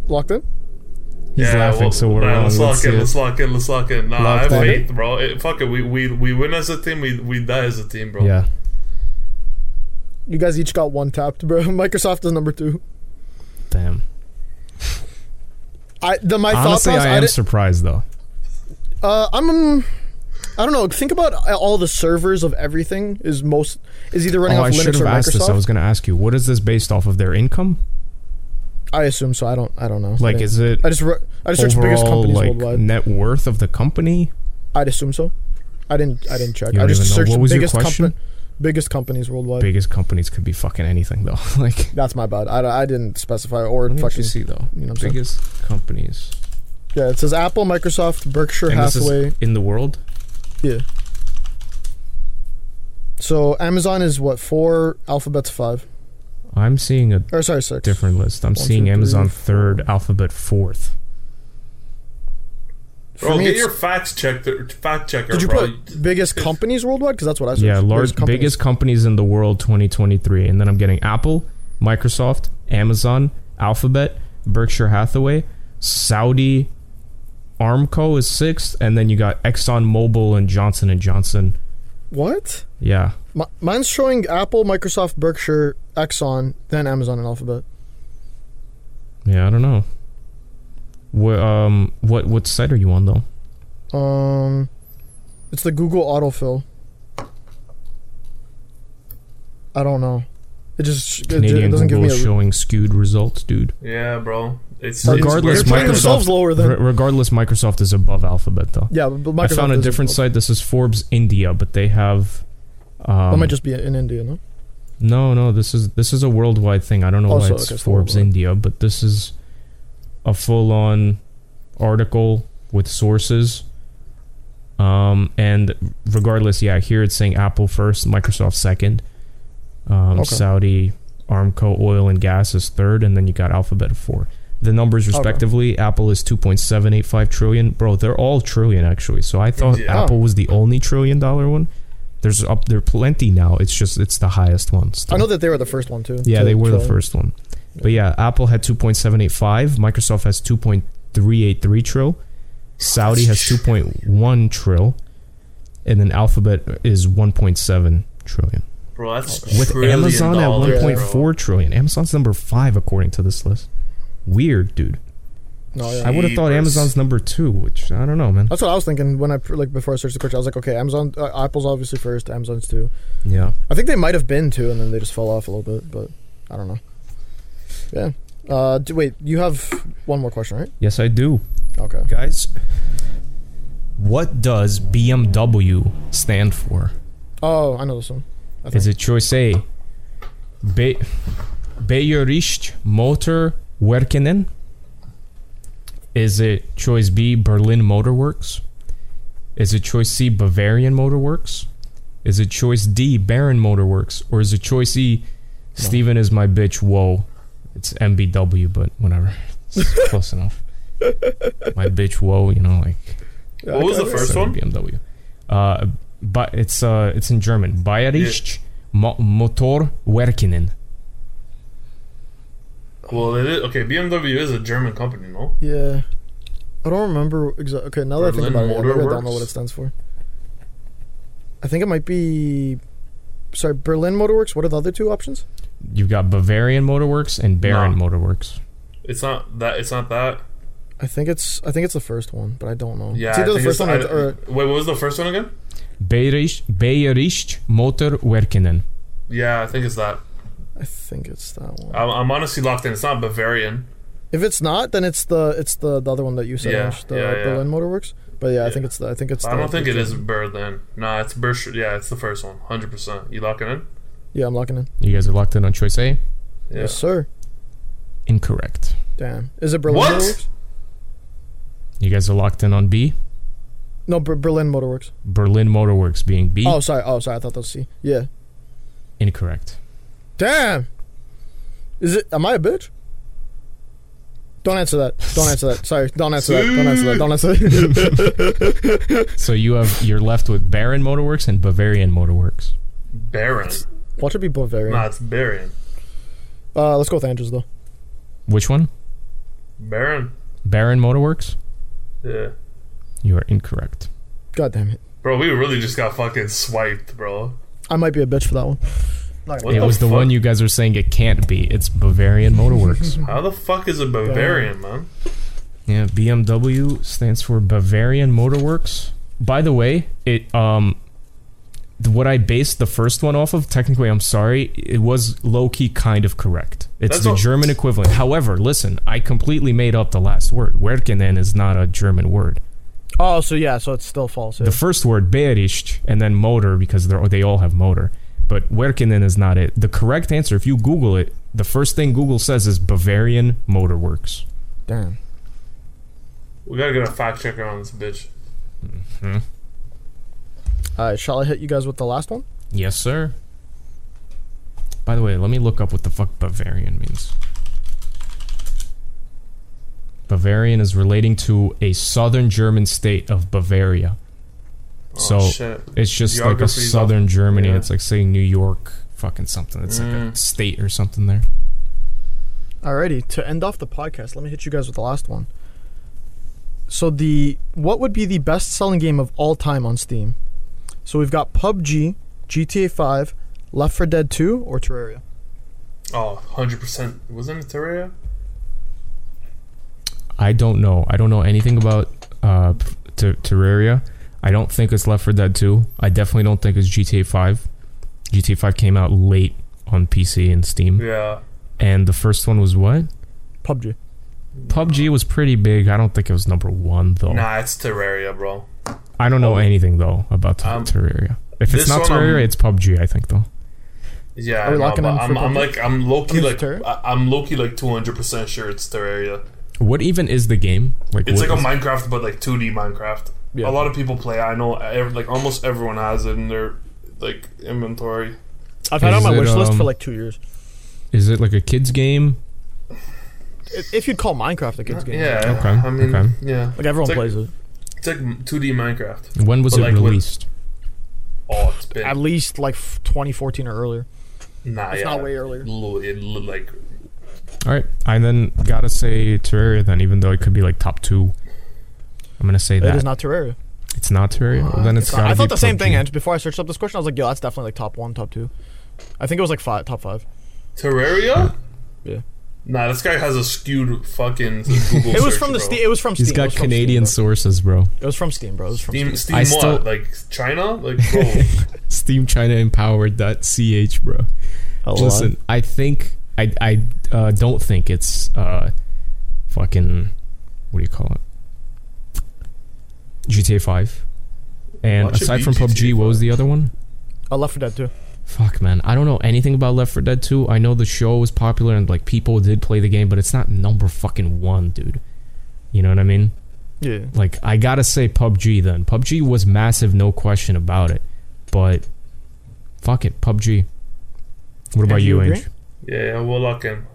locked in.
He's
yeah,
laughing,
well,
so we're
nah,
on.
let's
Let's
lock in.
see
Let's
it.
lock in. Let's lock in. Nah, I
Locked
have
in?
faith, bro. It, fuck it. We, we we win as a team. We we die as a team, bro.
Yeah,
You guys each got one tapped, bro. Microsoft is number two.
damn.
I the my
Honestly,
thought process.
I
I
am
did-
surprised though.
uh, I'm. Um, I don't know. Think about all the servers of everything is most is either running
Oh,
off
I should
Linux
have
or
asked this. I
Microsoft.
was going to ask you, what is this based off of their income?
I assume so. I don't. I don't know. I
Like,
didn't-
is it
I just re- I just searched biggest
overall
companies
like
worldwide.
net worth of the company?
I'd assume so. I didn't. I didn't check.
You
I
don't
just
even know.
searched
What was your
biggest
question?
company, biggest companies worldwide.
Biggest companies could be fucking anything though. like,
That's my bad. I, I didn't specify or
let me
fucking.
actually see though.
You know what I'm saying?
Biggest companies
Yeah, it says Apple, Microsoft, Berkshire
And this is-
Hathaway.
in the world.
So Amazon is what four? Alphabet's five.
I'm seeing a
Or sorry, six.
different list. I'm
One,
seeing
two, three,
Amazon
four.
third, Alphabet fourth.
For
Bro,
me,
Oh, get
it's-
your facts checked. Fact checker,
did you
bro.
put biggest companies worldwide? Because that's what I searched.
Yeah, large
Biggest companies.
biggest companies in the world 2023, and then I'm getting Apple, Microsoft, Amazon, Alphabet, Berkshire Hathaway, Saudi Armco is sixth, and then you got ExxonMobil and Johnson and Johnson.
What?
Yeah,
Mi- mine's showing Apple, Microsoft, Berkshire, Exxon, then Amazon and Alphabet.
yeah, I don't know. What um what what site are you on though?
Um, it's the Google autofill. I don't know. It just it, ju- it
Canadian
doesn't
Google
give
is
me a.
showing skewed results, dude.
Yeah, bro. It's
Regardless,
They're
it's
putting
weird,
Microsoft.
man.
themselves lower than.
Re- regardless, Microsoft is above Alphabet though.
yeah, but
I
Microsoft
found a
isn't.
different site. This is Forbes India, but they have.
That
Um,
might just be in India, no?
No, no, this is this is a worldwide thing. I don't know
Also,
why it's
okay, it's
Forbes
worldwide.
India, but this is a full-on article with sources. Um, and regardless, yeah, here it's saying Apple first, Microsoft second, um,
Okay.
Saudi Armco Oil and Gas is third, and then you got Alphabet at four. The numbers
Okay.
respectively, Apple is two point seven eight five trillion. Bro, they're all trillion actually. So I thought
Yeah.
Apple was the only trillion dollar one. There's up there plenty now. It's just it's the highest one.
I
still.
know that they were the first one too.
Yeah,
to
they were the
try.
first one. But yeah, Apple had 2.785, Microsoft has 2.383 trill, Saudi has 2.1 trill, and then Alphabet is 1.7 trillion.
Bro, that's
With
trillion
Amazon at
dollars, bro.
1.4 trillion. Amazon's number 5 according to this list. Weird, dude.
No, yeah.
I would have thought
Jeepers.
Amazon's number 2, which I don't know, man.
That's what I was thinking when I pr- like before I searched the question. I was like, okay, Amazon, uh, Apple's obviously first, Amazon's two.
Yeah.
I think they might have been two, and then they just fell off a little bit. But I don't know. Yeah. Uh, d wait, you have one more question, right?
Yes, I do.
Okay.
Guys, what does BMW stand for?
Oh, I know this one. I
Is it choice A? Be- Bayerische Motorwerkenen? Is it choice B, Berlin Motorworks? Is it choice C, Bavarian Motorworks? Is it choice D, Baron Motorworks? Or is it choice E, Steven is my bitch, whoa? It's MBW, but whatever. It's close enough. My bitch, whoa, you know, like.
Yeah,
What was
okay.
the first
Sorry,
one?
BMW. Uh, but it's uh, it's in German. Bayerische Mo- Motorwerkenen.
Well, it is, okay, BMW is a German company, no?
Yeah. I don't remember exactly. Okay, now that I think
Berlin
about it, yeah, maybe I don't know
Motorworks?
what it stands for. I think it might be. Sorry, Berlin Motorworks. What are the other two options?
You've got Bavarian Motorworks and Baron
No.
Motorworks.
It's not that. It's not that.
I think it's I think it's the first one, but I don't know.
Yeah.
it's
I
either the
think
first
it's-
one or,
I-
or
wait, what was the first one again?
Bayerisch, Bayerische Motorwerkenen.
Yeah, I think it's that.
I think it's that one.
I'm, I'm honestly locked in. It's not Bavarian.
If it's not, then it's the it's the, the other one that you said,
Yeah,
Ash, the
yeah, yeah.
Berlin Motorworks. But yeah, I
Yeah.
think it's the I think it's.
I
the-
don't think it
the-
is Berlin. Nah, it's Bersh. Yeah, it's the first one. Hundred percent. You locking in?
Yeah, I'm locking in.
You guys are locked in on choice A?
Yeah.
Yes, sir.
Incorrect.
Damn, is it Berlin
What?
Motorworks?
You guys are locked in on B?
No, Ber- Berlin Motorworks.
Berlin Motorworks being B?
Oh, sorry. Oh, sorry. I thought that was C. Yeah.
Incorrect.
Damn. Is it? Am I a bitch? Don't answer that. Don't answer that. Sorry. Don't answer that. Don't answer that. Don't answer that.
So you have you're left with Baron Motorworks and Bavarian Motorworks.
Baron.
Watch it be Bavarian.
Nah, it's Baron.
Uh, let's go with Andrews though.
Which one?
Baron.
Baron Motorworks?
Yeah.
You are incorrect.
God damn it.
Bro, we really just got fucking swiped, bro.
I might be a bitch for that one.
Like,
What
it
the
was the
fuck?
one you guys are saying it can't be. It's Bavarian Motorworks.
How the fuck is a Bavarian, man?
Yeah, BMW stands for Bavarian Motorworks. by the way, it um, th- what I based the first one off of. Technically, I'm sorry, it was low key kind of correct. It's
That's
the
all-
German equivalent. However, listen, I completely made up the last word. Werkenen is not a German word.
Oh, so yeah, so it's still false.
The first word Bericht and then motor because they they all have motor, but Werkenen is not it. The correct answer, if you Google it, the first thing Google says is Bavarian Motor Works.
Damn.
We gotta get a fact checker on this bitch.
All right, shall I hit you guys with the last one?
Yes, sir. By the way, let me look up what the fuck Bavarian means. Bavarian is relating to a southern German state of Bavaria.
Oh,
So,
shit.
It's just like a
Geography's off.
southern Germany.
Yeah.
It's like saying New York, fucking something. It's like a
Mm.
state or something there.
Alrighty,
to end off the podcast, let me hit you guys with the last one. So the what would be the best selling game of all time on Steam? So we've got PUBG, GTA 5, Left 4 Dead 2, or Terraria.
Oh, 100%. Wasn't it Terraria?
I don't know. I don't know anything about uh, Ter- Terraria. I don't think it's Left 4 Dead 2. I definitely don't think it's GTA 5. GTA 5 came out late on PC and Steam.
Yeah.
And the first one was what?
PUBG.
PUBG was pretty big. I don't think it was number one though.
Nah, it's Terraria, bro.
I don't know anything though about Ter-
Um,
Terraria. If it's
this
not
one, um,
Terraria, it's PUBG. I think though.
Yeah,
Are we
I know,
locking
but
in
I'm,
for
I'm
Terraria?
like, I'm low
I
key
mean,
like,
Terra-
I- I'm low key like 200% sure it's Terraria.
What even is the game? Like
It's
what
like a
is-
Minecraft, but like 2D Minecraft.
Yeah.
A lot of people play. I know, ev- like almost everyone has it in their like inventory.
I've had it on
Is
my
it,
wish list for
um,
like two years.
is it like a kids game?
If, if you'd call Minecraft a kids game,
Yeah.
Okay,
I mean,
okay.
yeah,
like everyone
It's like-
plays it.
it's like 2D Minecraft.
When was
But
it
like, what-
released?
Oh, it's been
At least like f- 2014 or earlier.
nah,
It's
Ah, yeah,
not way earlier.
Lo- it lo- like
All right, I then gotta say Terraria then, even though it could be like top two. I'm gonna say
It
that
is not Terraria.
it's not Terraria. Well, then it's
It's
gotta
not- I thought
be
the same thing.
PUBG.
And before I searched up this question, I was like, "Yo, that's definitely like top one, top two. I think it was like five, top five.
Terraria.
Yeah.
Nah, this guy has a skewed fucking
It
Google.
was
search,
from the
bro.
Steam. It was from
He's
Steam. it
got
was from Steam,
Canadian
bro.
sources, bro.
It was from Steam, bro. It was from Steam.
Steam, Steam
I
what?
still-
like China? Like, bro.
Steam China Empowered.ch, bro. Listen, I think I I uh, don't think it's uh, fucking what do you call it? GTA Five. And
Why should
aside
be
from PUBG,
GTA
what was
5?
the other one?
I left for Dead too.
Fuck man, I don't know anything about Left 4 Dead 2. I know the show was popular and like people did play the game, but it's not number fucking one, dude. You know what I mean?
Yeah.
Like I gotta say PUBG then. PUBG was massive, no question about it. But fuck it, PUBG. What about
do
you,
you agree?
Ange?
yeah, yeah, we'll lock in.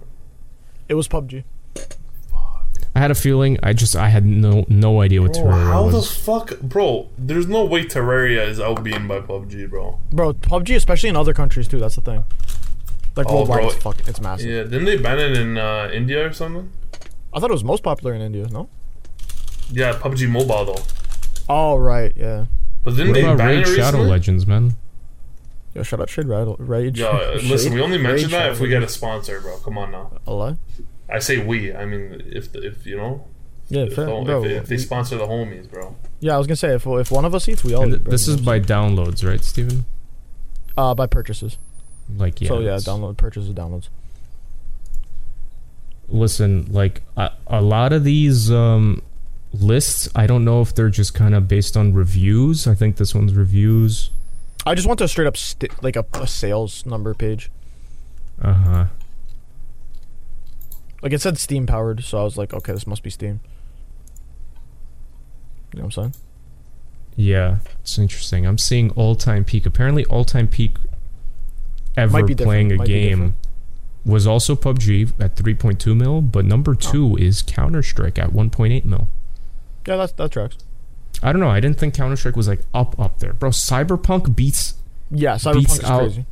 It was PUBG.
I had a feeling. I just I had no no idea what
Bro,
Terraria
Oh, how the
was.
fuck, bro? There's no way Terraria is outbeaten by PUBG, bro.
Bro, PUBG, especially in other countries too, that's the thing. Like
Oh,
worldwide,
bro.
it's, fuck, it's massive.
Yeah, didn't they ban it in uh, India or something?
I thought it was most popular in India, no?
Yeah, PUBG Mobile though.
Oh, right, yeah.
But didn't
what
they
about
ban
Raid
it
Shadow
recently?
Legends, man?
Yo, shout out Shade Rattle, Rage.
Yeah, uh,
Shade-
listen, we only mention
Raid
that if we
Shadow.
get a sponsor, bro. Come on now.
A lie?
I say we. I mean, if the, if you know,
Yeah,
if,
fair,
the- if-
bro.
if, they sponsor the homies, bro.
yeah, I was gonna say, if, if one of us eats, we all
And
eat,
th-
bro,
this
you
is
know what
by downloads, right, Steven?
I'm saying? Uh, by purchases.
Like yeah.
so, yeah,
it's-
download, purchases, downloads.
Listen, like a, a lot of these um, lists, I don't know if they're just kind of based on reviews. I think this one's reviews.
I just want to straight up, st- like, a, a sales number page.
Uh huh.
Like, it said Steam powered, so I was like, okay, this must be Steam. You know what I'm saying?
Yeah, it's interesting. I'm seeing all time peak. Apparently, all time peak ever
be different,
playing a
might be different.
game was also PUBG at 3.2 mil, but
Oh.
number two is Counter Strike at 1.8 mil.
Yeah, that's, that tracks.
I don't know. I didn't think Counter Strike was like up up there, bro. Cyberpunk beats
Yeah, Cyberpunk
Beats
is
out-
crazy.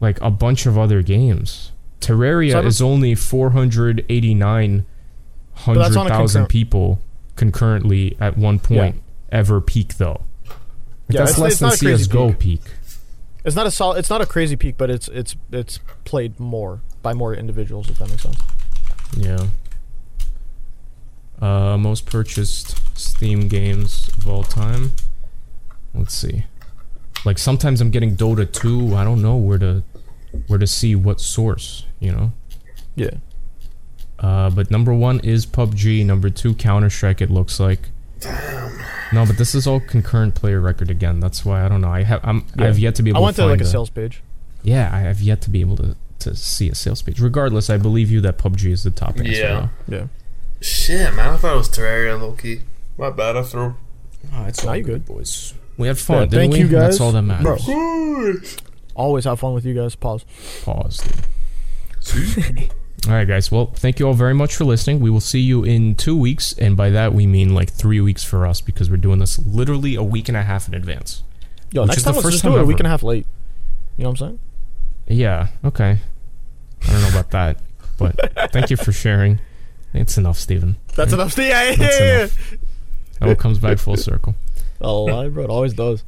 like a bunch of other games. Terraria
Cyber-
is only four hundred eighty nine hundred
that's on a
thousand
concurrent-
people concurrently at one point ever peak though. Like,
Yeah,
that's
it's-
less
it's
than
not a crazy
CS:GO peak.
It's not a sol- It's not a crazy peak, but it's it's it's played more by more individuals. If that makes sense.
Yeah. Uh, most purchased Steam games of all time. Let's see. Like sometimes I'm getting Dota 2. I don't know where to where to see what source, you know.
Yeah.
Uh, but number one is PUBG. Number two, Counter Strike. It looks like. Damn. No, but this is all concurrent player record again. That's why I don't know. I have I'm,
Yeah.
I've yet to be
I
able.
went
to
to
find
like a
the-
sales page.
Yeah, I have yet to be able to to see a sales page. Regardless, I believe you that PUBG is the top answer.
Yeah.
though.
Yeah.
Shit, man, I thought it was Terraria low key. My bad, I threw.
it's
Ah, all Now you good,
boys. We had fun,
Yeah,
didn't
thank
we?
you
That's
guys.
all that matters.
Always have fun with you guys. Pause.
Pause. dude. All right, guys. Well, thank you all very much for listening. We will see you in two weeks, and by that we mean like three weeks for us because we're doing this literally a week and a half in advance.
Yo,
Which
next
is the
time let's
first
just
time
do it a week
ever.
and a half late. You know what I'm saying?
Yeah. Okay. I don't know about that, but thank you for sharing. It's enough, Steven.
That's enough. Yeah,
That's enough. It all comes back full circle.
Oh, lie, bro. It always does.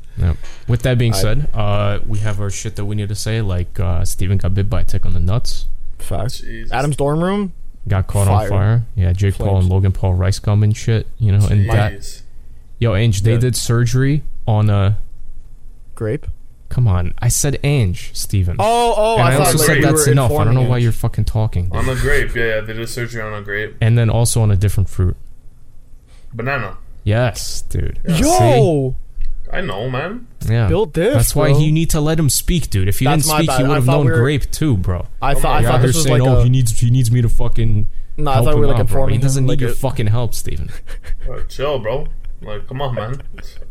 With that being
I-
said, uh, we have our shit that we need to say. Like uh, Steven got bit by a tick on the nuts,
Facts.
Jesus.
Adam's dorm room.
got caught on
Fire.
fire. Yeah, Jake Paul
Flames.
and Logan Paul rice gum and shit. You know, and that
Jeez.
yo, Ange, they
Yeah.
did surgery on a.
Grape.
Come on, I said Ange, Steven.
Oh, oh.
and I,
I, thought
also
like,
said
you
that's
were
enough. I don't know
informing
why
us.
you're fucking talking. dude.
On a grape, yeah, yeah, they did surgery on a grape.
And then also on a different fruit.
Banana.
Yes, dude.
Yo,
I know, man.
See? yeah.
Bill Diff.
That's why
bro.
you need to let him speak, dude. If you
That's
didn't
my
speak,
bad.
he
I
would have
thought
known
we were-
grape too, bro.
I thought. I
You're
thought
out here
this was like
saying, "Oh, he
a.
needs he needs me to fucking
No, I
help
thought we
him
were like
out, bro." He
informing.
doesn't
him,
need
like
your
a-
fucking help, Steven.
Uh, chill, bro. Like, come on, man.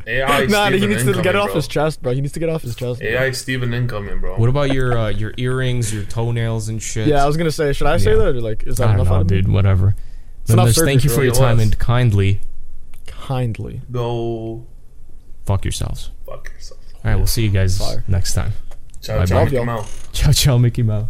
AI.
Nah,
Steven
he needs to
incoming,
get it off
bro.
his chest, bro. He needs to get it off his chest. bro.
AI Steven incoming, bro.
What about your uh, your earrings, your toenails and shit?
Yeah, I was gonna say, should I say
Yeah.
that? Or like, is
I
that
don't
enough?
know,
out of me?
dude. Whatever. Then
enough
there's thank
surgery
you
for
for your
your
time
ass.
and kindly
Kindly.
Go
fuck yourselves.
fuck yourself.
All right, we'll see you guys
Fire.
next time.
Ciao,
Bye-bye.
ciao,
Love
Mickey
y'all.
Mouse.
Ciao, ciao, Mickey Mouse.